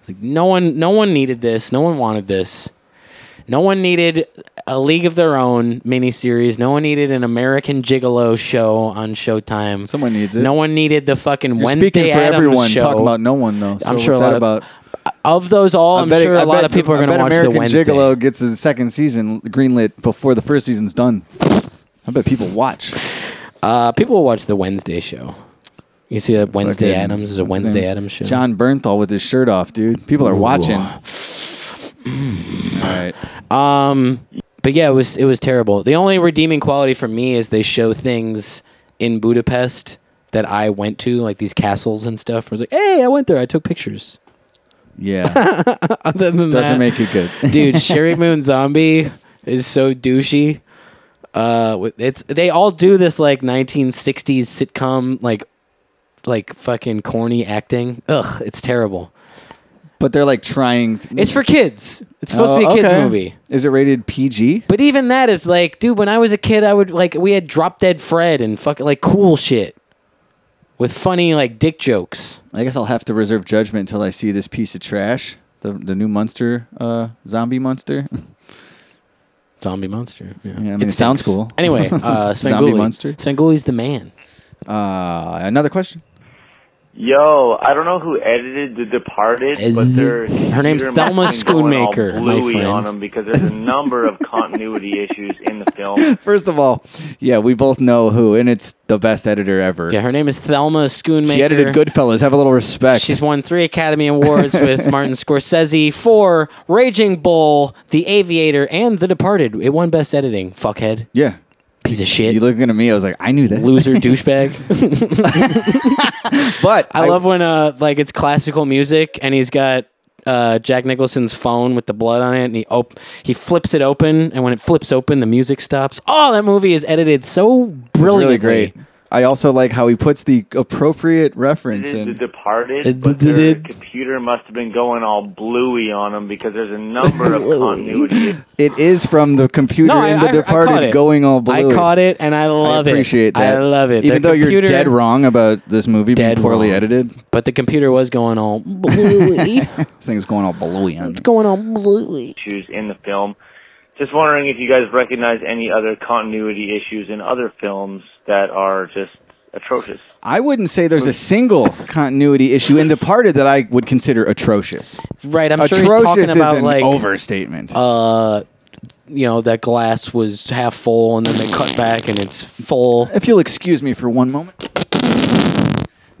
S1: It's like no one no one needed this, no one wanted this. No one needed a League of Their Own miniseries. No one needed an American Gigolo show on Showtime. Someone needs
S3: it.
S1: No one needed the fucking
S3: You're
S1: Wednesday
S3: speaking for
S1: Addams
S3: everyone.
S1: show.
S3: Talking about no one though. So
S1: I'm sure
S3: what's
S1: a lot of-
S3: that about.
S1: Of those all, I'm
S3: I bet-
S1: sure
S3: I
S1: a lot
S3: bet-
S1: of people are
S3: I
S1: going to
S3: bet
S1: watch
S3: American
S1: the Wednesday.
S3: Gigolo gets his second season greenlit before the first season's done. I bet people watch.
S1: Uh, people watch the Wednesday show. You see that Wednesday
S3: Fucking-
S1: Adams is a
S3: what's his
S1: Wednesday
S3: name?
S1: Adams show.
S3: John Bernthal with his shirt off, dude. People are watching.
S1: All right. Um, but yeah, it was it was terrible. The only redeeming quality for me is they show things in Budapest that I went to, like these castles and stuff. I was like, hey, I went there. I took pictures.
S3: Yeah.
S1: Other than that-
S3: Doesn't make you good.
S1: dude. Sherry Moon Zombie is so douchey. Uh, with- it's they all do this like 1960s sitcom like like fucking corny acting. Ugh, it's terrible.
S3: But they're like trying. To,
S1: It's for kids. It's supposed
S3: Oh,
S1: to be a kids
S3: okay.
S1: movie.
S3: Is it rated PG?
S1: But even that is like, dude, when I was a kid, I would like we had Drop Dead Fred and fucking like cool shit with funny like dick jokes.
S3: I guess I'll have to reserve judgment until I see this piece of trash. The the new monster, uh, zombie monster.
S1: Zombie monster. Yeah,
S3: I mean, it, sounds cool.
S1: Anyway, uh,
S3: zombie
S1: Svengoolie.
S3: monster.
S1: Svengoolie. He's the man.
S3: Uh, another question.
S18: Yo, I don't know who edited The Departed, but their
S1: Her name's
S18: computer must
S1: Thelma
S18: have been going all
S1: Schoonmaker, my
S18: Bluey
S1: friend.
S18: on them because there's a number of continuity issues in the film.
S3: First of all, yeah, we both know who, and it's the best editor ever.
S1: Yeah, her name is Thelma Schoonmaker.
S3: She edited Goodfellas. Have a little respect.
S1: She's won three Academy Awards with Martin Scorsese for Raging Bull, The Aviator, and The Departed. It won Best Editing. Fuckhead.
S3: Yeah.
S1: Piece of shit.
S3: You looking at me? I was like, I knew that.
S1: Loser, douchebag.
S3: but
S1: I, love when uh like it's classical music and he's got uh Jack Nicholson's phone with the blood on it and he op- he flips it open and when it flips open the music stops. Oh, that movie is edited so brilliantly.
S3: great. I also like how he puts the appropriate reference
S18: The
S3: in.
S18: Departed, but their computer must have been going all bluey on them because there's a number of continuity.
S3: It is from the computer
S18: No, I-
S3: in The
S18: I- I
S3: Departed
S18: caught it.
S3: going all blue.
S1: I caught it and I love it.
S3: appreciate that.
S1: I love it.
S3: Even
S1: The
S3: though you're
S1: computer-
S3: dead wrong about this movie being poorly edited,
S1: but the computer was going all
S3: bluey. this thing's going all bluey on me.
S1: going on bluey.
S18: Issues in the film. Just wondering if you guys recognize any other continuity issues in other films that are just atrocious.
S3: I wouldn't say there's a single continuity issue in Departed that I would consider atrocious.
S1: Right, I'm
S3: atrocious
S1: sure he's talking
S3: is
S1: about
S3: an
S1: like
S3: overstatement.
S1: Uh, you know that glass was half full, and then they cut back, and it's full.
S3: If you'll excuse me for one moment,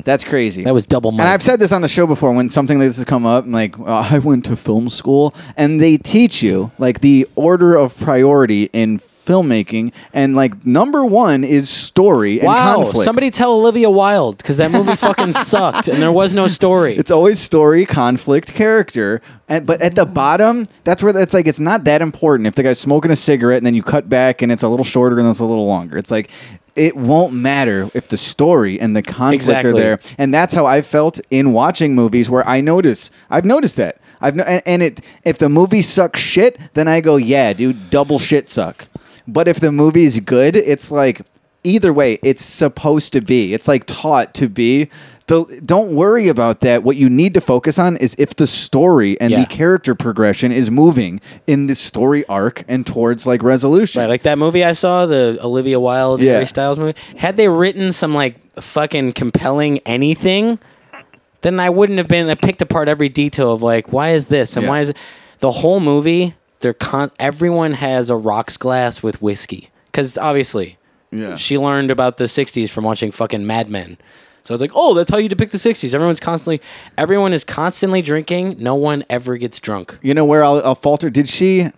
S3: that's crazy. That
S1: was double.
S3: And I've said this on the show before when something like this has come up, and like uh, I went to film school, and they teach you like the order of priority in filmmaking, and like number one is story and
S1: wow,
S3: conflict.
S1: somebody tell Olivia Wilde because that movie fucking sucked, and there was no story.
S3: It's always story, conflict, character, and, but at the bottom, that's where it's like it's not that important. If the guy's smoking a cigarette and then you cut back and it's a little shorter and it's a little longer, it's like it won't matter if the story and the conflict
S1: Exactly.
S3: are there. And that's how I felt in watching movies where I notice I've noticed that I've no, and, and it if the movie sucks shit, then I go yeah, dude, double shit suck. But if the movie's good, it's like either way, it's supposed to be. It's like taught to be. The, don't worry about that. What you need to focus on is if the story and
S1: Yeah.
S3: the character progression is moving in this story arc and towards like resolution.
S1: Right, like that movie I saw, the Olivia Wilde,
S3: Yeah.
S1: Harry Styles movie. Had they written some like fucking compelling anything, then I wouldn't have been. I picked apart every detail of like, why is this and
S3: Yeah.
S1: why is it? the whole movie? They're con- everyone has a rocks glass with whiskey because obviously,
S3: Yeah.
S1: she learned about the '60s from watching fucking Mad Men. So it's like, oh, that's how you depict the '60s. Everyone's constantly, everyone is constantly drinking. No one ever gets drunk.
S3: You know where I'll, I'll falter? Did she? I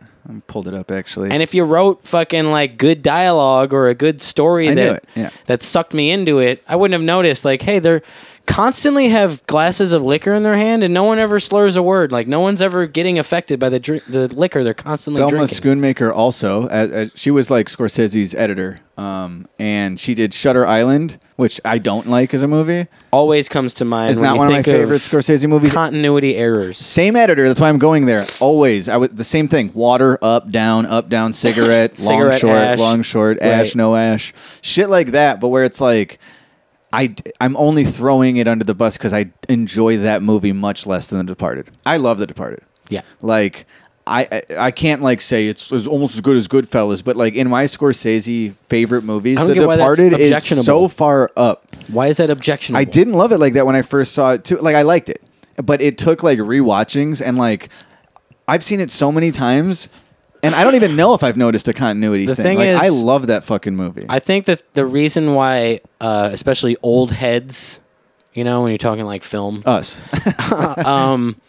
S3: pulled it up actually.
S1: And if you wrote fucking like good dialogue or a good story
S3: I knew
S1: that
S3: it, yeah.
S1: that sucked me into it, I wouldn't have noticed. Like, hey, they're constantly have glasses of liquor in their hand, and no one ever slurs a word. Like, no one's ever getting affected by the drink, the liquor they're constantly
S3: Thelma
S1: drinking.
S3: Schoonmaker also, as, as she was like Scorsese's editor, um, and she did Shutter Island, which I don't like as a movie.
S1: Always comes to mind.
S3: It's
S1: when
S3: not
S1: you
S3: one of my
S1: think of
S3: favorite Scorsese movies.
S1: Continuity errors.
S3: Same editor. That's why I'm going there. Always, I was the same thing. Water up, down, up, down. Cigarette, long,
S1: Cigarette,
S3: short,
S1: ash.
S3: long, short. Ash,
S1: Right.
S3: no ash. Shit like that. But where it's like, I I'm only throwing it under the bus because I enjoy that movie much less than The Departed. I love The Departed.
S1: Yeah.
S3: Like I I, I can't like say it's, it's almost as good as Goodfellas, but like in my Scorsese favorite movies,
S1: I don't
S3: The
S1: get why that's
S3: Departed is
S1: objectionable.
S3: so far up.
S1: Why is that objectionable?
S3: I didn't love it like that when I first saw it too. Like I liked it, but it took like rewatchings and like I've seen it so many times. And I don't even know if I've noticed a continuity
S1: The
S3: thing.
S1: thing
S3: like,
S1: is-
S3: I love that fucking movie.
S1: I think that the reason why, uh, especially old heads, you know, when you're talking like film,
S3: us,
S1: um,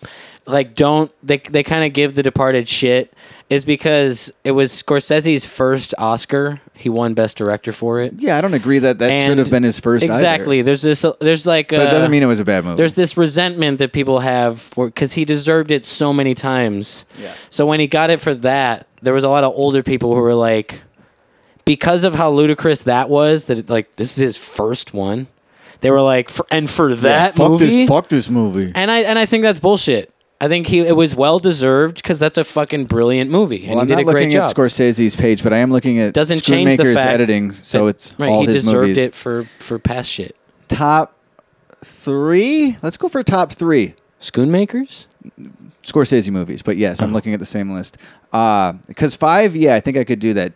S1: like don't they they kind of give The Departed shit is because it was Scorsese's first Oscar. He won Best Director for it.
S3: Yeah, I don't agree that that should
S1: And-
S3: have been his first. either.
S1: Exactly. There's this. There's like.
S3: But it
S1: uh,
S3: doesn't mean it was a bad movie.
S1: There's this resentment that people have because he deserved it so many times. Yeah. So when he got it for that, there was a lot of older people who were like, because of how ludicrous that was, that it, like this is his first one. They were like, for, and for that
S3: fuck
S1: movie,
S3: This, fuck this movie.
S1: and I and I think that's bullshit. I think he it was well deserved because that's a fucking brilliant movie, and
S3: Well,
S1: he
S3: I'm
S1: did
S3: not
S1: a great
S3: looking
S1: job.
S3: at Scorsese's page, but I am looking at
S1: Doesn't change the
S3: Schoonmaker's
S1: fact
S3: editing, so
S1: that-
S3: it's
S1: right,
S3: all
S1: he
S3: his
S1: deserved
S3: movies.
S1: it for for past shit.
S3: Top three. Let's go for top three.
S1: Schoonmakers,
S3: Scorsese movies, but yes,
S1: Uh-huh.
S3: I'm looking at the same list. Because five, yeah, I think I could do that.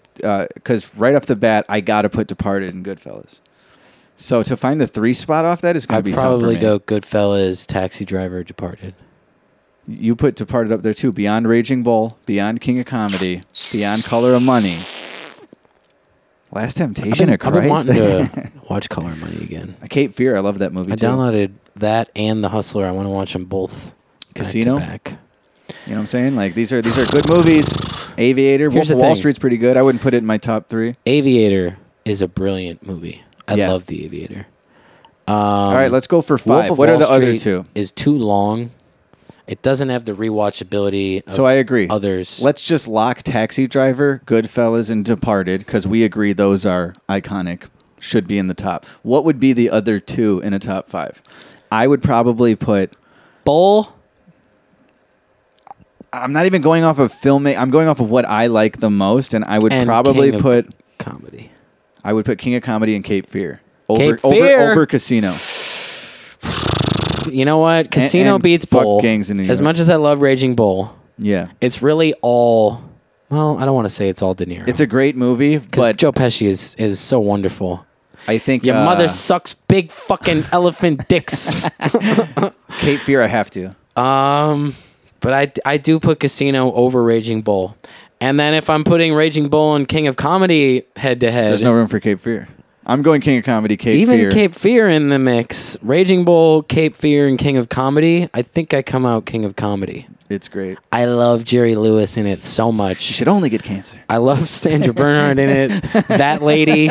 S3: Because right off the bat, I got to put Departed and Goodfellas. So to find the three spot off that is going to
S1: I'd
S3: be
S1: probably
S3: tough for me.
S1: go Goodfellas, Taxi Driver, Departed.
S3: You put Departed up there too. Beyond Raging Bull, Beyond King of Comedy, Beyond Color of Money, Last
S1: I've
S3: Temptation
S1: been,
S3: of
S1: I've been
S3: Christ.
S1: wanting to watch Color of Money again.
S3: Cape Fear, I love that movie.
S1: I
S3: too.
S1: downloaded that and The Hustler. I want to watch them both.
S3: Casino.
S1: Back to back.
S3: You know what I'm saying? Like these are these are good movies. Aviator,
S1: Here's
S3: Wolf
S1: the
S3: of Wall
S1: thing.
S3: Street's pretty good. I wouldn't put it in my top three.
S1: Aviator is a brilliant movie. I
S3: Yeah.
S1: love The Aviator. Um,
S3: All right, let's go for
S1: Wolf
S3: five.
S1: of
S3: What are
S1: Wall
S3: the other
S1: Street
S3: two?
S1: Is too long. It doesn't have the rewatchability. Of
S3: So I agree.
S1: Others.
S3: Let's just lock Taxi Driver, Goodfellas, and Departed because we agree those are iconic should be in the top. What would be the other two in a top five? I would probably put
S1: Bull.
S3: I'm not even going off of filming. I'm going off of what I like the most, and I would
S1: And
S3: probably
S1: King of
S3: put
S1: comedy.
S3: I would put King of Comedy and Cape Fear over
S1: Cape Fear!
S3: over over Casino.
S1: You know what? Casino
S3: and
S1: beats
S3: fuck
S1: Bull.
S3: gangs in New
S1: As
S3: York.
S1: much as I love Raging Bull,
S3: yeah,
S1: it's really all. Well, I don't want to say it's all De Niro. It's
S3: a great movie,
S1: but Joe Pesci is is so wonderful.
S3: I think
S1: your
S3: uh,
S1: mother sucks big fucking elephant dicks.
S3: Cape Fear, I have to.
S1: Um, but I I do put Casino over Raging Bull, and then if I'm putting Raging Bull and King of Comedy head to head,
S3: There's no room for Cape Fear. I'm going King of Comedy, Cape
S1: even
S3: Fear.
S1: Cape Fear in the mix. Raging Bull, Cape Fear, and King of Comedy. I think I come out King of Comedy.
S3: It's great.
S1: I love Jerry Lewis in it so much. She
S3: should only get cancer.
S1: I love Sandra Bernhard in it. That lady.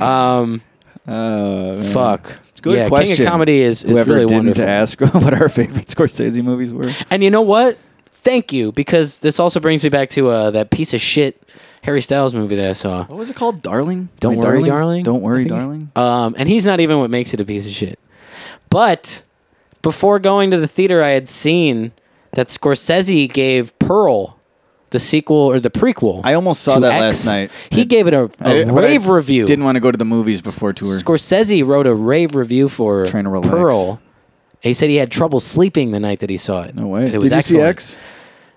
S1: um,
S3: Oh,
S1: fuck.
S3: Good
S1: yeah,
S3: question.
S1: King of Comedy is, is
S3: Whoever
S1: really
S3: didn't
S1: wonderful.
S3: ask what our favorite Scorsese movies were.
S1: And you know what? Thank you, because this also brings me back to uh, that piece of shit Harry Styles movie that I saw.
S3: What was it called? Darling.
S1: Don't
S3: My
S1: worry, darling,
S3: Don't
S1: I
S3: worry,
S1: think.
S3: darling.
S1: Um, and he's not even what makes it a piece of shit. But before going to the theater, I had seen that Scorsese gave Pearl the sequel or the prequel. I
S3: almost saw that last night.
S1: He gave it a,
S3: I-
S1: a
S3: but I
S1: rave review.
S3: Didn't want to go to the movies before tour.
S1: Scorsese wrote a rave review for
S3: Trying to relax.
S1: Pearl. He said he had trouble sleeping the night that he saw it. No way. It was
S3: Did you see
S1: excellent.
S3: X?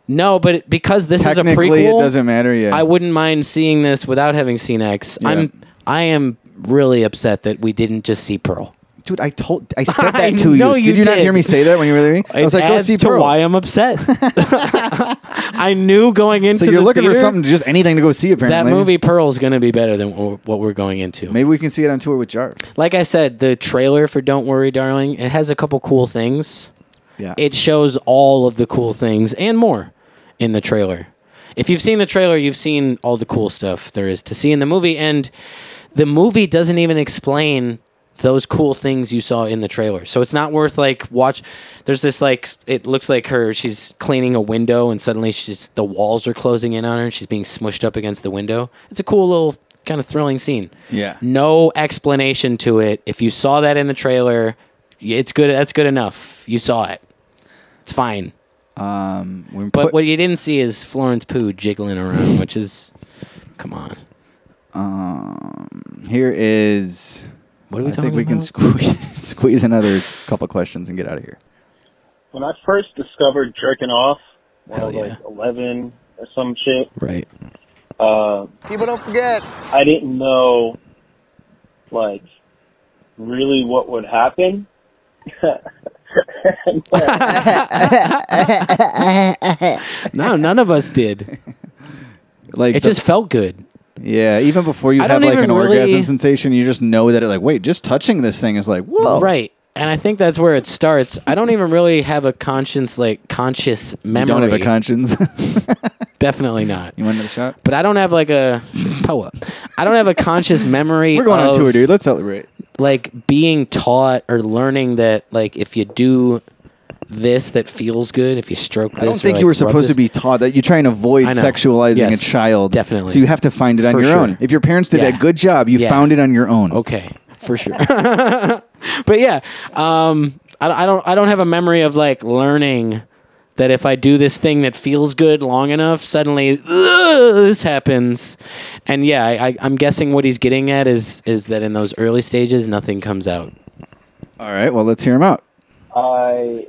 S1: No, but because this is a
S3: Technically, it
S1: prequel,
S3: doesn't matter yet.
S1: I wouldn't mind seeing this without having seen X.
S3: Yeah.
S1: am I am really upset that we didn't just see Pearl.
S3: Dude, I told, I said that
S1: I
S3: to you.
S1: know
S3: Did
S1: you
S3: you not
S1: did.
S3: hear me say that when you were leaving? I
S1: It
S3: was like, go
S1: adds
S3: see
S1: to
S3: Pearl.
S1: why I'm upset. I knew going into
S3: so you're
S1: the
S3: looking for
S1: theater,
S3: something, just anything to go see. Apparently,
S1: That movie Pearl's going to be better than wh- what we're going into.
S3: Maybe we can see it on tour with Jarve.
S1: Like I said, the trailer for Don't Worry Darling, it has a couple cool things.
S3: Yeah.
S1: It shows all of the cool things and more in the trailer. If you've seen the trailer, you've seen all the cool stuff there is to see in the movie and the movie doesn't even explain those cool things you saw in the trailer. So it's not worth like watch there's this like it looks like her she's cleaning a window and suddenly she's the walls are closing in on her and she's being smushed up against the window. It's a cool little kind of thrilling scene.
S3: Yeah.
S1: No explanation to it. If you saw that in the trailer, y- it's good. That's good enough. You saw it. It's fine.
S3: Um,
S1: but what you didn't see is Florence Pugh jiggling around, which is, come on.
S3: Um, here is.
S1: What are we
S3: I think
S1: talking
S3: we can
S1: about?
S3: squeeze squeeze another couple questions and get out of here.
S11: When I first discovered jerking off, when I was like 11 or some shit,
S1: Right.
S11: uh,
S12: People don't forget.
S11: I didn't know, like, really what would happen.
S1: no, none of us did.
S3: Like
S1: it
S3: the-
S1: just felt good.
S3: Yeah, even before you
S1: I don't
S3: have like
S1: even
S3: an
S1: really-
S3: orgasm sensation, you just know that it like wait, just touching this thing is like whoa.
S1: Right. And I think that's where it starts. I don't even really have a conscience, like conscious
S3: You
S1: memory.
S3: don't have a conscience.
S1: Definitely not.
S3: You want another shot?
S1: But I don't have like a poa. I don't have a conscious memory.
S3: We're going on
S1: of,
S3: tour, dude. Let's celebrate.
S1: Like being taught or learning that like if you do this that feels good, if you stroke this.
S3: I don't think you were supposed to be taught that you try and avoid
S1: I know.
S3: sexualizing
S1: Yes,
S3: a child.
S1: definitely.
S3: So you have to find it on
S1: For
S3: your
S1: sure.
S3: own. If your parents did
S1: Yeah.
S3: a good job, you
S1: Yeah.
S3: found it on your own.
S1: Okay. For sure. but yeah, um, I, don't- I don't. I don't have a memory of like learning that if I do this thing that feels good long enough, suddenly "Ugh," this happens. And yeah, I, I, I'm guessing what he's getting at is is that in those early stages, nothing comes out.
S3: All right. Well, let's hear him out.
S11: I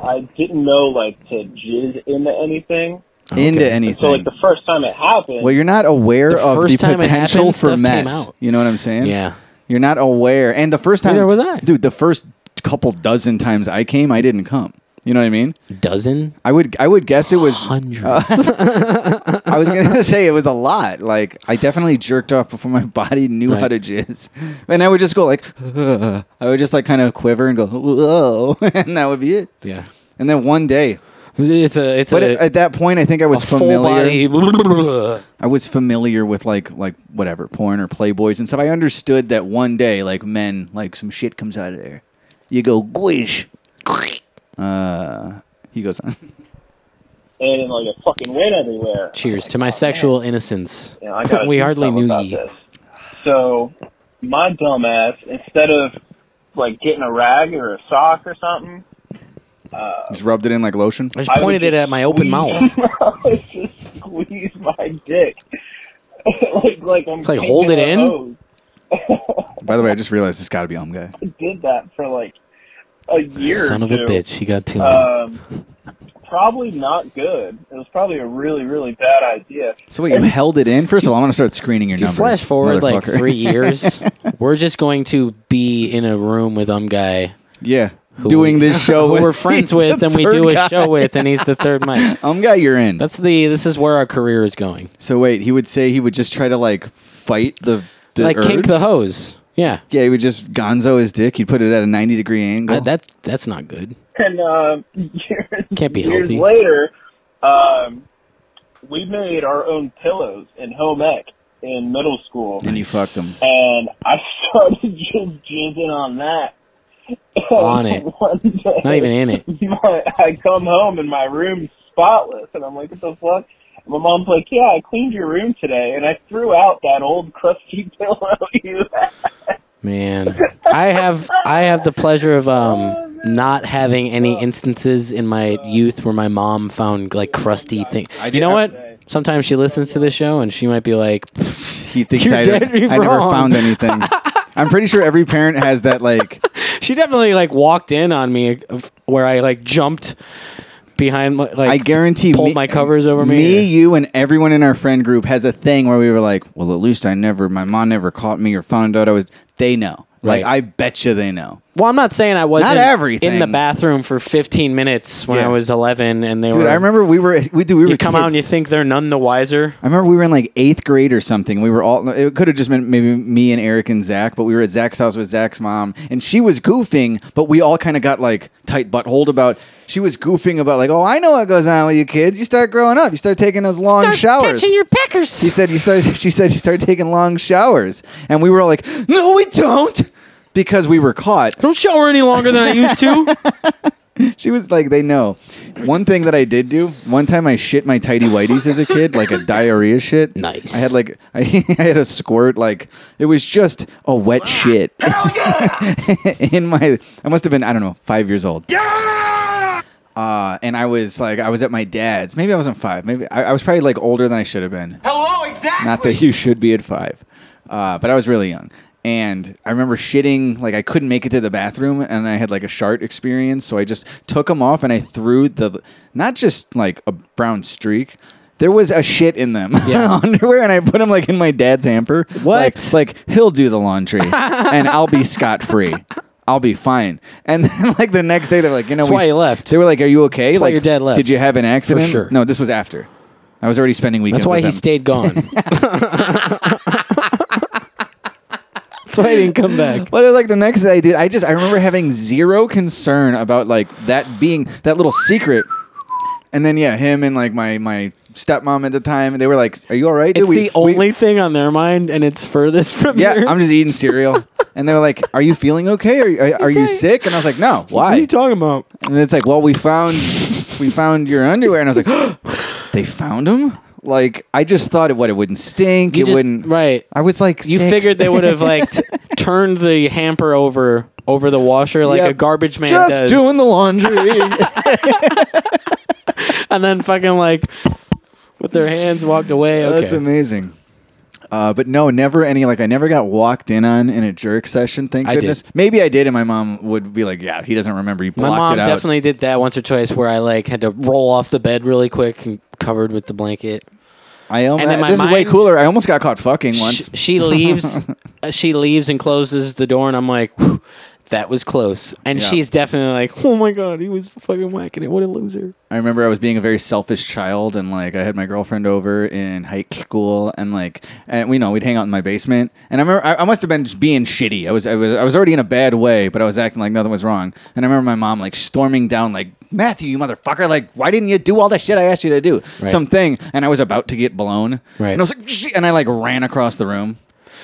S11: I didn't know like to jizz into anything.
S3: Into
S11: So
S3: anything.
S11: like the first time it happened,
S3: well, you're not aware
S11: The
S3: of the
S11: first time it
S3: potential
S11: happened,
S3: for
S11: stuff came
S3: mess.
S11: out.
S3: You know what I'm saying?
S1: Yeah.
S3: You're not aware. And the first time,
S1: Neither was I.
S3: dude, the first couple dozen times I came, I didn't come. You know what I mean?
S1: Dozen?
S3: I would I would guess it was hundreds. I was gonna say it was a lot. Like I definitely jerked off before my body knew how
S1: Right.
S3: to jizz, and I would just go like, "Ugh." I would just like kind of quiver and go, whoa, and that would be it.
S1: Yeah.
S3: And then one day,
S1: it's a it's
S3: but
S1: a-
S3: at, at that point, I think I was
S1: a full
S3: familiar.
S1: body-
S3: I was familiar with like like whatever porn or playboys and stuff. I understood that one day, like men, like some shit comes out of there. You go guish. Uh, he goes on.
S11: and like it fucking went everywhere.
S1: Cheers to my sexual innocence.
S11: Yeah, I gotta
S1: we
S11: do
S1: hardly knew
S11: something about
S1: ye.
S11: So my dumbass, instead of like getting a rag or a sock or something, uh,
S3: Just rubbed it in like lotion.
S11: I just I pointed would it
S1: at my open mouth.
S11: I would just squeeze my dick. like like I'm oh,
S3: It's like, hold
S11: taking
S3: it
S11: a
S3: in?
S11: hose.
S3: By the way, I just realized it's got to be um guy.
S11: I did that for like a year. or
S3: Son of a
S11: two.
S3: bitch, he got two.
S11: Um, probably not good. It was probably a really really bad idea.
S3: So wait, you held it in? First of all, I'm gonna start screening your
S1: If you
S3: number.
S1: flash forward like
S3: motherfucker.
S1: three years, we're just going to be in a room with um guy.
S3: Yeah, doing this show
S1: who
S3: with-
S1: we're friends
S3: he's
S1: with,
S3: the
S1: and we
S3: third
S1: do a
S3: guy.
S1: show with, and he's the third mic.
S3: um guy, you're in. That's
S1: the. This is where our career is going.
S3: So wait, he would say he would just try to like fight the, the
S1: Like, kick
S3: urge?
S1: the hose. Yeah.
S3: Yeah, he would just gonzo his dick. He'd put it at a 90 degree angle.
S1: that's that's not good.
S11: And um, years,
S1: Can't be
S11: years
S3: healthy.
S11: later, um, we made our own pillows in home ec in middle school,
S3: And you fucked him.
S11: and I started just jizzing on that.
S3: On it.
S11: One day,
S3: Not even in it.
S11: my- I come home and my room's spotless, and I'm like, "What the fuck?" My mom's like, "Yeah, I cleaned your room today, and I threw out that old crusty pillow you had."
S1: Man, I have I have the pleasure of um not having any instances in my youth where my mom found like crusty thing. You know what? Sometimes she listens to this show and she might be like,
S3: He thinks
S1: You're
S3: I,
S1: dead
S3: I never
S1: wrong.
S3: found anything. I'm pretty sure every parent has that like.
S1: she definitely like walked in on me uh, where I like jumped behind my like I
S3: guarantee
S1: pulled my covers over me.
S3: Me, you, and everyone in our friend group has a thing where we were like, well, at least I never, my mom never caught me or found out I was. They know. Like,
S1: Right.
S3: I bet you they know.
S1: Well, I'm not saying I wasn't
S3: everything.
S1: in the bathroom for 15 minutes when
S3: Yeah.
S1: I was 11 and they
S3: Dude,
S1: were
S3: I remember we were, we do, we were
S1: you come out and
S3: kids.
S1: you think they're none the wiser.
S3: I remember we were in like eighth grade or something. We were all, it could have just been maybe me and Eric and Zach, but we were at Zach's house with Zach's mom and she was goofing, but we all kind of got like tight buttholed about, she was goofing about like, oh, I know what goes on with you kids. You start growing up, you start taking those long showers.
S1: your peckers.
S3: She said you started. She said you started taking long showers, and we were all like, "No, we don't," because we were caught.
S1: don't shower any longer than I used to.
S3: she was like, "They know." One thing that I did do one time, I shit my tidy whities as a kid, like a diarrhea shit. Nice. I had like I, I had a squirt, like it was just a wet shit. in my, I must have been I don't know five years old. Uh, and I was like, I was at my dad's. Maybe I wasn't five. Maybe I, I was probably like older than I should have been.
S2: Hello, exactly.
S3: Not that you should be at five, uh, but I was really young. And I remember shitting, like I couldn't make it to the bathroom and I had like a shart experience. So I just took them off and I threw the, not just like a brown streak. There was a shit in them underwear, and I put them like in my dad's hamper. What? Like, like, he'll do the laundry, and I'll be scot free. I'll be fine. And then like the next day, they're like, you know,
S1: That's why
S3: we-
S1: you left.
S3: They were like, "Are you okay?
S1: That's why
S3: like
S1: your dad left.
S3: Did you have an accident?
S1: sure.
S3: No, this was after. I was already spending weekends.
S1: That's why
S3: with
S1: he
S3: them.
S1: stayed gone. That's why he didn't come back.
S3: But it was like the next day, dude. I just I remember having zero concern about like that being that little secret. And then yeah, him and like my my stepmom at the time, they were like, "Are you all right?" dude?
S1: It's
S3: We-
S1: the only thing on their mind, and it's furthest from
S3: yeah,
S1: yours.
S3: I'm just eating cereal. and they were like, "Are you feeling okay? Are you, are, are you sick?" And I was like, "No. Why?
S1: What are you talking about?"
S3: And it's like, "Well, we found we found your underwear." And I was like, "They found them." Like I just thought it what it wouldn't stink.
S1: You
S3: it
S1: just-
S3: wouldn't.
S1: Right.
S3: I was like,
S1: You
S3: six.
S1: figured they would have like t- turned the hamper over over the washer like
S3: Yeah.
S1: a garbage man
S3: just
S1: does,
S3: doing the laundry.
S1: and then fucking like with their hands walked away. Okay.
S3: That's amazing. Uh, but no, never any like I never got walked in on in a jerk session. Thank
S1: I did.
S3: goodness. Maybe I did, and my mom would be like, "Yeah, he doesn't remember. He
S1: My
S3: blocked
S1: mom
S3: it out."
S1: definitely did that once or twice where I like had to roll off the bed really quick and covered with the blanket.
S3: I am.
S1: And in my
S3: this is way
S1: mind-
S3: cooler. I almost got caught fucking
S1: She,
S3: once.
S1: she leaves uh, she leaves and closes the door and I'm like "Whew, that was close. And
S3: Yeah.
S1: she's definitely like, "Oh my god, he was fucking whacking it. What a loser."
S3: I remember I was being a very selfish child, and like I had my girlfriend over in high school, and like and we know we'd hang out in my basement, and I remember I, I must have been just being shitty. I was I was I was already in a bad way, but I was acting like nothing was wrong. And I remember my mom like storming down, like Matthew, you motherfucker, like why didn't you do all that shit I asked you to do?
S1: Right.
S3: Something, and I was about to get blown,
S1: Right.
S3: And I was like, "Shh," and I like ran across the room.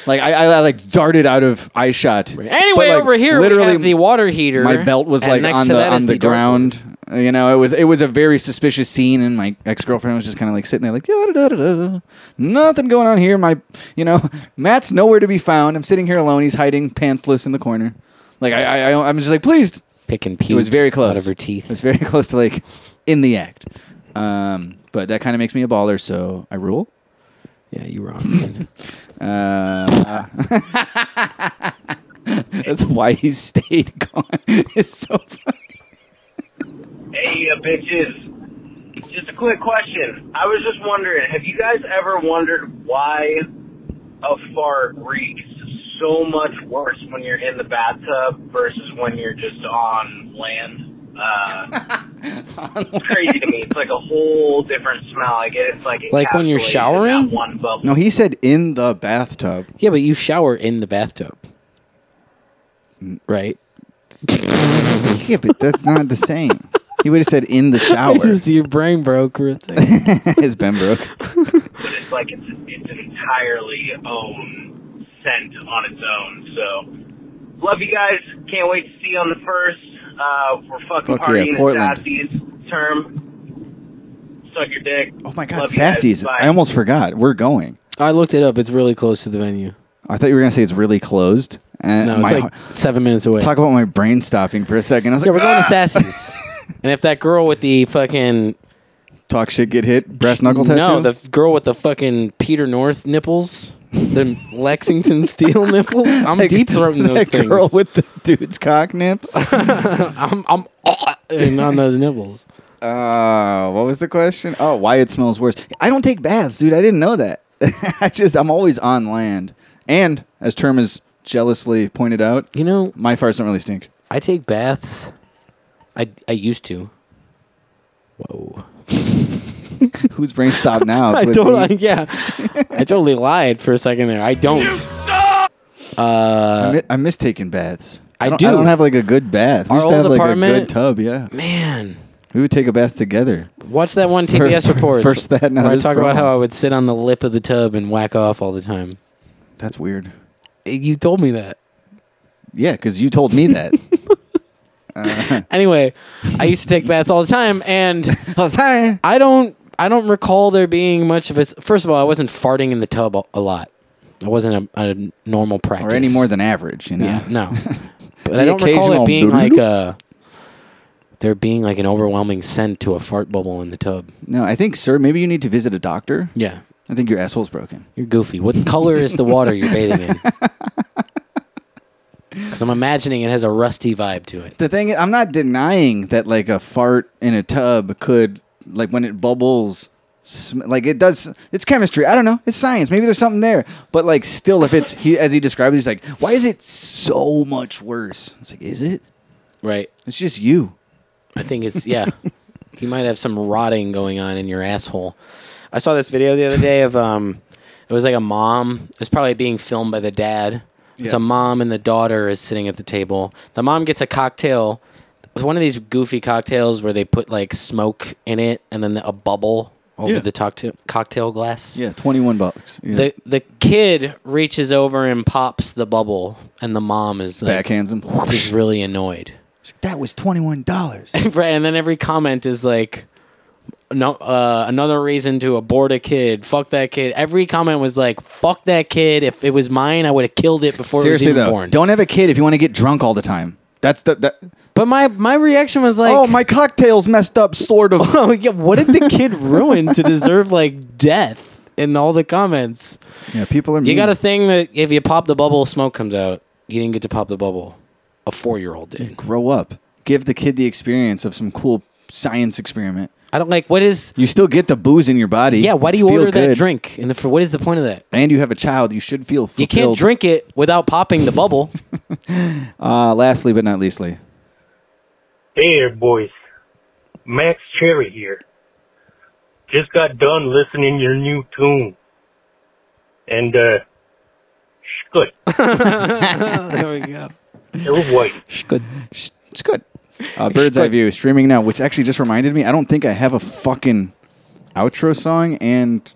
S3: Like I, I, I like darted out of eye shot.
S1: Anyway,
S3: But, like,
S1: over here literally, we have the water heater.
S3: my belt was
S1: and
S3: like
S1: next
S3: on
S1: to
S3: the
S1: that
S3: on
S1: is
S3: the,
S1: door.
S3: ground Uh, You know, it was it was a very suspicious scene, and my ex girlfriend was just kind of like sitting there, like "Yeah, da, da, da, da. nothing going on here. My, you know, Matt's nowhere to be found. I'm sitting here alone. He's hiding pantsless in the corner. Like I, I, I I'm just like, please.
S1: Picking
S3: It was
S1: pubes
S3: very
S1: out
S3: close
S1: of her teeth.
S3: It was very close to like in the act. Um, but that kind of makes me a baller, so I rule.
S1: Yeah, you wrong.
S3: uh, that's why he stayed gone. It's so funny.
S19: Hey, uh, bitches. Just a quick question. I was just wondering, have you guys ever wondered why a fart reeks so much worse when you're in the bathtub versus when you're just on land? Uh, crazy to me. It's like a whole different smell. I get it's like
S1: Like when you're
S19: encapsulated in
S1: showering?
S19: that one bubble.
S3: No, he said in the bathtub.
S1: Yeah, but you shower in the bathtub,
S3: Mm,
S1: right?
S3: yeah, but that's not the same. He would have said in the shower.
S1: Just your brain broke for a second.
S3: His Ben broke.
S19: but it's like it's, it's an entirely own scent on its own. So, love you guys. Can't wait to see you on the first. Uh, we're fucking
S3: Fuck yeah,
S19: partying
S3: Portland.
S19: at Sassy's term. Suck your dick.
S3: Oh my
S19: love
S3: God,
S19: you guys.
S3: Sassy's.
S19: Bye.
S3: I almost forgot. We're going.
S1: I looked it up. It's really close to the venue.
S3: I thought you were gonna say it's really closed. And
S1: No, it's like seven minutes away.
S3: Talk about my brain stopping for a second. I was
S1: Yeah,
S3: like,
S1: we're going to
S3: "Ah!"
S1: Sassy's. and if that girl with the fucking
S3: talk shit get hit, breast knuckle tattoo.
S1: no, the f- girl with the fucking Peter North nipples, the Lexington Steel nipples, I'm deep throating those
S3: that
S1: things.
S3: girl with the dude's cock nips.
S1: I'm, I'm and on those nipples.
S3: Uh, what was the question? Oh, why it smells worse. I don't take baths, dude. I didn't know that. I just I'm always on land. And as Term is jealously pointed out,
S1: you know
S3: my farts don't really stink.
S1: I take baths. I I used to. Whoa.
S3: Whose brain stopped now?
S1: I
S3: Was
S1: don't.
S3: he-
S1: I- yeah, I totally lied for a second there. I don't.
S3: I,
S1: Uh,
S3: mi- I miss taking baths.
S1: I
S3: don't,
S1: do.
S3: I don't have like a good bath. We
S1: Our
S3: used to
S1: old
S3: have like a
S1: apartment-
S3: good tub. Yeah,
S1: man.
S3: We would take a bath together.
S1: Watch that one TBS
S3: First-
S1: report.
S3: first that, now
S1: where I
S3: this
S1: talk about
S3: promo.
S1: how I would sit on the lip of the tub and whack off all the time.
S3: That's weird.
S1: You told me that.
S3: Yeah, because you told me that. Uh,
S1: Anyway, I used to take baths all the time, and I don't. I don't recall there being much of it. First of all, I wasn't farting in the tub a, a lot. It wasn't a, a normal practice,
S3: or any more than average, you know.
S1: Yeah, no. But
S3: The
S1: I don't recall
S3: occasional
S1: it being
S3: doodle-doo.
S1: like a there being like an overwhelming scent to a fart bubble in the tub.
S3: No, I think, sir, maybe you need to visit a doctor.
S1: Yeah.
S3: I think your asshole's broken.
S1: You're goofy. What color is the water you're bathing in? Because I'm imagining it has a rusty vibe to it.
S3: The thing is, I'm not denying that like a fart in a tub could like when it bubbles sm- like it does it's chemistry i don't know it's science maybe there's something there but like still if it's he as he described it he's like why is it so much worse it's like is it
S1: Right.
S3: it's just you
S1: I think it's yeah. you might have some rotting going on in your asshole. I saw this video the other day of um it was like a mom. It's probably being filmed by the dad. It's
S3: Yeah.
S1: a mom and the daughter is sitting at the table. The mom gets a cocktail. It's one of these goofy cocktails where they put like smoke in it and then a bubble over
S3: Yeah.
S1: the tocta- cocktail glass.
S3: yeah 21 bucks yeah.
S1: The the kid reaches over and pops the bubble, and the mom is like,
S3: Backhands him.
S1: Is really annoyed.
S3: that was 21 dollars
S1: right, and then every comment is like, no, uh, another reason to abort a kid. Fuck that kid. Every comment was like, fuck that kid. If it was mine, I would have killed it before
S3: seriously
S1: it was even
S3: though
S1: born.
S3: don't have a kid if you want to get drunk all the time that's the that
S1: But my my reaction was like,
S3: oh my cocktail's messed up sort of
S1: oh yeah, what did the kid ruin to deserve like death in all the comments? Hmm.
S3: yeah people are
S1: You
S3: mean.
S1: got a thing that if you pop the bubble, smoke comes out. You didn't get to pop the bubble. A four year old did.
S3: grow up. Give the kid the experience of some cool science experiment.
S1: I don't like what is.
S3: You still get the booze in your body.
S1: Yeah, why do you
S3: Feel
S1: order that
S3: good.
S1: drink? And the, for what is the point of that?
S3: And you have a child. You should feel fulfilled.
S1: You can't drink it without popping the bubble.
S3: Uh, lastly, but not leastly,
S20: Hey there, boys. Max Cherry here. Just got done listening to your new tune. And, uh, sh- good.
S1: there we go.
S20: It was white.
S1: Good.
S3: It's good. uh, Bird's Eye View streaming now, which actually just reminded me. I don't think I have a fucking outro song. And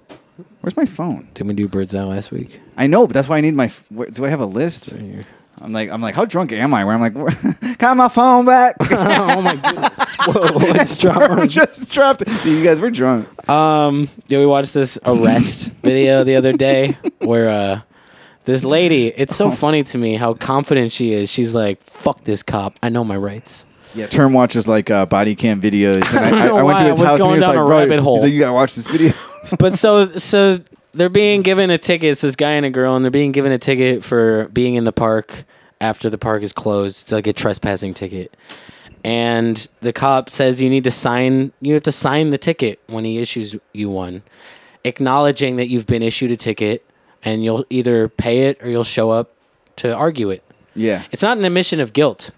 S3: where's my phone?
S1: Didn't we do Bird's Eye last week?
S3: I know, but that's why I need my. f- where- Do I have a list? I'm like, I'm like, how drunk am I? Where I'm like, got my phone back. oh my goodness! Whoa,
S1: it's dropping.
S3: just dropped. It. You guys were drunk.
S1: Um, yeah, we watched this arrest video the other day where uh, this lady. It's
S3: Oh.
S1: so funny to me how confident she is. She's like, "Fuck this cop. I know my rights."
S3: Yeah, term watches like uh, body cam videos. And
S1: I don't
S3: I, I,
S1: know
S3: I went to
S1: why
S3: his
S1: I was
S3: house
S1: going
S3: and he was
S1: down
S3: like,
S1: a
S3: "Bro,"
S1: rabbit hole.
S3: He's like, you gotta watch this video.
S1: but so so they're being given a ticket. It's this guy and a girl, and they're being given a ticket for being in the park after the park is closed. It's like a trespassing ticket. And the cop says you need to sign. You have to sign the ticket when he issues you one, acknowledging that you've been issued a ticket, and you'll either pay it or you'll show up to argue it.
S3: Yeah,
S1: It's not an admission of guilt.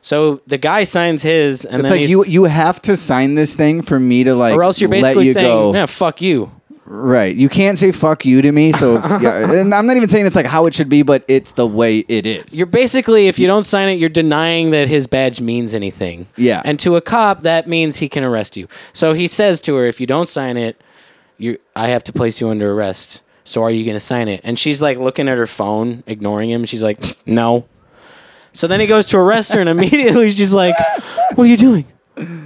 S1: So the guy signs his, and
S3: it's
S1: then
S3: like
S1: he's-
S3: you you have to sign this thing for me to like,
S1: or else you're
S3: let
S1: basically
S3: you
S1: saying,
S3: go.
S1: "Yeah, fuck you."
S3: Right. You can't say fuck you to me. So, it's- yeah. and I'm not even saying it's like how it should be, but it's the way it is.
S1: You're basically, if you don't sign it, you're denying that his badge means anything.
S3: Yeah.
S1: And to a cop, that means he can arrest you. So he says to her, if you don't sign it, you, I have to place you under arrest. So are you going to sign it? And she's like looking at her phone, ignoring him. She's like, no. So then he goes to arrest her, and immediately she's like, what are you doing?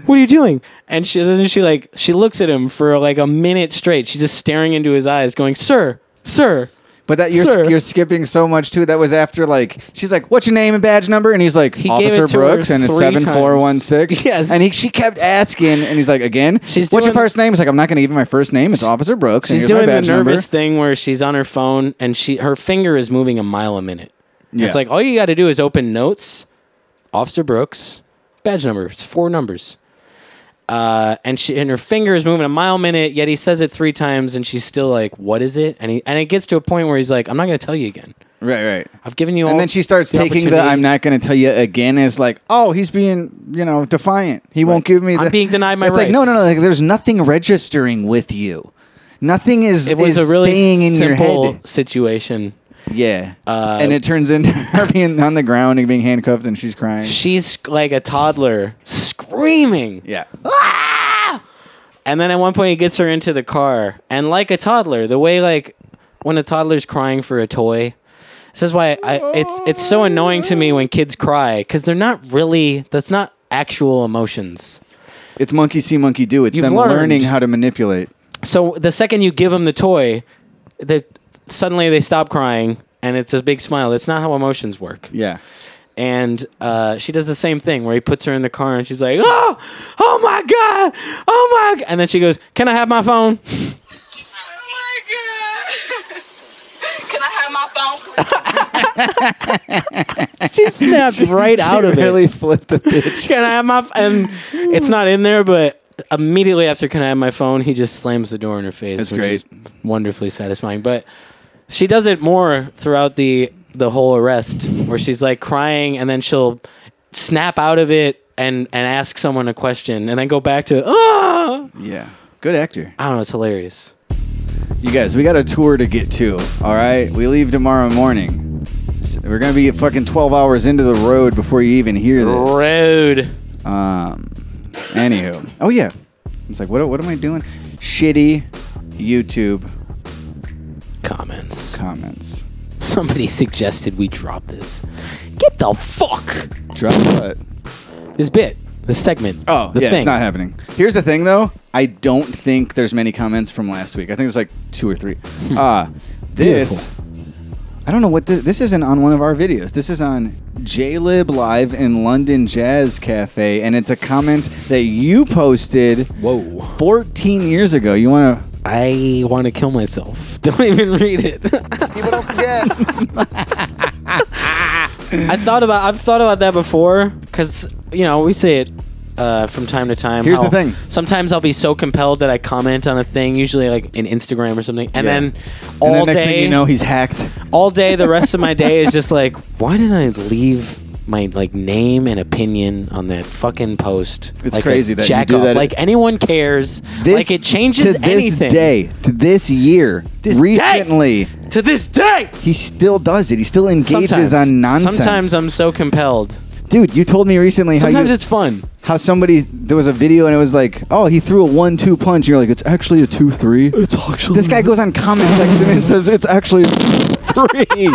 S1: What are you doing? And she doesn't she like she looks at him for like a minute straight. She's just staring into his eyes, going, "Sir, sir."
S3: But that you're
S1: sir.
S3: you're skipping so much too. That was after like she's like, "What's your name and badge number?" And he's like,
S1: He gave
S3: "Officer
S1: it to her
S3: Brooks," and it's
S1: three
S3: seven four one six.
S1: times. Yes.
S3: And he she kept asking, and he's like, "Again, she's what's your
S1: doing-
S3: first name?" He's like, "I'm not going to give you my first name. It's Officer Brooks." and
S1: She's doing
S3: here's my
S1: the
S3: badge number."
S1: nervous thing where she's on her phone and she her finger is moving a mile a minute.
S3: Yeah.
S1: It's like oh, all you got to do is open notes, Officer Brooks, badge number. It's four numbers. Uh, and she and her finger is moving a mile a minute. Yet he says it three times, and she's still like, "What is it?" And he and it gets to a point where he's like, "I'm not going to tell you again.
S3: Right, right.
S1: I've given you." all
S3: And then she starts
S1: the
S3: taking the
S1: opportunity.
S3: "I'm not going to tell you again" as like, "Oh, he's being you know defiant. He won't give me the."
S1: I'm being denied my
S3: it's like no,
S1: rights.
S3: no, no. Like there's nothing registering with you. Nothing is
S1: It was
S3: is
S1: a really
S3: staying in your
S1: simple
S3: head.
S1: situation.
S3: Yeah.
S1: Uh,
S3: and it turns into her being on the ground and being handcuffed, and she's crying.
S1: she's like a toddler screaming.
S3: Yeah.
S1: And then at one point he gets her into the car. And like a toddler, the way like when a toddler's crying for a toy. This is why I it's it's so annoying to me when kids cry cuz they're not really that's not actual emotions.
S3: It's monkey see, monkey do. It's
S1: You've
S3: them
S1: learned.
S3: learning how to manipulate.
S1: So the second you give them the toy, they suddenly they stop crying and it's a big smile. That's not how emotions work.
S3: Yeah.
S1: And uh, she does the same thing where he puts her in the car and she's like, "Oh, oh my god, oh my!" g-" And then she goes, "Can I have my phone?"
S13: Can I have my phone?
S1: she snapped right
S3: she
S1: out of
S3: really
S1: it.
S3: flipped the bitch.
S1: Can I have my? F-? And it's not in there, but immediately after, can I have my phone? He just slams the door in her face.
S3: That's
S1: which
S3: great.
S1: is wonderfully satisfying. But she does it more throughout the the whole arrest, where she's like crying, and then she'll snap out of it and and ask someone a question, and then go back to ah.
S3: Yeah. Good actor.
S1: I don't know. It's hilarious.
S3: You guys, we got a tour to get to. All right. We leave tomorrow morning. S- We're going to be fucking 12 hours into the road before you even hear this.
S1: Road.
S3: Um, anywho. Oh, yeah. It's like, what, what am I doing? Shitty YouTube
S1: comments.
S3: Comments.
S1: Somebody suggested we drop this. Get the fuck.
S3: Drop what?
S1: This bit. This segment.
S3: Oh,
S1: the
S3: yeah,
S1: thing.
S3: it's not happening. Here's the thing, though. I don't think there's many comments from last week. I think there's like two or three.
S1: Hmm.
S3: Uh, this, I don't know what the, this isn't on one of our videos. This is on JLib Live in London Jazz Cafe, and it's a comment that you posted.
S1: Whoa,
S3: 14 years ago. You want to?
S1: I want to kill myself. Don't even read it. I thought about I've thought about that before because you know we say it uh, from time to time.
S3: Here's the
S1: how
S3: thing.
S1: Sometimes I'll be so compelled that I comment on a thing, usually like in Instagram or something, and
S3: Yeah.
S1: then
S3: And
S1: all
S3: then next
S1: day
S3: thing you know, he's hacked.
S1: all day. The rest of my day is just like, why did I leave? My like name and opinion on that fucking post.
S3: It's
S1: Like a
S3: crazy that you
S1: jack
S3: do
S1: off.
S3: that.
S1: Like anyone cares. like it changes
S3: to this
S1: anything.
S3: day, to this year,
S1: This day!
S3: recently.
S1: To this day,
S3: he still does it. He still engages
S1: Sometimes.
S3: on nonsense.
S1: Sometimes I'm so compelled.
S3: Dude, you told me recently how
S1: Sometimes
S3: you-
S1: it's fun.
S3: How somebody there was a video and it was like, oh, he threw a one-two punch. And you're like, it's actually a two-three. It's actually this guy goes on comment section and says it's actually. three.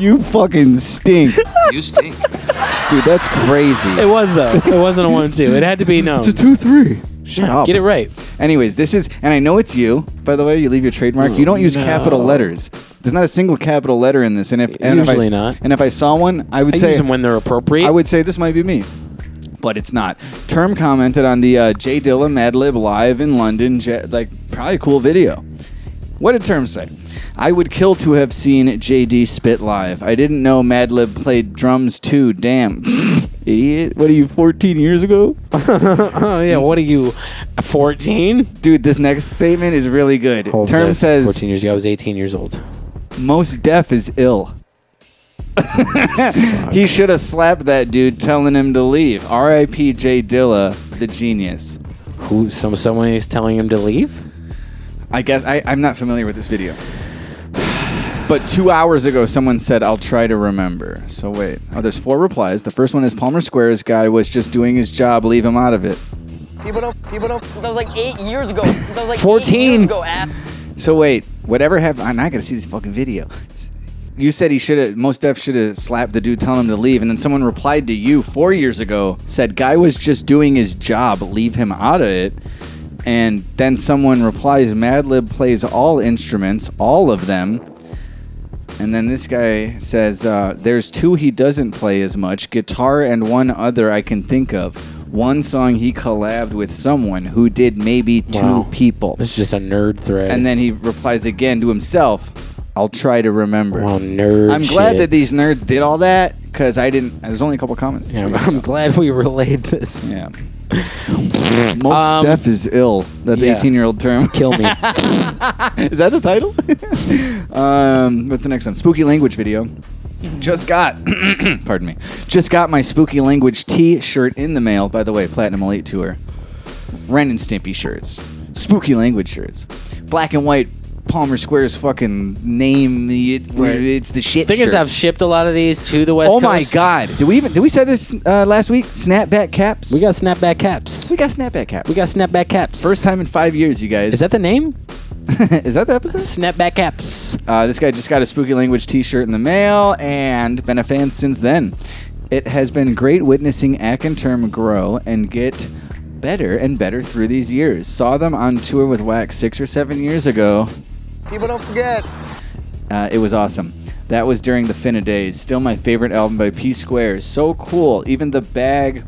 S3: you fucking stink.
S5: You stink.
S3: Dude, that's crazy.
S1: It was though. It wasn't a one two. It had to be no.
S3: It's a two Oh. three. Shut
S1: Yeah,
S3: up.
S1: get it right.
S3: Anyways, this is, and I know it's you. By the way, you leave your trademark. you don't use
S1: no.
S3: capital letters. There's not a single capital letter in this. And if and if I,
S1: Usually
S3: s-
S1: not.
S3: And if I saw one, I would
S1: I
S3: say
S1: use them when they're appropriate.
S3: I would say this might be me, but it's not. Term commented on the uh, Jay Dilla Mad Lib live in London. J- like probably a cool video. What did Term say? I would kill to have seen JD spit live. I didn't know Madlib played drums too. Damn, idiot! What are you, 14 years ago?
S1: Oh, yeah, what are you, 14?
S3: Dude, this next statement is really good.
S1: Hold
S3: Term
S1: it.
S3: says
S1: 14 years ago, I was 18 years old.
S3: most deaf is ill. he should have slapped that dude, telling him to leave. R.I.P. J. Dilla, the genius.
S1: Who? Some someone is telling him to leave.
S3: I guess I, I'm not familiar with this video. But two hours ago, someone said, I'll try to remember. So wait. Oh, there's four replies. The first one is Palmer Square's guy was just doing his job. Leave him out of it.
S14: People don't. People don't. That was like eight years ago. That was like
S3: 14.
S14: Eight years ago, ass.
S3: So wait, whatever happened? ah, I'm not gonna see this fucking video. You said he should have. Most Def should have slapped the dude, telling him to leave, and then someone replied to you four years ago, said guy was just doing his job, leave him out of it. And then someone replies, Madlib plays all instruments, all of them. And then this guy says, uh, "There's two he doesn't play as much: guitar and one other I can think of. One song he collabed with someone who did maybe two
S1: Wow.
S3: people."
S1: This is just a nerd thread.
S3: And then he replies again to himself, "I'll try to remember."
S1: Well, Oh, nerd.
S3: I'm glad
S1: shit.
S3: that these nerds did all that because I didn't. There's only a couple comments. this
S1: Yeah, I'm,
S3: week.
S1: I'm glad we relayed this.
S3: Yeah. Most deaf is ill. That's
S1: Um, yeah.
S3: 18 year old term.
S1: Kill me.
S3: is that the title? um, what's the next one? Spooky language video. Just got, pardon me, just got my spooky language T-shirt in the mail. By the way, Platinum Elite Tour, Ren and Stimpy shirts, spooky language shirts, black and white Palmer Square's fucking name. It,
S1: Right.
S3: It's the shit.
S1: Thing
S3: shirt.
S1: is, I've shipped a lot of these to the West
S3: oh
S1: Coast.
S3: my god! Did we even did we say this uh, last week? Snapback caps.
S1: We got snapback caps.
S3: We got snapback caps.
S1: We got snapback caps.
S3: First time in five years, you guys.
S1: Is that the name?
S3: is that the episode?
S1: Snapback caps.
S3: Uh, this guy just got a spooky language T-shirt in the mail and been a fan since then. It has been great witnessing Ack and Term grow and get better and better through these years. Saw them on tour with Wax six or seven years ago.
S14: People don't forget.
S3: Uh, it was awesome. That was during the Finna days. Still my favorite album by P Square. So cool. Even the bag,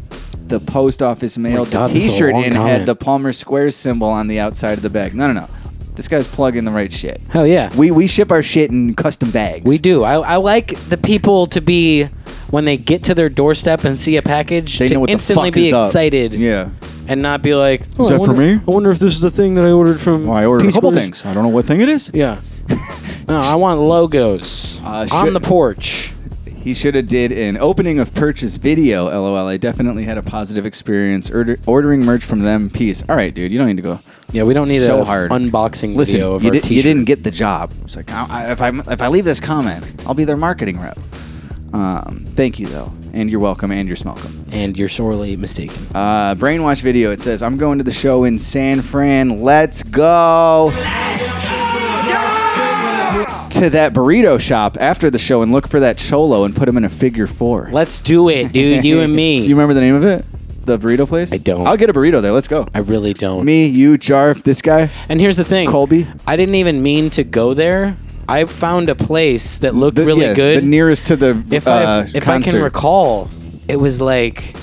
S3: the post office mail,
S1: God,
S3: the
S1: this is a
S3: T-shirt
S1: long
S3: in
S1: comment.
S3: had the Palmer Square symbol on the outside of the bag. No, no, no. This guy's plugging the right shit.
S1: Hell yeah.
S3: We we ship our shit in custom bags.
S1: We do. I, I like the people to be when they get to their doorstep and see a package
S3: They
S1: to
S3: know what the
S1: instantly
S3: fuck
S1: be
S3: is up.
S1: excited
S3: Yeah.
S1: and not be like, "Oh, I
S3: Is that for
S1: wonder-
S3: me?"
S1: I wonder if this is the thing that I ordered from.
S3: Well, I ordered
S1: Peace
S3: a couple
S1: Brothers."
S3: things. I don't know what thing it is.
S1: Yeah. no, I want logos
S3: Uh,
S1: on
S3: shit.
S1: the porch.
S3: He should have did an opening of purchase video. LOL. I definitely had a positive experience order, ordering merch from them. Peace. All right, dude. You don't need to go.
S1: Yeah, we don't need
S3: so
S1: a
S3: hard
S1: unboxing
S3: Listen,
S1: video of
S3: you,
S1: our
S3: did,
S1: t-shirt.
S3: you didn't get the job. It's like I, I- if I if I leave this comment, I'll be their marketing rep. Um, thank you though, and you're welcome, and you're smelcome.
S1: and you're sorely mistaken.
S3: Uh, brainwash video. It says, "I'm going to the show in San Fran. Let's go." To that burrito shop after the show and look for that cholo and put him in a figure four.
S1: Let's do it, dude. You and me.
S3: you remember the name of it? The burrito place? I
S1: don't.
S3: I'll get a burrito there. Let's go.
S1: I really don't.
S3: Me, you, Jarf, this guy.
S1: And here's the thing,
S3: Colby?
S1: I didn't even mean to go there. I found a place that looked
S3: The-
S1: really
S3: yeah,
S1: good.
S3: The nearest to the
S1: if
S3: uh,
S1: I if I
S3: concert.
S1: can recall, it was like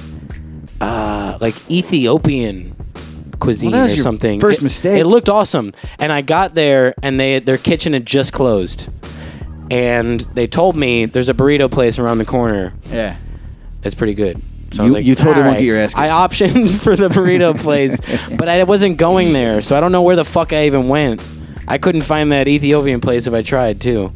S1: uh like Ethiopian cuisine
S3: Well, that was
S1: or
S3: your
S1: something.
S3: first
S1: It-
S3: mistake.
S1: It looked awesome, and I got there, and they their kitchen had just closed, and they told me there's a burrito place around the corner.
S3: Yeah.
S1: It's pretty good. So I
S3: You-
S1: was like,
S3: you totally
S1: "All
S3: won't get your ass
S1: I optioned for the burrito place, but I wasn't going there, so I don't know where the fuck I even went. I couldn't find that Ethiopian place if I tried too.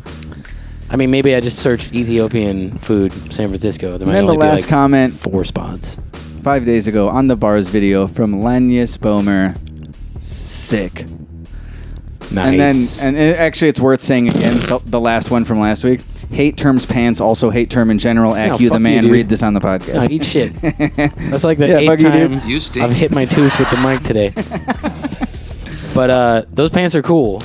S1: I mean, maybe I just searched Ethiopian food, San Francisco. There
S3: And
S1: might
S3: then the
S1: only be,
S3: last
S1: like,
S3: comment
S1: four spots.
S3: five days ago on the bars video from Lanius Bomer. Sick.
S1: Nice.
S3: And then, and it- actually, it's worth saying again the, the last one from last week. Hate terms pants, also hate term in general. Ack
S1: No,
S3: you,
S1: fuck
S3: the
S1: you,
S3: man.
S1: dude.
S3: Read this on the
S1: No,
S3: podcast.
S1: eat shit. That's like the
S3: Yeah, fuck
S1: eighth
S3: you,
S1: time
S3: dude.
S5: You stink.
S1: I've hit my tooth with the mic today. but uh, those pants are cool.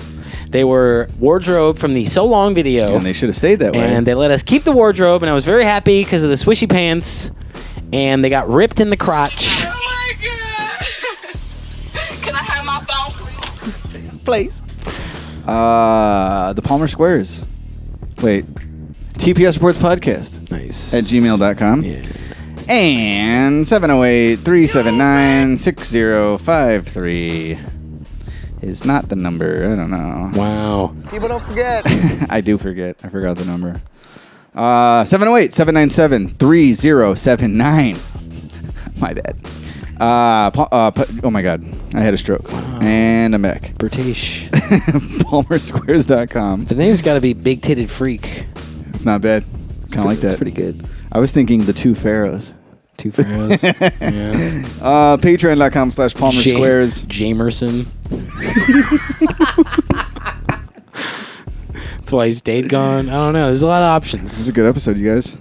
S1: They were wardrobe from the so long video.
S3: And they should have stayed that way.
S1: And they let us keep the wardrobe, and I was very happy because of the swishy pants. And they got ripped in the crotch.
S13: Can I have my phone?
S1: Please.
S3: Uh, the Palmer Squares. Wait. TPS Sports Podcast.
S1: Nice.
S3: At gmail.com. Yeah. And 708 379 6053 is not the number. I don't know.
S1: Wow.
S12: People don't forget.
S3: I do forget. I forgot the number. Uh, 708 797 3079. My bad. Uh, pa- uh, pa- oh my god. I had a stroke. And I'm back.
S1: British.
S3: PalmerSquares.com.
S1: The name's got to be Big Titted Freak.
S3: It's not bad. Kind of like that.
S1: It's pretty good.
S3: I was thinking the two pharaohs.
S1: Two pharaohs. yeah.
S3: Uh, Patreon.com slash Palmer
S1: Ja-
S3: Squares.
S1: Jamerson. That's why he's stayed gone. I don't know. There's a lot of options. This
S3: is a good episode, you guys.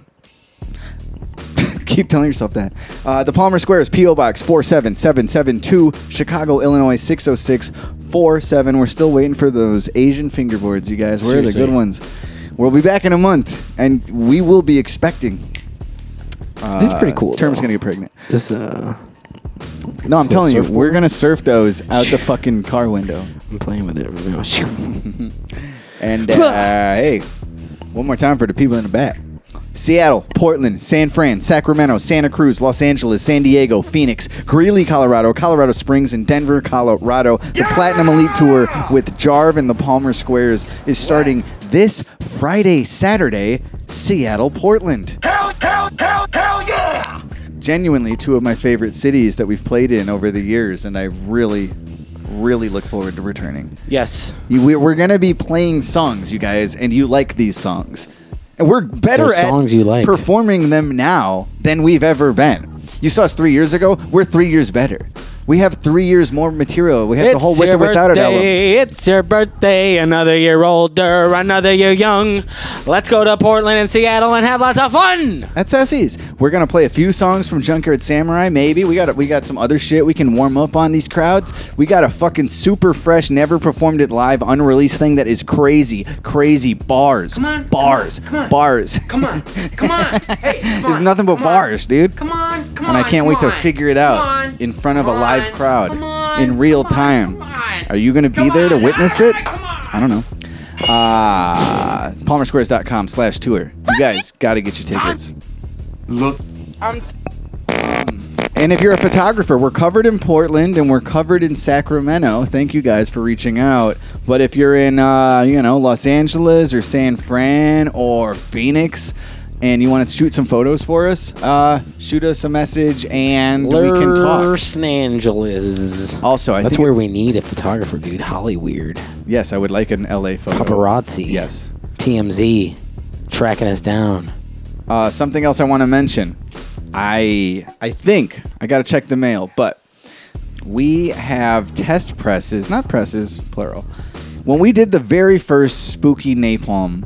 S3: Keep telling yourself that. Uh, the Palmer Squares, P.O. Box 47772, Chicago, Illinois 60647. We're still waiting for those Asian fingerboards, you guys. Where are the
S1: Seriously.
S3: good ones? We'll be back in a month, and we will be expecting. Uh,
S1: This is pretty cool,
S3: Term's
S1: though.
S3: going to get pregnant.
S1: This, uh,
S3: No, I'm
S1: Full
S3: telling you,
S1: surfboard.
S3: we're going to surf those out the fucking car window.
S1: I'm playing with it right now.
S3: And uh, hey, one more time for the people in the back. Seattle, Portland, San Fran, Sacramento, Santa Cruz, Los Angeles, San Diego, Phoenix, Greeley, Colorado, Colorado Springs, and Denver, Colorado. The Platinum Elite Tour with Jarve and the Palmer Squares is starting this Friday, Saturday, Seattle, Portland. Genuinely, two of my favorite cities that we've played in over the years, and I really, really look forward to returning.
S1: Yes.
S3: You- we- We're gonna be playing songs, you guys, and you like these songs, and we're better
S1: They're
S3: at
S1: songs you like.
S3: performing them now than we've ever been. You saw us three years ago. We're three years better. We have three years more material. We have the whole with
S1: your
S3: or without it album.
S1: birthday, It's your birthday, another year older, another year young. Let's go to Portland and Seattle and have lots of fun.
S3: That's SEs. We're gonna play a few songs from Junkyard Samurai. Maybe we got we got some other shit we can warm up on these crowds. We got a fucking super fresh, never performed it live, unreleased thing that is crazy, crazy bars,
S14: Come on,
S3: bars,
S14: come on,
S3: bars.
S14: Come on, come on, hey, come
S3: It's
S14: on,
S3: nothing but
S14: come on.
S3: bars, dude.
S14: Come on, come
S3: and I
S14: on,
S3: can't wait
S14: come
S3: to
S14: on,
S3: figure it
S14: come
S3: out
S14: on.
S3: in front of a
S14: come
S3: live
S14: on,
S3: crowd
S14: come on,
S3: in real time. Are you going to be there to witness it? I don't know. Uh, palmersquares.com slash tour. You guys got to get your tickets. Look.
S14: I'm
S3: And if you're a photographer, we're covered in Portland and we're covered in Sacramento. Thank you guys for reaching out. But if you're in, uh, you know, Los Angeles or San Fran or Phoenix and you want to shoot some photos for us, uh, shoot us a message and we can talk.
S1: Los Angeles.
S3: Also, Oh, I
S1: That's
S3: think-
S1: where we need a photographer, dude. Holly Weird.
S3: Yes, I would like an LA photo.
S1: Paparazzi.
S3: Yes.
S1: TMZ tracking us down.
S3: Uh, something else I want to mention. I I think I got to check the mail, but we have test presses, not presses, plural. When we did the very first spooky napalm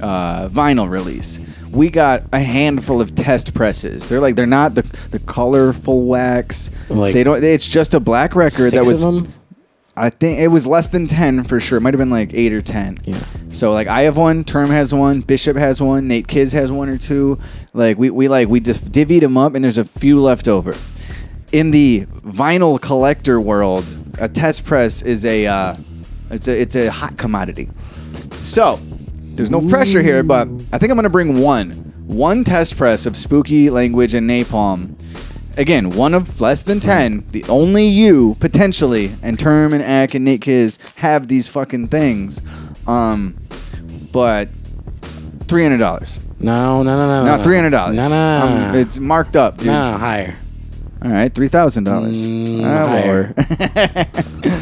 S3: uh, vinyl release, we got a handful of test presses. They're like they're not the the colorful wax.
S1: Like
S3: they don't. it's just a black record
S1: Six
S3: that
S1: of
S3: was.
S1: them?
S3: I think it was less than 10 for sure. It might have been like 8 or 10. Yeah. So like I have one, Term has one, Bishop has one, Nate Kids has one or two. Like we, we like we just divvied them up and there's a few left over. In the vinyl collector world, a test press is a uh, it's a it's a hot commodity. So, there's no pressure here, but I think I'm going to bring one. One test press of spooky language and napalm. Again, one of less than 10. The only you, potentially, and Term and Ack and Nick Kiz have these fucking things. Um, but $300.
S1: No, no, no, no.
S3: No, $300.
S1: No, no, no,
S3: Um,
S1: no.
S3: it's marked up, dude.
S1: No, higher.
S3: All right, $3,000. Ah,
S1: Mm, higher.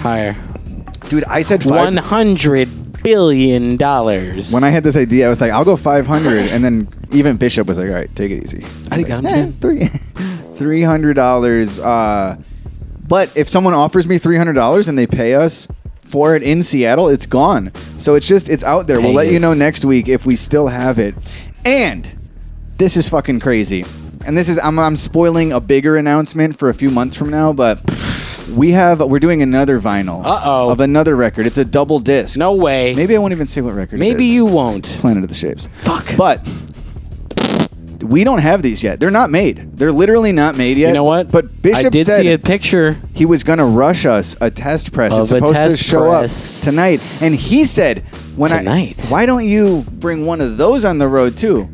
S1: higher.
S3: Dude, I said five-
S1: one hundred billion dollars.
S3: When I had this idea, I was like, I'll go 500. And then even Bishop was like, all right, take it easy.
S1: I got him
S3: Eh,
S1: ten.
S3: three. three hundred dollars. Uh, but if someone offers me three hundred dollars and they pay us for it in Seattle, it's gone. So it's just it's out there. We'll let you know
S1: Pays.
S3: next week if we still have it. And this is fucking crazy. And this is I'm I'm spoiling a bigger announcement for a few months from now, but We have we're doing another vinyl
S1: Uh-oh.
S3: of another record. It's a double disc. No
S1: way.
S3: Maybe I won't even say what record.
S1: Maybe
S3: it is.
S1: you won't.
S3: Planet of the Shapes.
S1: Fuck.
S3: But we don't have these yet. They're not made. They're literally not made yet.
S1: You know what?
S3: But Bishop
S1: I did
S3: said
S1: see a picture.
S3: He was gonna rush us a test press.
S1: Of
S3: it's
S1: a
S3: supposed to
S1: test
S3: show
S1: press.
S3: up tonight. And he said, "When
S1: Tonight.
S3: I why don't you bring one of those on the road too,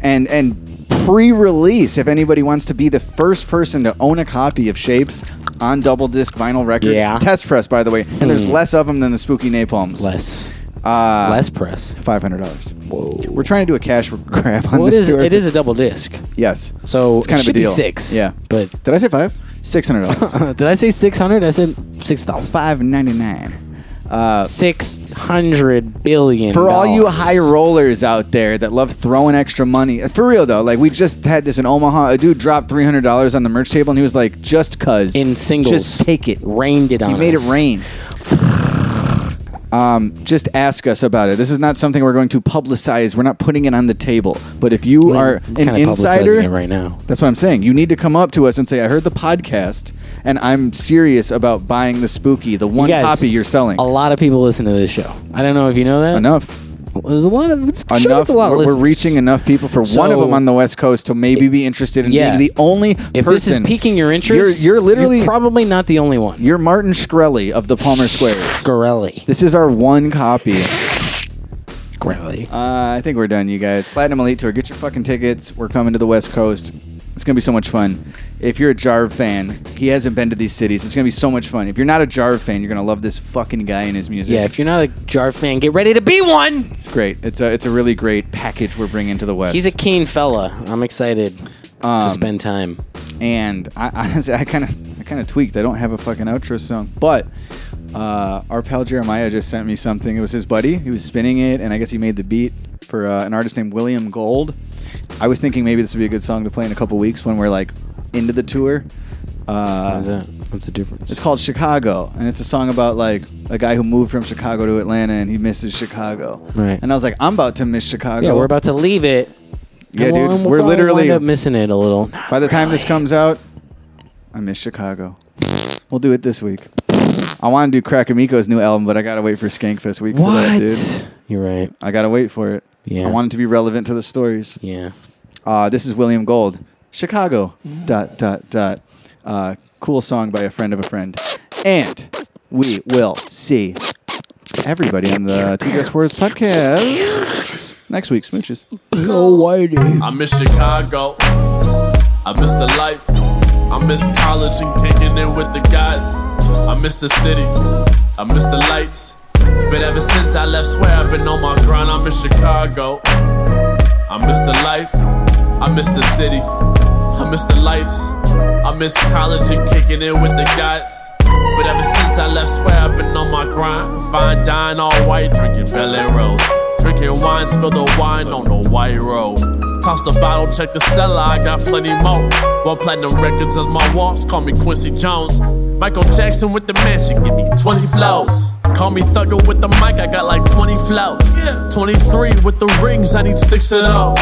S3: and and pre-release if anybody wants to be the first person to own a copy of Shapes." On double disc vinyl record,
S1: Yeah.
S3: test press, by the way, and there's
S1: Hmm.
S3: less of them than the Spooky Napalms.
S1: Less,
S3: uh,
S1: less press.
S3: Five hundred dollars. Whoa, we're trying to do a cash grab on
S1: Well, it
S3: this.
S1: is
S3: tour.
S1: it is a double disc.
S3: Yes.
S1: So
S3: It's
S1: it
S3: kind of
S1: should
S3: a deal.
S1: be six.
S3: Yeah.
S1: but
S3: did I say five? Six hundred dollars.
S1: did I say six hundred? I said six thousand
S3: five ninety nine. Uh,
S1: six hundred billion.
S3: For all you high rollers out there that love throwing extra money, uh, for real though, like we just had this in Omaha. A dude dropped three hundred dollars on the merch table, and he was like, "Just cuz."
S1: in singles,
S3: Just take it.
S1: Rained it on.
S3: You made
S1: us.
S3: it rain. Um, just ask us about it. This is not something we're going to publicize. We're not putting it on the table. But if you
S1: Well,
S3: are
S1: I'm
S3: an
S1: kinda publicizing
S3: insider
S1: it right now.
S3: that's what I'm saying. You need to come up to us and say, "I heard the podcast, and I'm serious about buying the spooky, the one
S1: guys-
S3: copy you're selling."
S1: A lot of people listen to this show. I don't know if you know that.
S3: Enough.
S1: There's a lot of it's, I'm sure
S3: enough.
S1: it's a lot. of
S3: we're, we're
S1: listeners.
S3: reaching enough people for one of
S1: So-
S3: them on the West Coast to maybe be interested in
S1: Yeah.
S3: being the only
S1: If
S3: person.
S1: this is piquing your interest,
S3: you're, you're literally
S1: you're probably not the only one.
S3: You're Martin Shkreli of the Palmer Squares.
S1: Shkreli.
S3: This is our one copy.
S1: Shkreli.
S3: Uh, I think we're done, you guys. Platinum Elite Tour. Get your fucking tickets. We're coming to the West Coast. It's gonna be so much fun. If you're a Jarve fan, he hasn't been to these cities. It's gonna be so much fun. If you're not a Jarve fan, you're gonna love this fucking guy and his music.
S1: Yeah, if you're not a Jar fan, get ready to be one.
S3: It's great. It's a it's a really great package we're bringing to the West.
S1: He's a keen fella. I'm excited
S3: Um,
S1: to spend time.
S3: and I honestly I kind of I kind of tweaked. I don't have a fucking outro song, but uh, our pal Jeremiah just sent me something. It was his buddy. He was spinning it, and I guess he made the beat for uh, an artist named William Gold. I was thinking maybe this would be a good song to play in a couple weeks when we're like into the tour. Uh,
S1: How's that? What's the difference?
S3: It's called Chicago, and it's a song about like a guy who moved from Chicago to Atlanta, and he misses Chicago.
S1: Right.
S3: And I was like, I'm about to miss Chicago.
S1: Yeah, we're about to leave it.
S3: Yeah,
S1: And
S3: dude,
S1: we'll- we'll
S3: we're
S1: probably
S3: literally-
S1: wind up missing it a little.
S3: By the time this comes out, I miss Chicago. We'll do it this week. I want to do Krakamiko's new album, but I gotta wait for Skankfest week for
S1: What?
S3: that, dude.
S1: You're right.
S3: I gotta wait for it.
S1: Yeah.
S3: I want it to be relevant to the stories.
S1: Yeah.
S3: Uh, this is William Gold, Chicago.
S1: Mm.
S3: Dot dot dot. Uh, cool song by a friend of a friend, and we will see everybody on the Two Just Words podcast next week. Smooches.
S12: Go I miss Chicago. I miss the life. I miss college and kicking in with the guys. I miss the city. I miss the lights. But ever since I left, swear I've been on my grind. I miss Chicago. I miss the life. I miss the city. I miss the lights. I miss college and kicking it with the guys. But ever since I left, swear I've been on my grind. Fine dine, all white, drinking Bel Air Rose. Drinking wine, spill the wine on the white road. Toss the bottle, check the cellar, I got plenty more. Well, platinum records as my walls, call me Quincy Jones. Michael Jackson with the mansion, give me 20 flows. Call me Thugger with the mic, I got like 20 flows. 23 with the rings, I need six of those.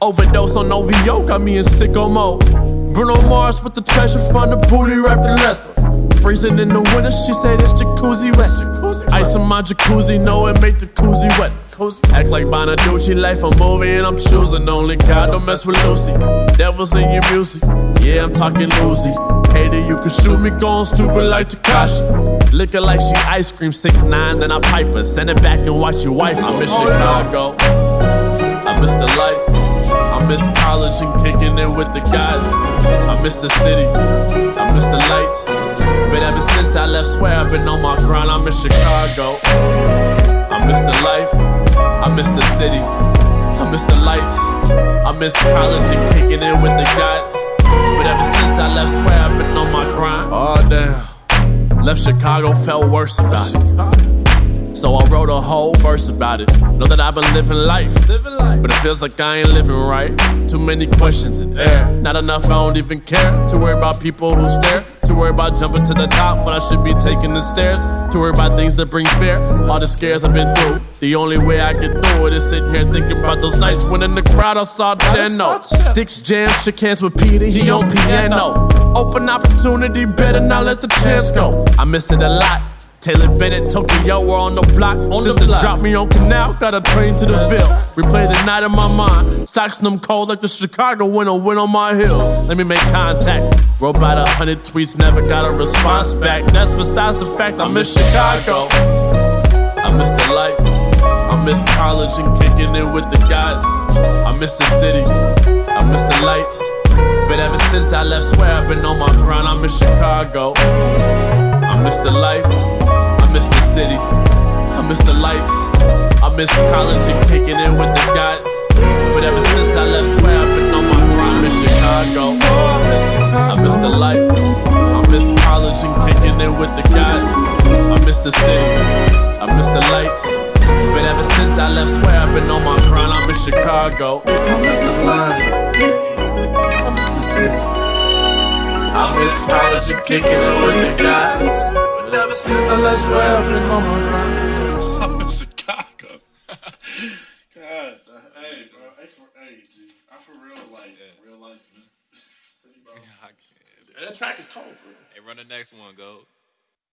S12: Overdose on OVO, got me in sicko mode. Bruno Mars with the treasure, find the booty wrapped in leather. Freezing in the winter, she said it's jacuzzi wet. Ice in my jacuzzi, know it make the koozie wet. Act like Bonaducci, life a movie and I'm choosing. Only God don't mess with Lucy. Devils in your music, yeah I'm talking Lucy. Hater, you can shoot me, going stupid like Takashi. Looking like she ice cream six nine, then I pipe her. Send it back and watch your wife. I'm in Chicago. I miss the life. I miss college and kicking it with the guys. I miss the city. I miss the lights. But ever since I left, swear I've been on my grind. I miss Chicago. I miss the life. I miss the city. I miss the lights. I miss college and kicking it with the guys. But ever since I left, swear I've been on my grind. Oh damn. Left Chicago, felt worse about it. So I wrote a whole verse about it. Know that I've been living life, but it feels like I ain't living right. Too many questions in there, not enough. I don't even care to worry about people who stare. To worry about jumping to the top when I should be taking the stairs. To worry about things that bring fear. All the scares I've been through. The only way I get through it is sitting here thinking about those nights when in the crowd I saw Jeno. Sticks jam, shook hands with Peter, he on piano. Open opportunity, better not let the chance go. I miss it a lot. Taylor Bennett, Tokyo, we're on the block. Sister dropped me on canal, got a train to the Ville. Replay the night in my mind. Socks them cold like the Chicago winter, went on my heels. Let me make contact. Wrote about a hundred tweets, never got a response back. That's besides the fact I miss Chicago. I miss the life. I miss college and kicking it with the guys. I miss the city. I miss the lights. But ever since I left, swear I've been on my grind. I miss Chicago. I miss the life. I miss the city. I miss the lights. I miss college and kicking it with the guys. But ever since I left, swear I've been on my grind. I miss Chicago. I miss the life. I miss college and kicking it with the guys. I miss the city. I miss the lights. But ever since I left, swear I've been on my grind. I miss Chicago. I miss the life. I miss the city. I miss college and kicking it with the guys. But ever since I left, swear I've been on my grind. I miss Chicago.
S21: God, hey, bro, I for, hey, G, I for real, like, real life, miss the city, bro.
S22: I can't.
S21: And that track is cold for real.
S22: Hey, run the next one, go.